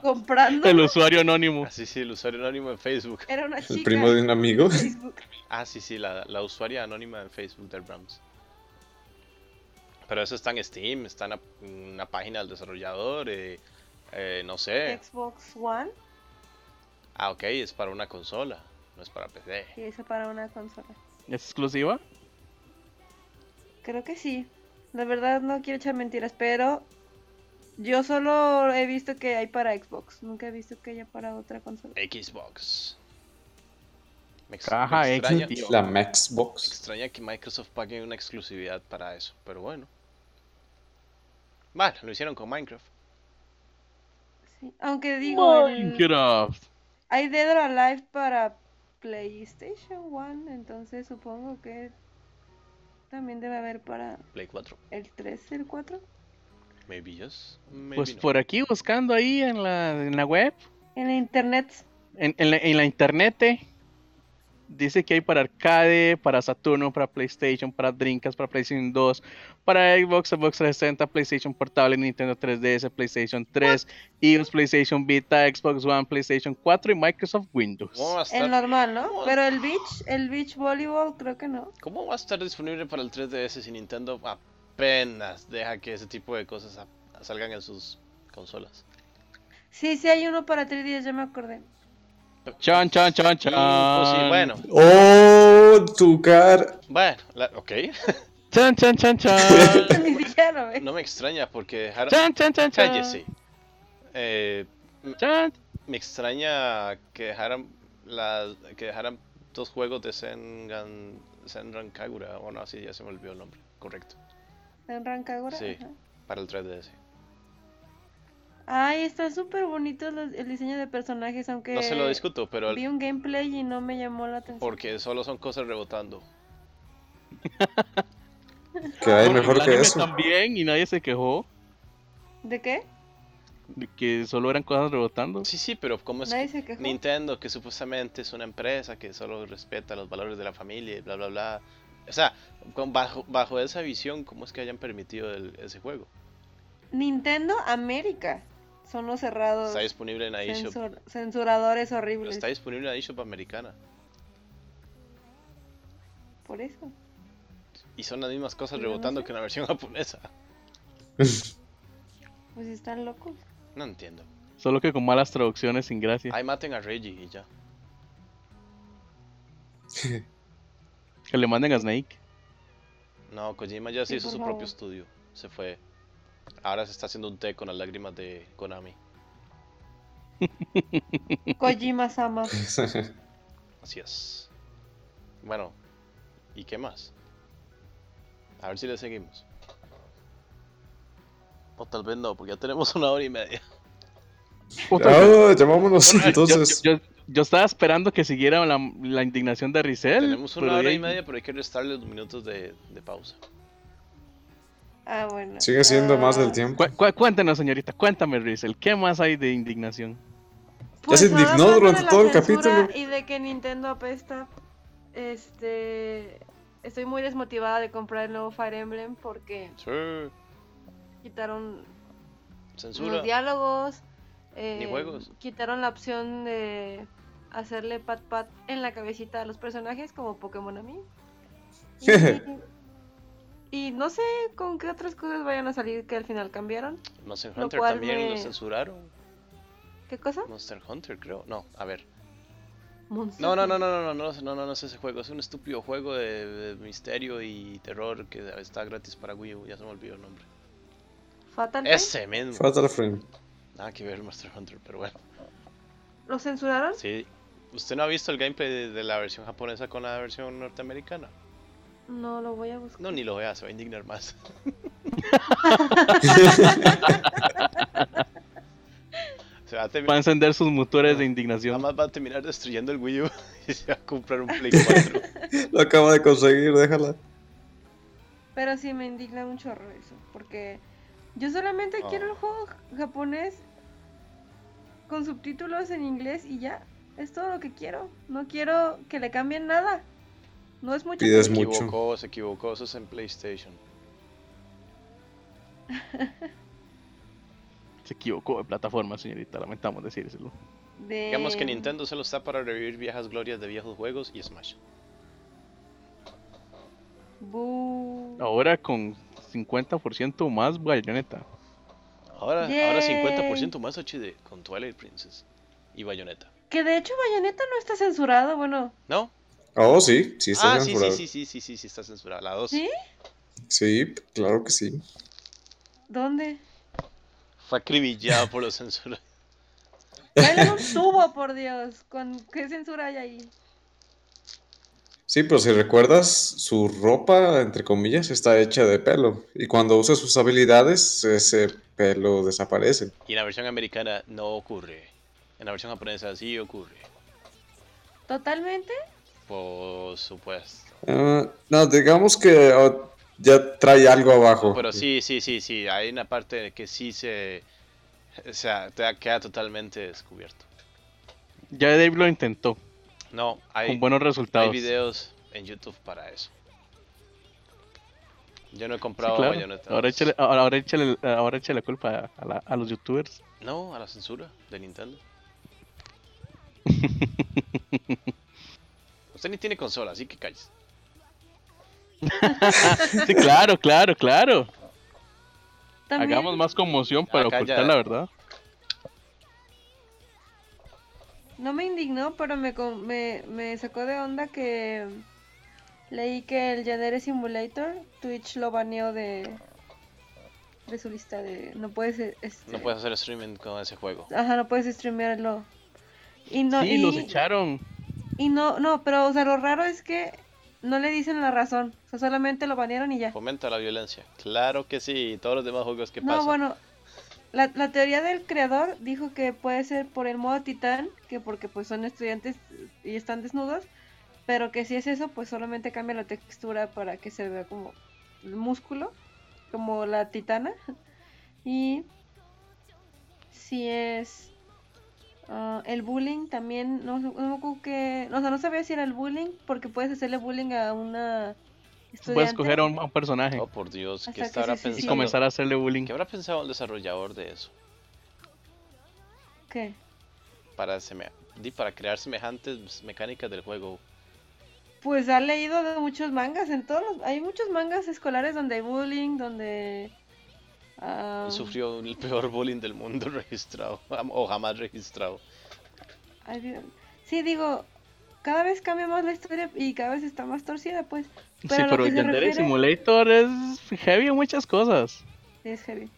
Speaker 2: Comprando.
Speaker 1: El usuario anónimo.
Speaker 4: Ah, sí, sí, el usuario anónimo en Facebook.
Speaker 2: Era una
Speaker 3: El
Speaker 2: chica.
Speaker 3: primo de un amigo.
Speaker 2: en Facebook.
Speaker 4: Ah, sí, sí, la, la usuaria anónima en Facebook del Brahms. Pero eso está en Steam, está en la- en una página del desarrollador, eh, eh, no sé.
Speaker 2: Xbox One.
Speaker 4: Ah, ok, es para una consola, no es para PC.
Speaker 2: Y eso para una consola.
Speaker 1: ¿Es exclusiva?
Speaker 2: Creo que sí. La verdad no quiero echar mentiras, pero yo solo he visto que hay para Xbox. Nunca he visto que haya para otra consola.
Speaker 4: Xbox. Me, ex-
Speaker 1: Caja
Speaker 4: me extraña,
Speaker 1: Xbox.
Speaker 3: La
Speaker 4: me
Speaker 3: Maxbox.
Speaker 4: extraña que Microsoft pague una exclusividad para eso, pero bueno. Vale, lo hicieron con Minecraft.
Speaker 2: Sí. Aunque digo, el-
Speaker 1: Minecraft.
Speaker 2: hay Dead or Alive para PlayStation One, entonces supongo que también debe haber para
Speaker 4: Play 4,
Speaker 2: el 3, el 4.
Speaker 4: maybe yes, maybe
Speaker 1: Pues
Speaker 4: no.
Speaker 1: por aquí buscando ahí en la, en la web,
Speaker 2: En la internet.
Speaker 1: en, en la, en la internet, dice que hay para arcade, para Saturno, para PlayStation, para Dreamcast, para PlayStation 2, para Xbox, Xbox 360, PlayStation Portable, Nintendo 3DS, PlayStation 3, iOS, PlayStation Vita, Xbox One, PlayStation 4 y Microsoft Windows.
Speaker 4: ¿Cómo va a
Speaker 2: El
Speaker 4: estar-
Speaker 2: normal, ¿no? Pero el beach, el beach volleyball creo que no.
Speaker 4: ¿Cómo va a estar disponible para el 3DS si Nintendo apenas deja que ese tipo de cosas a- salgan en sus consolas?
Speaker 2: Sí, sí hay uno para 3DS, ya me acordé.
Speaker 1: Chan, chan, chan, chan.
Speaker 4: Imposi- mm, pues Bueno,
Speaker 3: ¡Oh, tu cara!
Speaker 4: bueno, la- ok.
Speaker 1: Chan, chan, chan, chan.
Speaker 2: Ni siquiera lo ve.
Speaker 4: No me extraña porque dejaron.
Speaker 1: Chan, chan, chan, chan.
Speaker 4: Cállese. Eh,
Speaker 1: Chan.
Speaker 4: me extraña que dejaran la, que dejaran dos juegos de Sengan, Senran Kagura, bueno, así ya se me olvidó el nombre, correcto,
Speaker 2: En Rancagora.
Speaker 4: Sí.
Speaker 2: ajá.
Speaker 4: para el 3DS.
Speaker 2: Ay, está súper bonito los- el diseño de personajes, aunque
Speaker 4: No se lo discuto, pero
Speaker 2: Eh, vi un gameplay y no me llamó la atención.
Speaker 4: porque solo son cosas rebotando.
Speaker 3: Que
Speaker 4: Ah,
Speaker 3: hay
Speaker 1: Porque el
Speaker 3: mejor que
Speaker 1: anime
Speaker 3: eso.
Speaker 1: También, y nadie se quejó
Speaker 2: ¿De qué?
Speaker 1: de que solo eran cosas rebotando.
Speaker 4: Sí, sí, pero ¿cómo es
Speaker 2: Nadie se quejó.
Speaker 4: Nintendo, que supuestamente es una empresa que solo respeta los valores de la familia y bla, bla, bla. O sea, con- bajo, bajo esa visión, ¿cómo es que hayan permitido el- ese juego?
Speaker 2: Nintendo América. Son los cerrados.
Speaker 4: Está disponible en iShop.
Speaker 2: censur- censuradores
Speaker 4: pero
Speaker 2: horribles.
Speaker 4: Está disponible en iShop americana.
Speaker 2: Por eso.
Speaker 4: Y son las mismas cosas
Speaker 2: Yo no
Speaker 4: rebotando
Speaker 2: sé.
Speaker 4: que en la versión japonesa.
Speaker 2: Pues están locos.
Speaker 4: No entiendo.
Speaker 1: Solo que con malas traducciones sin gracia.
Speaker 4: Ahí maten a Reggie y ya.
Speaker 1: Que le manden a Snake.
Speaker 4: No, Kojima ya se
Speaker 2: Sí,
Speaker 4: hizo
Speaker 2: por
Speaker 4: su
Speaker 2: favor.
Speaker 4: propio estudio. Se fue. Ahora se está haciendo un té con las lágrimas de Konami.
Speaker 2: Kojima Sama.
Speaker 4: Así es. Bueno, ¿y qué más? A ver si le seguimos. O tal vez no, porque ya tenemos una hora y media.
Speaker 3: Ah, llamámonos
Speaker 1: Bueno, yo-
Speaker 3: entonces.
Speaker 1: Yo, yo- yo estaba esperando que siguiera la, la indignación de Rizel.
Speaker 4: tenemos una
Speaker 1: pero
Speaker 4: hora
Speaker 1: ahí-
Speaker 4: y media, pero hay que restarle los minutos de, de pausa.
Speaker 2: Ah, bueno.
Speaker 3: Sigue siendo más del
Speaker 2: Ah,
Speaker 3: tiempo.
Speaker 1: Cu- cu- cuéntenos, señorita, cuéntame, Rizel, ¿qué más hay de indignación?
Speaker 2: Pues
Speaker 3: se
Speaker 2: nada
Speaker 3: indignó
Speaker 2: más de
Speaker 3: durante
Speaker 2: la
Speaker 3: todo el
Speaker 2: censura
Speaker 3: capítulo.
Speaker 2: Y de que Nintendo apesta. Este. Estoy muy desmotivada de comprar el nuevo Fire Emblem porque
Speaker 4: Sí.
Speaker 2: quitaron
Speaker 4: Censura.
Speaker 2: los diálogos. eh,
Speaker 4: Ni juegos.
Speaker 2: Quitaron la opción de hacerle pat pat en la cabecita a los personajes como Pokémon a mí. Y, y no sé con qué otras cosas vayan a salir que al final cambiaron.
Speaker 4: Monster
Speaker 2: Lo
Speaker 4: Hunter
Speaker 2: cual
Speaker 4: también
Speaker 2: me-
Speaker 4: lo censuraron.
Speaker 2: ¿Qué cosa?
Speaker 4: Monster Hunter, creo. No, a ver.
Speaker 2: Monster
Speaker 4: No, no, no,
Speaker 2: Hunter.
Speaker 4: no, no, no, no, no, no, no es ese juego. Es un estúpido juego de, de misterio y terror que está gratis para Wii U. Ya se me olvidó el nombre.
Speaker 2: Fatal. Frame.
Speaker 4: Ese mismo.
Speaker 3: Fatal Frame.
Speaker 4: Nada que ver Monster Hunter, pero bueno.
Speaker 2: ¿Lo censuraron?
Speaker 4: Sí. ¿Usted no ha visto el gameplay de, de la versión japonesa con la versión norteamericana?
Speaker 2: No, lo voy a buscar.
Speaker 4: No, ni lo vea, se va a indignar más. se va
Speaker 1: Va
Speaker 4: a
Speaker 1: a
Speaker 4: terminar,
Speaker 1: encender sus motores de indignación.
Speaker 4: nada más va a terminar destruyendo el Wii U y se va a comprar un Play 4.
Speaker 3: Lo acaba de conseguir, déjala.
Speaker 2: Pero sí me indigna un chorro eso, porque yo solamente quiero el juego japonés con subtítulos en inglés y ya, es todo lo que quiero. No quiero que le cambien nada. No es mucho.
Speaker 3: Pides
Speaker 4: se
Speaker 3: mucho.
Speaker 4: equivocó, se equivocó, eso es en PlayStation.
Speaker 1: Se equivocó de plataforma, señorita, lamentamos decírselo.
Speaker 2: de-
Speaker 4: Digamos que Nintendo solo está para revivir viejas glorias de viejos juegos y Smash.
Speaker 2: Bu-
Speaker 1: Ahora con 50% más bayoneta.
Speaker 4: Ahora, ahora
Speaker 2: Yay.
Speaker 4: 50% más HD con Twilight Princess y Bayonetta.
Speaker 2: Que de hecho Bayonetta no está censurado, bueno,
Speaker 4: ¿No?
Speaker 3: Oh, sí, sí, está
Speaker 4: ah, sí,
Speaker 3: censurado.
Speaker 4: sí,
Speaker 3: Sí,
Speaker 4: sí, sí, sí, sí, sí, está censurada. La 2.
Speaker 2: ¿sí?
Speaker 3: claro que sí.
Speaker 2: ¿Dónde?
Speaker 4: Fue acribillada por los censura.
Speaker 2: Dale un tubo, por Dios, con qué censura hay ahí.
Speaker 3: Sí, pero si recuerdas, su ropa, entre comillas, está hecha de pelo. Y cuando usa sus habilidades, ese pelo desaparece.
Speaker 4: Y en la versión americana no ocurre. En la versión japonesa sí ocurre.
Speaker 2: Totalmente.
Speaker 4: Por supuesto.
Speaker 3: Ah, no, digamos que ah, ya trae algo abajo.
Speaker 4: Pero sí, sí, sí, sí. Hay una parte que sí se. O sea, te queda totalmente descubierto.
Speaker 1: Ya Dave lo intentó,
Speaker 4: No, hay,
Speaker 1: con buenos
Speaker 4: hay
Speaker 1: resultados.
Speaker 4: videos en YouTube para eso. Yo no he comprado
Speaker 1: Sí, claro.
Speaker 4: Bayonetta
Speaker 1: Ahora
Speaker 4: 2.
Speaker 1: échale, ahora, ahora échale- ahora échale la culpa a, la- a los youtubers.
Speaker 4: No, a la censura de Nintendo. Usted ni tiene consola, así que calles.
Speaker 1: Sí, claro, claro, claro.
Speaker 2: También
Speaker 1: Hagamos más conmoción para
Speaker 4: Acá ya-
Speaker 1: ocultar la verdad.
Speaker 2: No me indignó, pero me, con- me, me sacó de onda que leí que el Yandere Simulator, Twitch lo baneó de, de su lista de... No puedes... eh, Este,
Speaker 4: No puedes hacer streaming con ese juego.
Speaker 2: Ajá, no puedes streamearlo. Y no,
Speaker 1: sí,
Speaker 2: y,
Speaker 1: los echaron.
Speaker 2: y no, no, pero o sea, lo raro es que no le dicen la razón. O sea, solamente lo banearon y ya.
Speaker 4: Fomenta la violencia. Claro que sí. y Todos los demás juegos que
Speaker 2: No,
Speaker 4: pasan.
Speaker 2: bueno, la, la teoría del creador dijo que puede ser por el modo titán, que porque pues son estudiantes y están desnudos, pero que si es eso, pues solamente cambia la textura para que se vea como el músculo, como la titana. Y si es ah, el bullying también, no, sé- no me acuerdo que, o sea, no sabía si era el bullying, porque puedes hacerle bullying a una...
Speaker 1: Puedes
Speaker 2: estudiante.
Speaker 1: coger a un, a un personaje
Speaker 4: Oh, por Dios.
Speaker 2: Hasta
Speaker 4: ¿Qué
Speaker 2: que se
Speaker 4: estará
Speaker 2: suicide.
Speaker 1: y
Speaker 4: pensando?
Speaker 1: comenzar a hacerle bullying.
Speaker 4: ¿Qué habrá pensado el desarrollador de eso?
Speaker 2: ¿Qué?
Speaker 4: Para, seme- di- para crear semejantes mecánicas del juego.
Speaker 2: Pues ha leído de muchos mangas, en todos los- hay muchos mangas escolares donde hay bullying, donde ah,
Speaker 4: Él sufrió el peor bullying del mundo registrado. jam- O jamás registrado.
Speaker 2: hay vi- sí digo, cada vez cambia más la historia y cada vez está más torcida, pues. Pero
Speaker 1: sí,
Speaker 2: a lo
Speaker 1: pero
Speaker 2: que se
Speaker 1: Yandere
Speaker 2: refiere
Speaker 1: Simulator es heavy en muchas cosas.
Speaker 2: es heavy.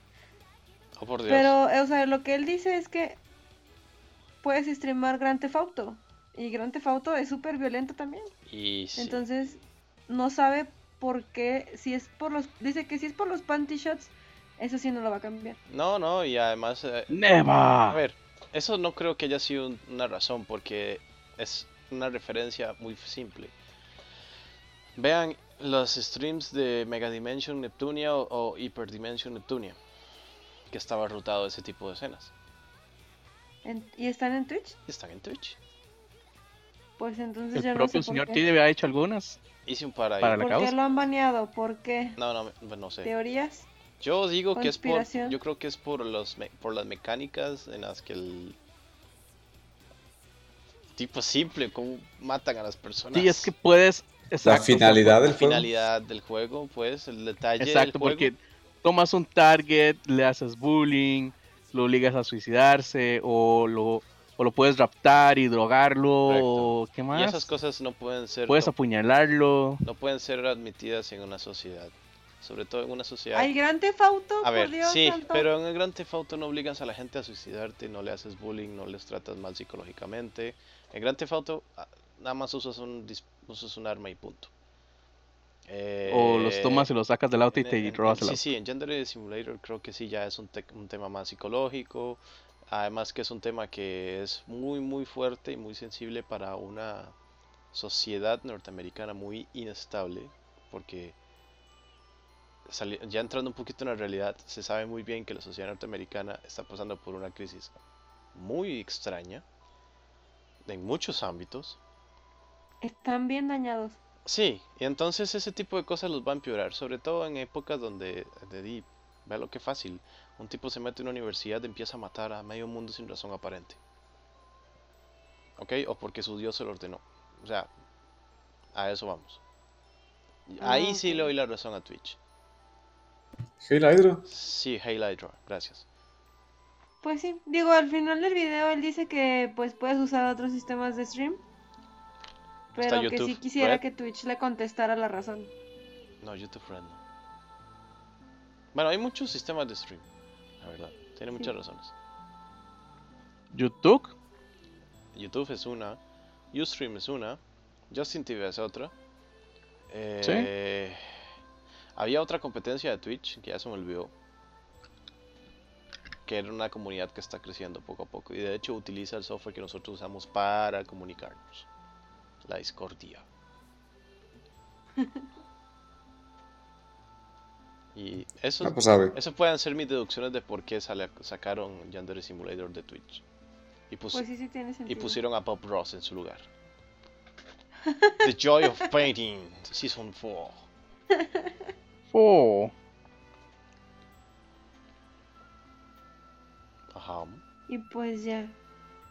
Speaker 4: Oh, por Dios.
Speaker 2: Pero, eh, o sea, lo que él dice es que puedes streamar Grand Theft Auto. Y Grand Theft Auto es súper violento también.
Speaker 4: Y sí.
Speaker 2: Entonces, no sabe por qué. Si es por los. Dice que si es por los panty shots, eso sí no lo va a cambiar.
Speaker 4: No, no, y además. eh, A
Speaker 2: Pues
Speaker 1: ¡Neva!
Speaker 4: ver, eso no creo que haya sido un- una razón, porque es una referencia muy simple. Vean los streams de Mega Dimension Neptunia o, o Hyper Dimension Neptunia, que estaba rotado ese tipo de escenas.
Speaker 2: En- ¿Y están en Twitch?
Speaker 4: Están en Twitch.
Speaker 2: Pues entonces
Speaker 1: El
Speaker 2: yo no
Speaker 1: propio
Speaker 2: sé por
Speaker 1: señor
Speaker 2: qué.
Speaker 1: Tid había hecho algunas.
Speaker 4: Hice un par ahí.
Speaker 1: Para la
Speaker 2: ¿Por qué
Speaker 1: causa.
Speaker 2: lo han baneado? ¿Por qué?
Speaker 4: No, no, me- no sé.
Speaker 2: ¿Teorías?
Speaker 4: Yo digo que es por,
Speaker 2: Conspiración.
Speaker 4: yo creo que es por los me- por las mecánicas en las que el tipo simple cómo matan a las personas.
Speaker 1: Sí, es que puedes.
Speaker 3: La
Speaker 1: Exacto,
Speaker 3: finalidad
Speaker 4: la
Speaker 3: del juego.
Speaker 4: finalidad del juego, pues el detalle
Speaker 1: Exacto,
Speaker 4: del juego.
Speaker 1: porque tomas un target, le haces bullying, lo obligas a suicidarse o lo, o lo puedes raptar y drogarlo o qué
Speaker 4: y
Speaker 1: más.
Speaker 4: esas cosas no pueden ser
Speaker 1: Puedes
Speaker 4: no,
Speaker 1: apuñalarlo.
Speaker 4: no pueden ser admitidas en una sociedad, sobre todo en una sociedad.
Speaker 2: ¿Hay Grand Theft Auto?
Speaker 4: a ver,
Speaker 2: por Dios,
Speaker 4: sí,
Speaker 2: santo.
Speaker 4: pero en el Gran Theft Auto no obligas a la gente a suicidarte, no le haces bullying, no les tratas mal psicológicamente. En Gran Theft Auto ah, nada más usas un dis- usas un arma y punto.
Speaker 1: O los tomas y
Speaker 4: Eh,
Speaker 1: los sacas del auto y
Speaker 4: en-
Speaker 1: te
Speaker 4: en-
Speaker 1: robas el
Speaker 4: Sí,
Speaker 1: auto.
Speaker 4: sí, en Gender Simulator creo que sí, ya es un, tec- un tema más psicológico. Además que es un tema que es muy, muy fuerte y muy sensible para una sociedad norteamericana muy inestable. Porque sali- ya entrando un poquito en la realidad, se sabe muy bien que la sociedad norteamericana está pasando por una crisis muy extraña en muchos ámbitos.
Speaker 2: Están bien dañados.
Speaker 4: Sí, y entonces ese tipo de cosas los va a empeorar, sobre todo en épocas donde, de di, vea lo que fácil, un tipo se mete en una universidad y empieza a matar a medio mundo sin razón aparente. ¿Ok? O porque su dios se lo ordenó. O sea, a eso vamos. Y
Speaker 2: Ah,
Speaker 4: Ahí sí le
Speaker 2: ok.
Speaker 4: doy la razón a Twitch.
Speaker 3: Hey, Hydra.
Speaker 4: Sí, Hydra, gracias.
Speaker 2: Pues sí, digo, al final del video él dice que pues puedes usar otros sistemas de stream.
Speaker 4: Está
Speaker 2: Pero que
Speaker 4: YouTube
Speaker 2: sí quisiera
Speaker 4: Red.
Speaker 2: que Twitch le contestara la razón.
Speaker 4: No, YouTube Red no. Bueno, hay muchos sistemas de stream, la verdad. Tiene muchas razones.
Speaker 1: YouTube,
Speaker 4: YouTube es una, Ustream es una, Justin TV es otra. Eh, Había otra competencia de Twitch que ya se me olvidó. Que era una comunidad que está creciendo poco a poco. Y de hecho utiliza el software que nosotros usamos para comunicarnos. La Discordia. y eso,
Speaker 3: Ah, pues sabe.
Speaker 4: eso pueden ser mis deducciones de por qué sale- sacaron Yandere Simulator de Twitch. Y pus-
Speaker 2: Pues sí, sí tiene
Speaker 4: y
Speaker 2: sentido.
Speaker 4: pusieron a Bob Ross en su lugar. The Joy of Painting, Season 4.
Speaker 1: oh,
Speaker 4: Ajá.
Speaker 2: Y pues ya.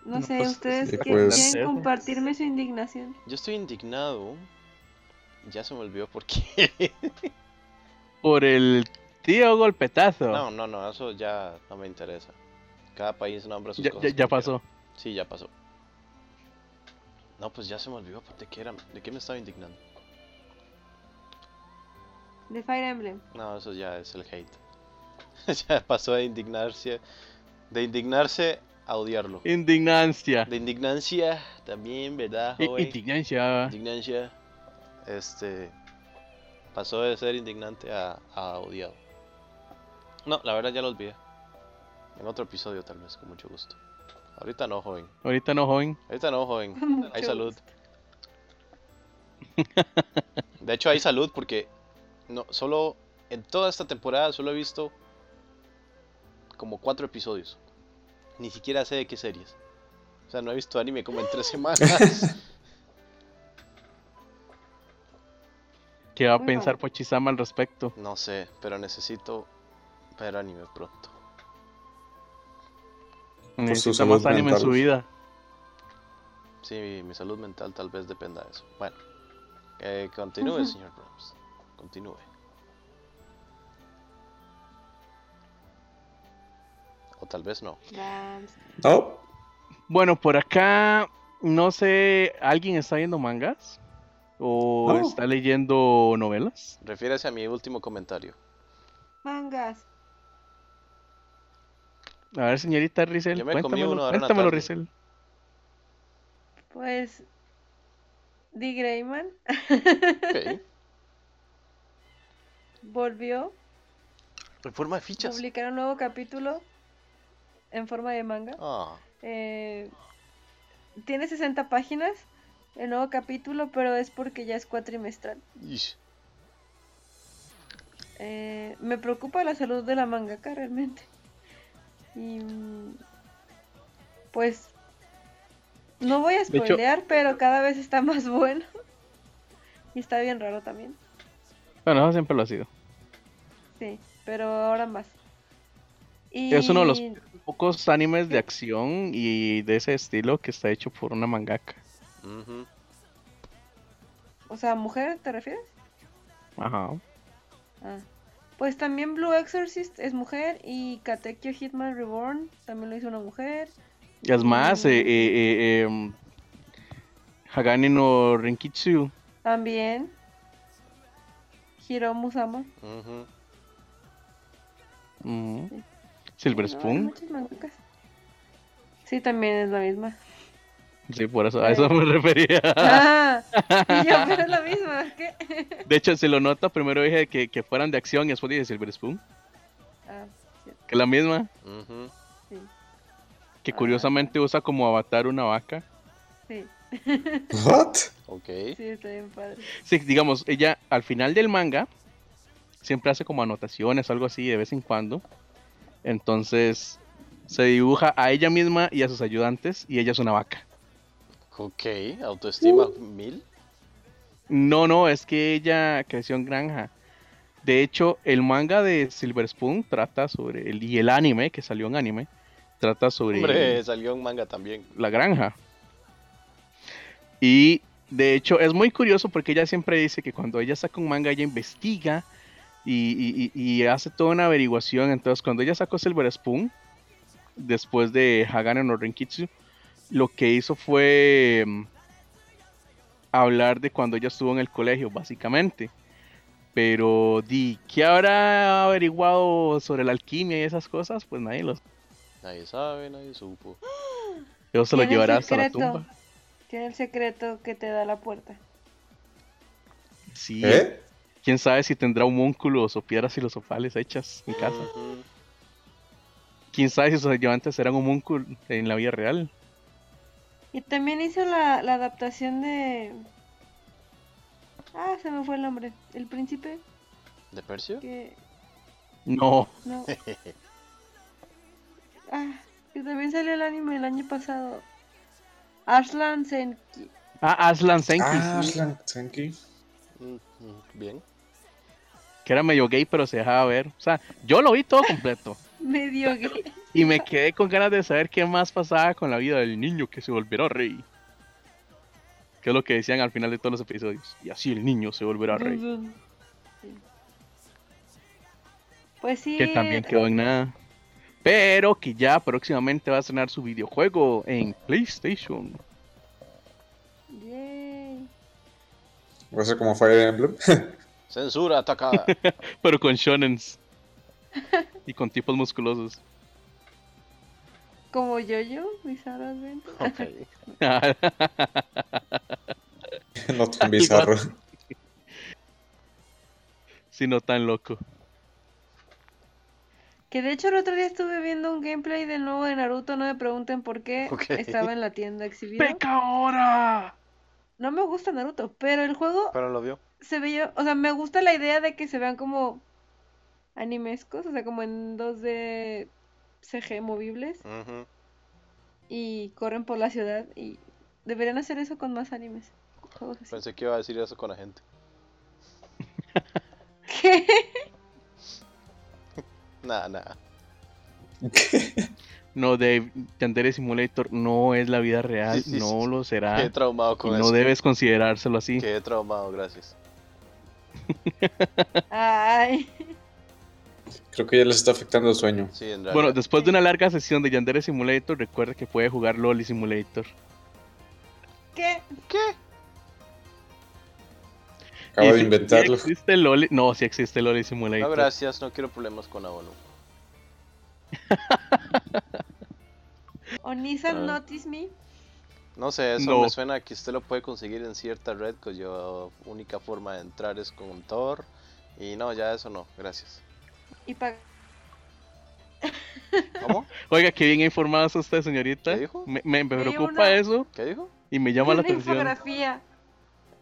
Speaker 2: No,
Speaker 1: No,
Speaker 2: sé,
Speaker 1: pues,
Speaker 2: ustedes
Speaker 3: sí,
Speaker 2: que
Speaker 3: pues-
Speaker 2: quieren compartirme su indignación.
Speaker 4: Yo estoy indignado. Ya se me olvidó por qué.
Speaker 1: por el tío golpetazo.
Speaker 4: No, no, no, eso ya no me interesa. Cada país nombra sus
Speaker 1: ya,
Speaker 4: cosas.
Speaker 1: ya- ya
Speaker 4: como
Speaker 1: pasó.
Speaker 4: quiera. Sí, ya pasó. No, pues ya se me olvidó por de qué era- de qué me estaba indignando.
Speaker 2: De Fire Emblem.
Speaker 4: No, eso ya es el hate. ya pasó de indignarse, de indignarse a odiarlo.
Speaker 1: Indignancia.
Speaker 4: De indignancia también, ¿verdad,
Speaker 1: I-
Speaker 4: joven?
Speaker 1: Indignancia.
Speaker 4: Indignancia. Este. Pasó de ser indignante a, a odiado. No, la verdad ya lo olvidé. En otro episodio, tal vez, con mucho gusto. Ahorita no, joven.
Speaker 1: Ahorita no, joven.
Speaker 4: Ahorita no, joven.
Speaker 2: Con mucho
Speaker 4: Hay salud. De hecho, hay salud porque. No, solo. En toda esta temporada solo he visto. Como cuatro episodios. Ni siquiera sé de qué series. O sea, no he visto anime como en tres semanas.
Speaker 1: ¿Qué va a
Speaker 2: Muy
Speaker 1: pensar
Speaker 2: mal.
Speaker 1: Pochisama al respecto?
Speaker 4: No sé, pero necesito ver anime pronto.
Speaker 3: su
Speaker 1: Necesita
Speaker 3: salud
Speaker 1: más ánimo en
Speaker 3: mental.
Speaker 1: su vida.
Speaker 4: Sí, mi salud mental tal vez dependa de eso. Bueno, eh, continúe,
Speaker 2: Ujú.
Speaker 4: señor Brahms. Continúe. O tal vez no.
Speaker 2: Bams.
Speaker 3: No.
Speaker 1: Bueno, por acá, no sé, ¿alguien está viendo mangas? ¿O
Speaker 3: No.
Speaker 1: está leyendo novelas?
Speaker 4: Refiérese a mi último comentario.
Speaker 2: Mangas.
Speaker 1: A ver, señorita Rizel,
Speaker 4: Yo me comí uno
Speaker 1: cuéntamelo,
Speaker 4: ahora en la
Speaker 1: cuéntamelo,
Speaker 4: tarde.
Speaker 1: Rizel.
Speaker 2: Pues. Dee Grayman
Speaker 4: Ok.
Speaker 2: volvió
Speaker 4: En forma de fichas.
Speaker 2: publicar un nuevo capítulo en forma de manga.
Speaker 4: Ah,
Speaker 2: Eh, tiene 60 páginas el nuevo capítulo, pero es porque ya es cuatrimestral.
Speaker 4: ish.
Speaker 2: Eh, me preocupa la salud de la mangaka realmente. Y mm, pues no voy a
Speaker 1: hecho-
Speaker 2: spoilear, pero cada vez está más bueno. y está bien raro también.
Speaker 1: Bueno, eso siempre lo ha sido.
Speaker 2: Sí, pero ahora más. Y
Speaker 1: Es uno de los- Pocos animes de acción y de ese estilo que está hecho por una mangaka.
Speaker 4: Ujú.
Speaker 2: O sea, mujer, ¿te refieres?
Speaker 1: Ajá.
Speaker 2: Ah. Pues también Blue Exorcist es mujer y Katekyo Hitman Reborn también lo hizo una mujer.
Speaker 1: Y es más, eh, eh, eh, em, Hagane no Renkitsu.
Speaker 2: También Hiro Musama.
Speaker 4: Ujú.
Speaker 1: ujú,
Speaker 2: Sí.
Speaker 1: Mm. Silver
Speaker 2: No, hay
Speaker 1: Spoon.
Speaker 2: muchas mangakas. Sí, también es la misma.
Speaker 1: Sí, por eso, a eso me refería.
Speaker 2: Ah, y yo, pero es la misma. ¿Qué?
Speaker 1: De hecho, se lo nota, primero dije que, que fueran de acción y después dije Silver Spoon.
Speaker 2: Ah,
Speaker 1: Que es la misma,
Speaker 4: Ujú.
Speaker 2: sí,
Speaker 1: que
Speaker 2: Ah.
Speaker 1: curiosamente usa como avatar una vaca.
Speaker 2: sí,
Speaker 3: ¿What?
Speaker 4: Ok.
Speaker 2: sí, está bien padre.
Speaker 1: Sí, digamos, ella al final del manga siempre hace como anotaciones, algo así de vez en cuando. Entonces se dibuja a ella misma y a sus ayudantes y ella es una vaca.
Speaker 4: Ok. Autoestima
Speaker 2: Uh.
Speaker 4: mil.
Speaker 1: No, no, es que ella creció en granja. De hecho, el manga de Silver Spoon trata sobre el y el anime que salió en anime trata sobre
Speaker 4: Hombre, salió un manga también.
Speaker 1: la granja. Y de hecho es muy curioso porque ella siempre dice que cuando ella saca un manga, ella investiga y, y- y- y hace toda una averiguación. Entonces, cuando ella sacó Silver Spoon, después de Hagane no Renkitsu, lo que hizo fue mm, hablar de cuando ella estuvo en el colegio, básicamente. Pero, di, ¿qué habrá averiguado sobre la alquimia y esas cosas? Pues nadie lo
Speaker 4: Nadie sabe, nadie supo.
Speaker 1: Yo se lo
Speaker 2: Tiene el
Speaker 1: llevará hasta la
Speaker 2: secreto.
Speaker 1: tumba.
Speaker 2: Tiene el secreto que te da la puerta.
Speaker 1: Sí.
Speaker 3: ¿Eh?
Speaker 1: Quién sabe si tendrá homúnculos o piedras filosofales hechas en casa.
Speaker 4: Ujú.
Speaker 1: Quién sabe si sus ayudantes serán homúnculos en la vida real.
Speaker 2: Y también hizo la, la adaptación de... Ah, se me fue el nombre. El príncipe
Speaker 4: ¿De Percio?
Speaker 2: que...
Speaker 1: No.
Speaker 2: No. Ah, que también salió el anime el año pasado. Aslan Senki.
Speaker 1: Ah, Aslan Senki,
Speaker 3: Ah,
Speaker 1: sí,
Speaker 3: Aslan Senki.
Speaker 4: Ujú. Bien.
Speaker 1: que era medio gay, pero se dejaba ver. O sea, yo lo vi todo completo.
Speaker 2: Medio gay.
Speaker 1: Y me quedé con ganas de saber qué más pasaba con la vida del niño que se volverá rey. Que es lo que decían al final de todos los episodios. Y así el niño se volverá rey.
Speaker 2: Sí. Pues sí.
Speaker 1: Que también
Speaker 2: eh,
Speaker 1: quedó en nada. Pero que ya próximamente va a estrenar su videojuego en PlayStation.
Speaker 2: yay.
Speaker 3: Va a ser como Fire Emblem.
Speaker 4: Censura atacada.
Speaker 1: Pero con shonens. y con tipos musculosos.
Speaker 2: Como yo-yo, Bizarro Adventure.
Speaker 4: Ok.
Speaker 3: no tan bizarro.
Speaker 1: Sino tan loco.
Speaker 2: Que de hecho el otro día estuve viendo un gameplay del nuevo de Naruto, no me pregunten por qué
Speaker 4: Ok.
Speaker 2: estaba en la tienda exhibido.
Speaker 1: ¡Peca ahora!
Speaker 2: No me gusta Naruto, pero el juego
Speaker 4: Pero lo vio.
Speaker 2: se veía, o sea, me gusta la idea de que se vean como animescos, o sea, como en 2D CG movibles
Speaker 4: Ujú.
Speaker 2: y corren por la ciudad y deberían hacer eso con más animes. Juegos así.
Speaker 1: Pues,
Speaker 4: Pensé que iba a decir eso con la gente.
Speaker 2: ¿Qué?
Speaker 4: Nada, nada.
Speaker 1: No, Dave, Yandere Simulator no es la vida real,
Speaker 4: Sí, sí,
Speaker 1: no
Speaker 4: sí.
Speaker 1: lo
Speaker 4: Qué
Speaker 1: será.
Speaker 4: traumado
Speaker 1: Ah. Y
Speaker 4: con
Speaker 1: no
Speaker 4: eso.
Speaker 1: debes considerárselo así.
Speaker 4: Qué traumado, gracias.
Speaker 2: Ay,
Speaker 3: Creo que ya les está afectando el sueño.
Speaker 4: Sí, en
Speaker 1: Bueno,
Speaker 4: realidad.
Speaker 1: después de una larga sesión de Yandere Simulator, recuerda que puede jugar Loli Simulator.
Speaker 2: ¿qué?
Speaker 3: Acabo
Speaker 1: Y
Speaker 3: de
Speaker 1: sí- sí
Speaker 3: inventarlo.
Speaker 1: existe Loli... No, sí existe Loli
Speaker 4: No,
Speaker 1: Simulator.
Speaker 4: gracias, no quiero problemas con Abono.
Speaker 2: Onisan
Speaker 1: Ah.
Speaker 2: Notice Me.
Speaker 4: No sé, eso
Speaker 1: No.
Speaker 4: me suena a que usted lo puede conseguir en cierta red cuya única forma de entrar es con Tor. Y no, ya eso no, gracias.
Speaker 2: Y paga.
Speaker 4: ¿Cómo?
Speaker 1: Oiga, qué bien informada está usted, señorita.
Speaker 4: ¿Qué dijo?
Speaker 1: Me, me- me
Speaker 2: Vi
Speaker 1: preocupa
Speaker 2: una-
Speaker 1: eso
Speaker 4: ¿Qué dijo?
Speaker 1: y me
Speaker 2: Vi
Speaker 1: llama
Speaker 2: una
Speaker 1: la atención.
Speaker 2: infografía.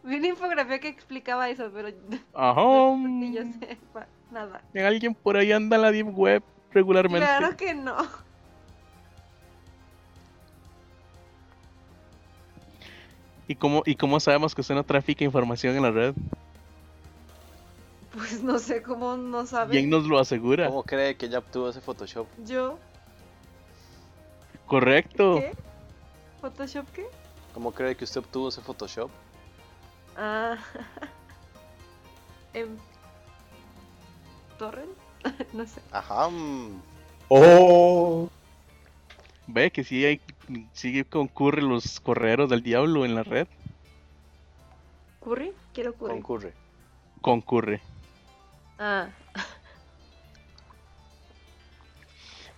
Speaker 2: Vi una infografía que explicaba eso, pero
Speaker 1: Ajá.
Speaker 2: ni yo
Speaker 1: mm.
Speaker 2: sepa nada.
Speaker 1: Alguien por ahí anda en la deep web regularmente.
Speaker 2: Claro que no.
Speaker 1: ¿Y cómo, ¿Y cómo sabemos que usted no trafica información en la red?
Speaker 2: Pues no sé cómo no
Speaker 1: ¿Quién
Speaker 2: saben.
Speaker 1: nos lo asegura?
Speaker 4: ¿Cómo cree que ella obtuvo ese Photoshop?
Speaker 2: Yo,
Speaker 1: Correcto.
Speaker 2: ¿qué? ¿Photoshop qué?
Speaker 4: ¿Cómo cree que usted obtuvo ese Photoshop?
Speaker 2: Ah. ¿En Torrent? no sé.
Speaker 4: Ajá. mm.
Speaker 3: ¡Oh!
Speaker 1: Ve que sí, hay, sí concurre los correros del diablo en la red.
Speaker 2: ¿Curry? Quiero curry.
Speaker 4: Concurre.
Speaker 1: Concurre.
Speaker 2: ah,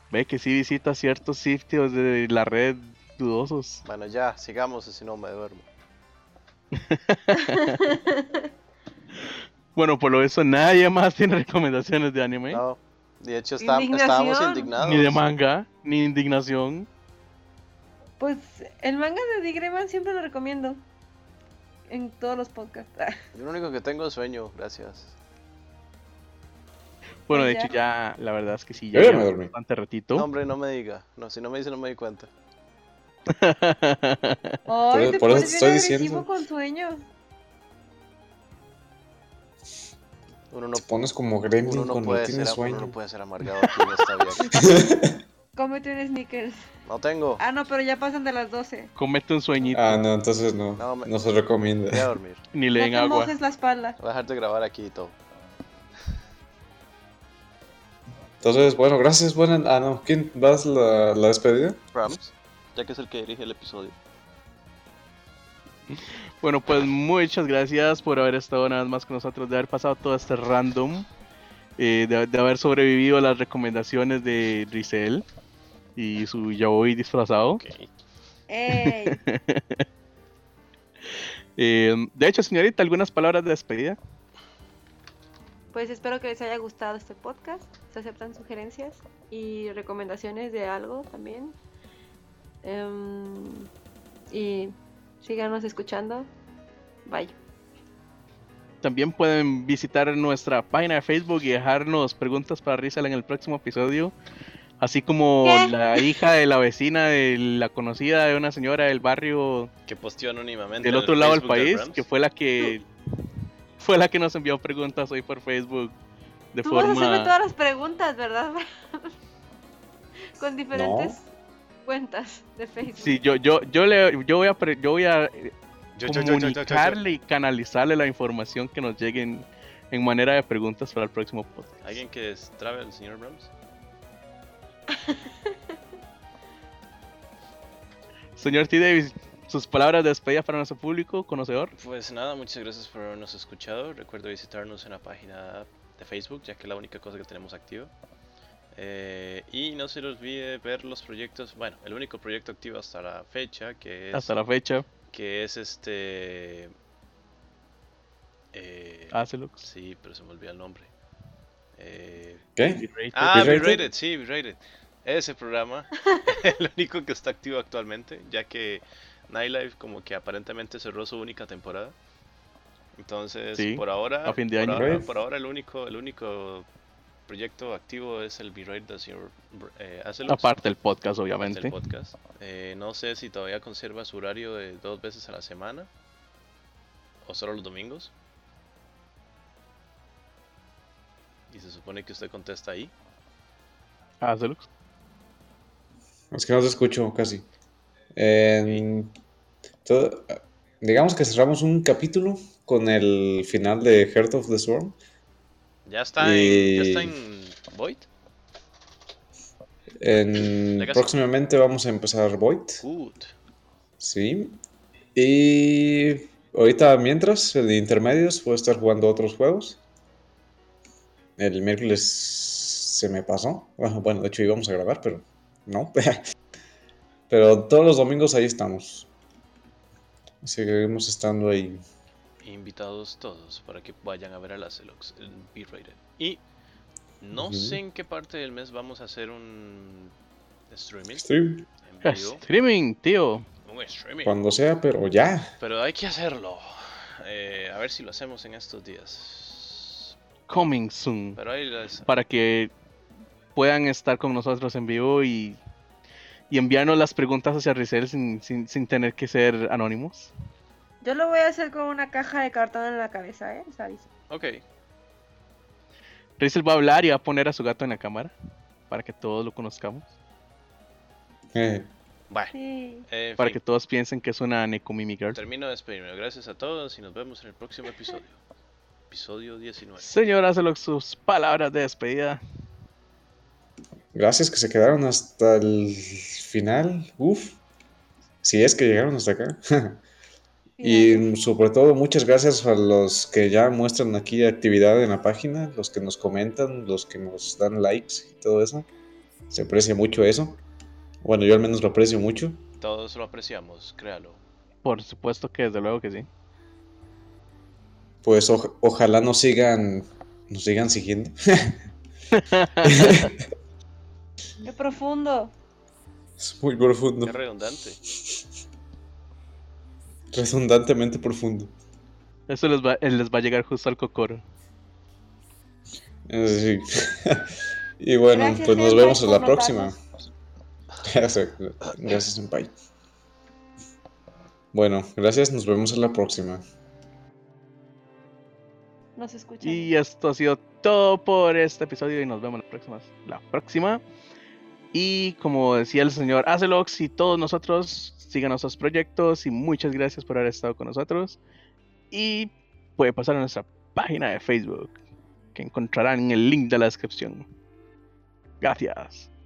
Speaker 1: Ve que sí visita ciertos sitios de la red dudosos.
Speaker 4: Bueno, ya, sigamos, si no me duermo.
Speaker 1: Bueno, por lo eso nadie más tiene recomendaciones de anime,
Speaker 4: No. De hecho, está-
Speaker 2: Indignación.
Speaker 4: estábamos indignados.
Speaker 1: ni de manga, ni indignación.
Speaker 2: pues el manga de Digreman siempre lo recomiendo. En todos los podcasts. Ah.
Speaker 4: Yo lo único que tengo es sueño, gracias.
Speaker 1: Bueno, de
Speaker 2: Pues
Speaker 1: hecho ya la verdad es que sí,
Speaker 3: Yo ya me
Speaker 1: llevamos
Speaker 3: dormí.
Speaker 1: bastante
Speaker 4: No,
Speaker 1: ratito.
Speaker 4: hombre, no me diga. No, si no me dice, no me di cuenta.
Speaker 2: Ay, te
Speaker 3: por eso
Speaker 2: pones
Speaker 3: estoy
Speaker 2: bien
Speaker 3: diciendo.
Speaker 2: agresivo con sueño.
Speaker 4: Uno
Speaker 3: Te
Speaker 4: no,
Speaker 3: pones como
Speaker 4: uno
Speaker 3: Gremlin
Speaker 4: no
Speaker 3: cuando
Speaker 4: puede
Speaker 3: tiene
Speaker 4: ser,
Speaker 3: sueño.
Speaker 4: uno no puede ser amargado aquí en esta vida.
Speaker 2: Cómete un sneakers.
Speaker 4: No tengo.
Speaker 2: Ah, no, pero ya pasan de las 12.
Speaker 1: Comete un sueñito,
Speaker 3: Ah, no, entonces no.
Speaker 4: No, me-
Speaker 3: No se recomienda.
Speaker 4: Voy a dormir.
Speaker 1: ni
Speaker 2: No
Speaker 1: le den
Speaker 2: te
Speaker 1: agua.
Speaker 2: mojes la espalda.
Speaker 4: Voy a dejar de grabar aquí y todo.
Speaker 3: Entonces, bueno, gracias, buena. Ah, no. ¿Quién das la, la despedida?
Speaker 4: Rams, ya que es el que dirige el episodio.
Speaker 1: Bueno, pues muchas gracias por haber estado una vez más con nosotros, de haber pasado todo este random, eh, de, de haber sobrevivido a las recomendaciones de Rizel y su yaoi disfrazado.
Speaker 2: ¡Ey!
Speaker 1: Eh, de hecho, señorita, algunas palabras de despedida.
Speaker 2: Pues espero que les haya gustado este podcast. Se aceptan sugerencias y recomendaciones de algo también. Em, y síganos escuchando. Bye.
Speaker 1: También pueden visitar nuestra página de Facebook y dejarnos preguntas para Rizel en el próximo episodio. Así como
Speaker 2: ¿Qué?
Speaker 1: la hija de la vecina, de la conocida de una señora del barrio
Speaker 4: Que posteó anónimamente.
Speaker 1: del otro lado del país, que fue la que fue la que nos envió preguntas hoy por Facebook de
Speaker 2: Tú vas a hacerme
Speaker 1: forma
Speaker 2: todas las preguntas, ¿verdad? Con diferentes cuentas de Facebook.
Speaker 1: Sí, yo yo yo le yo voy a pre- yo voy a eh, comunicarle y canalizarle la información que nos lleguen en manera de preguntas para el próximo podcast.
Speaker 4: ¿Alguien que destrabe al señor Rams?
Speaker 1: Señor T. Davis, sus palabras de despedida para nuestro público conocedor.
Speaker 4: Pues nada, muchas gracias por habernos escuchado. Recuerdo visitarnos en la página de Facebook, ya que es la única cosa que tenemos activa. Eh, y no se les olvide ver los proyectos. Bueno, el único proyecto activo hasta la fecha, que es,
Speaker 1: Hasta la fecha,
Speaker 4: que es este. eh,
Speaker 1: Azelux.
Speaker 4: Sí, pero se me olvidó el nombre. Eh,
Speaker 3: ¿Qué?
Speaker 4: Ah,
Speaker 3: ¿Berated?
Speaker 4: B-Rated, sí, B-Rated. Ese programa, el único que está activo actualmente, ya que Nightlife como que aparentemente cerró su única temporada. Entonces,
Speaker 1: Sí,
Speaker 4: por ahora,
Speaker 1: a fin de
Speaker 4: por
Speaker 1: año.
Speaker 4: ahora-
Speaker 3: Right.
Speaker 4: por ahora el único, el único proyecto activo es el B-Rated del señor eh, Azelux,
Speaker 1: Aparte del podcast,
Speaker 4: aparte
Speaker 1: obviamente.
Speaker 4: del podcast. Eh, no sé si todavía conserva su horario de dos veces a la semana o solo los domingos. Y se supone que usted contesta ahí.
Speaker 1: Azelux.
Speaker 3: Es que no te escucho casi. En- to- digamos que cerramos un capítulo con el final de Heart of the Swarm.
Speaker 4: Ya está, en, ya está
Speaker 3: Eh,
Speaker 4: en Void.
Speaker 3: En-
Speaker 4: Ya casi.
Speaker 3: próximamente vamos a empezar Void.
Speaker 4: Good.
Speaker 3: Sí. Y ahorita, mientras, de intermedios, voy a estar jugando otros juegos. El miércoles se me pasó. Bueno, bueno, de hecho íbamos a grabar, pero no. pero todos los domingos ahí estamos. Y seguiremos estando ahí.
Speaker 4: Invitados todos para que vayan a ver a las Elox en B-Rated. Y no
Speaker 3: Ujú.
Speaker 4: sé en qué parte del mes vamos a hacer un streaming.
Speaker 3: Stream,
Speaker 4: En vivo.
Speaker 1: Streaming, tío.
Speaker 4: Un streaming.
Speaker 3: cuando sea, pero ya.
Speaker 4: Pero hay que hacerlo. Eh, a ver si lo hacemos en estos días.
Speaker 1: Coming soon.
Speaker 4: Pero ahí les-
Speaker 1: para que puedan estar con nosotros en vivo y, y enviarnos las preguntas hacia Rizel sin, sin, sin tener que ser anónimos.
Speaker 2: Yo lo voy a hacer con una caja de cartón en la cabeza, ¿eh? Les aviso.
Speaker 4: Ok,
Speaker 1: Rizel va a hablar y va a poner a su gato en la cámara para que todos lo conozcamos,
Speaker 3: Eh,
Speaker 4: bye.
Speaker 2: Sí.
Speaker 4: En
Speaker 1: para que
Speaker 4: fin,
Speaker 1: todos piensen que es una Nekomimi Girl.
Speaker 4: termino de despedirme. Gracias a todos y nos vemos en el próximo episodio. Episodio 19.
Speaker 1: Señora, hazlo sus palabras de despedida.
Speaker 3: gracias que se quedaron hasta el final. Uf. Si es que llegaron hasta acá. Y mm, sobre todo muchas gracias a los que ya muestran aquí actividad en la página, los que nos comentan, los que nos dan likes y todo eso. Se aprecia mucho eso. Bueno, yo al menos lo aprecio mucho.
Speaker 4: Todos lo apreciamos, créalo.
Speaker 1: Por supuesto que desde luego que sí.
Speaker 3: Pues oj- ojalá nos sigan, nos sigan siguiendo.
Speaker 2: Qué profundo.
Speaker 3: Es muy profundo,
Speaker 4: Es redundante.
Speaker 3: redundantemente profundo.
Speaker 1: Eso les va, les va a llegar justo al cocoro.
Speaker 3: Es decir, Eh, y bueno,
Speaker 2: Gracias,
Speaker 3: pues nos
Speaker 2: Senpai,
Speaker 3: vemos en
Speaker 2: por
Speaker 3: la
Speaker 2: los
Speaker 3: próxima.
Speaker 2: datos.
Speaker 3: Gracias, gracias, Senpai. Bueno, gracias, nos vemos en la próxima.
Speaker 2: Nos escuchan.
Speaker 1: Y esto ha sido todo por este episodio y nos vemos la próxima. La próxima. Y como decía el señor Acelox y todos nosotros, sigan nuestros proyectos y muchas gracias por haber estado con nosotros. Y puede pasar a nuestra página de Facebook que encontrarán en el link de la descripción. Gracias.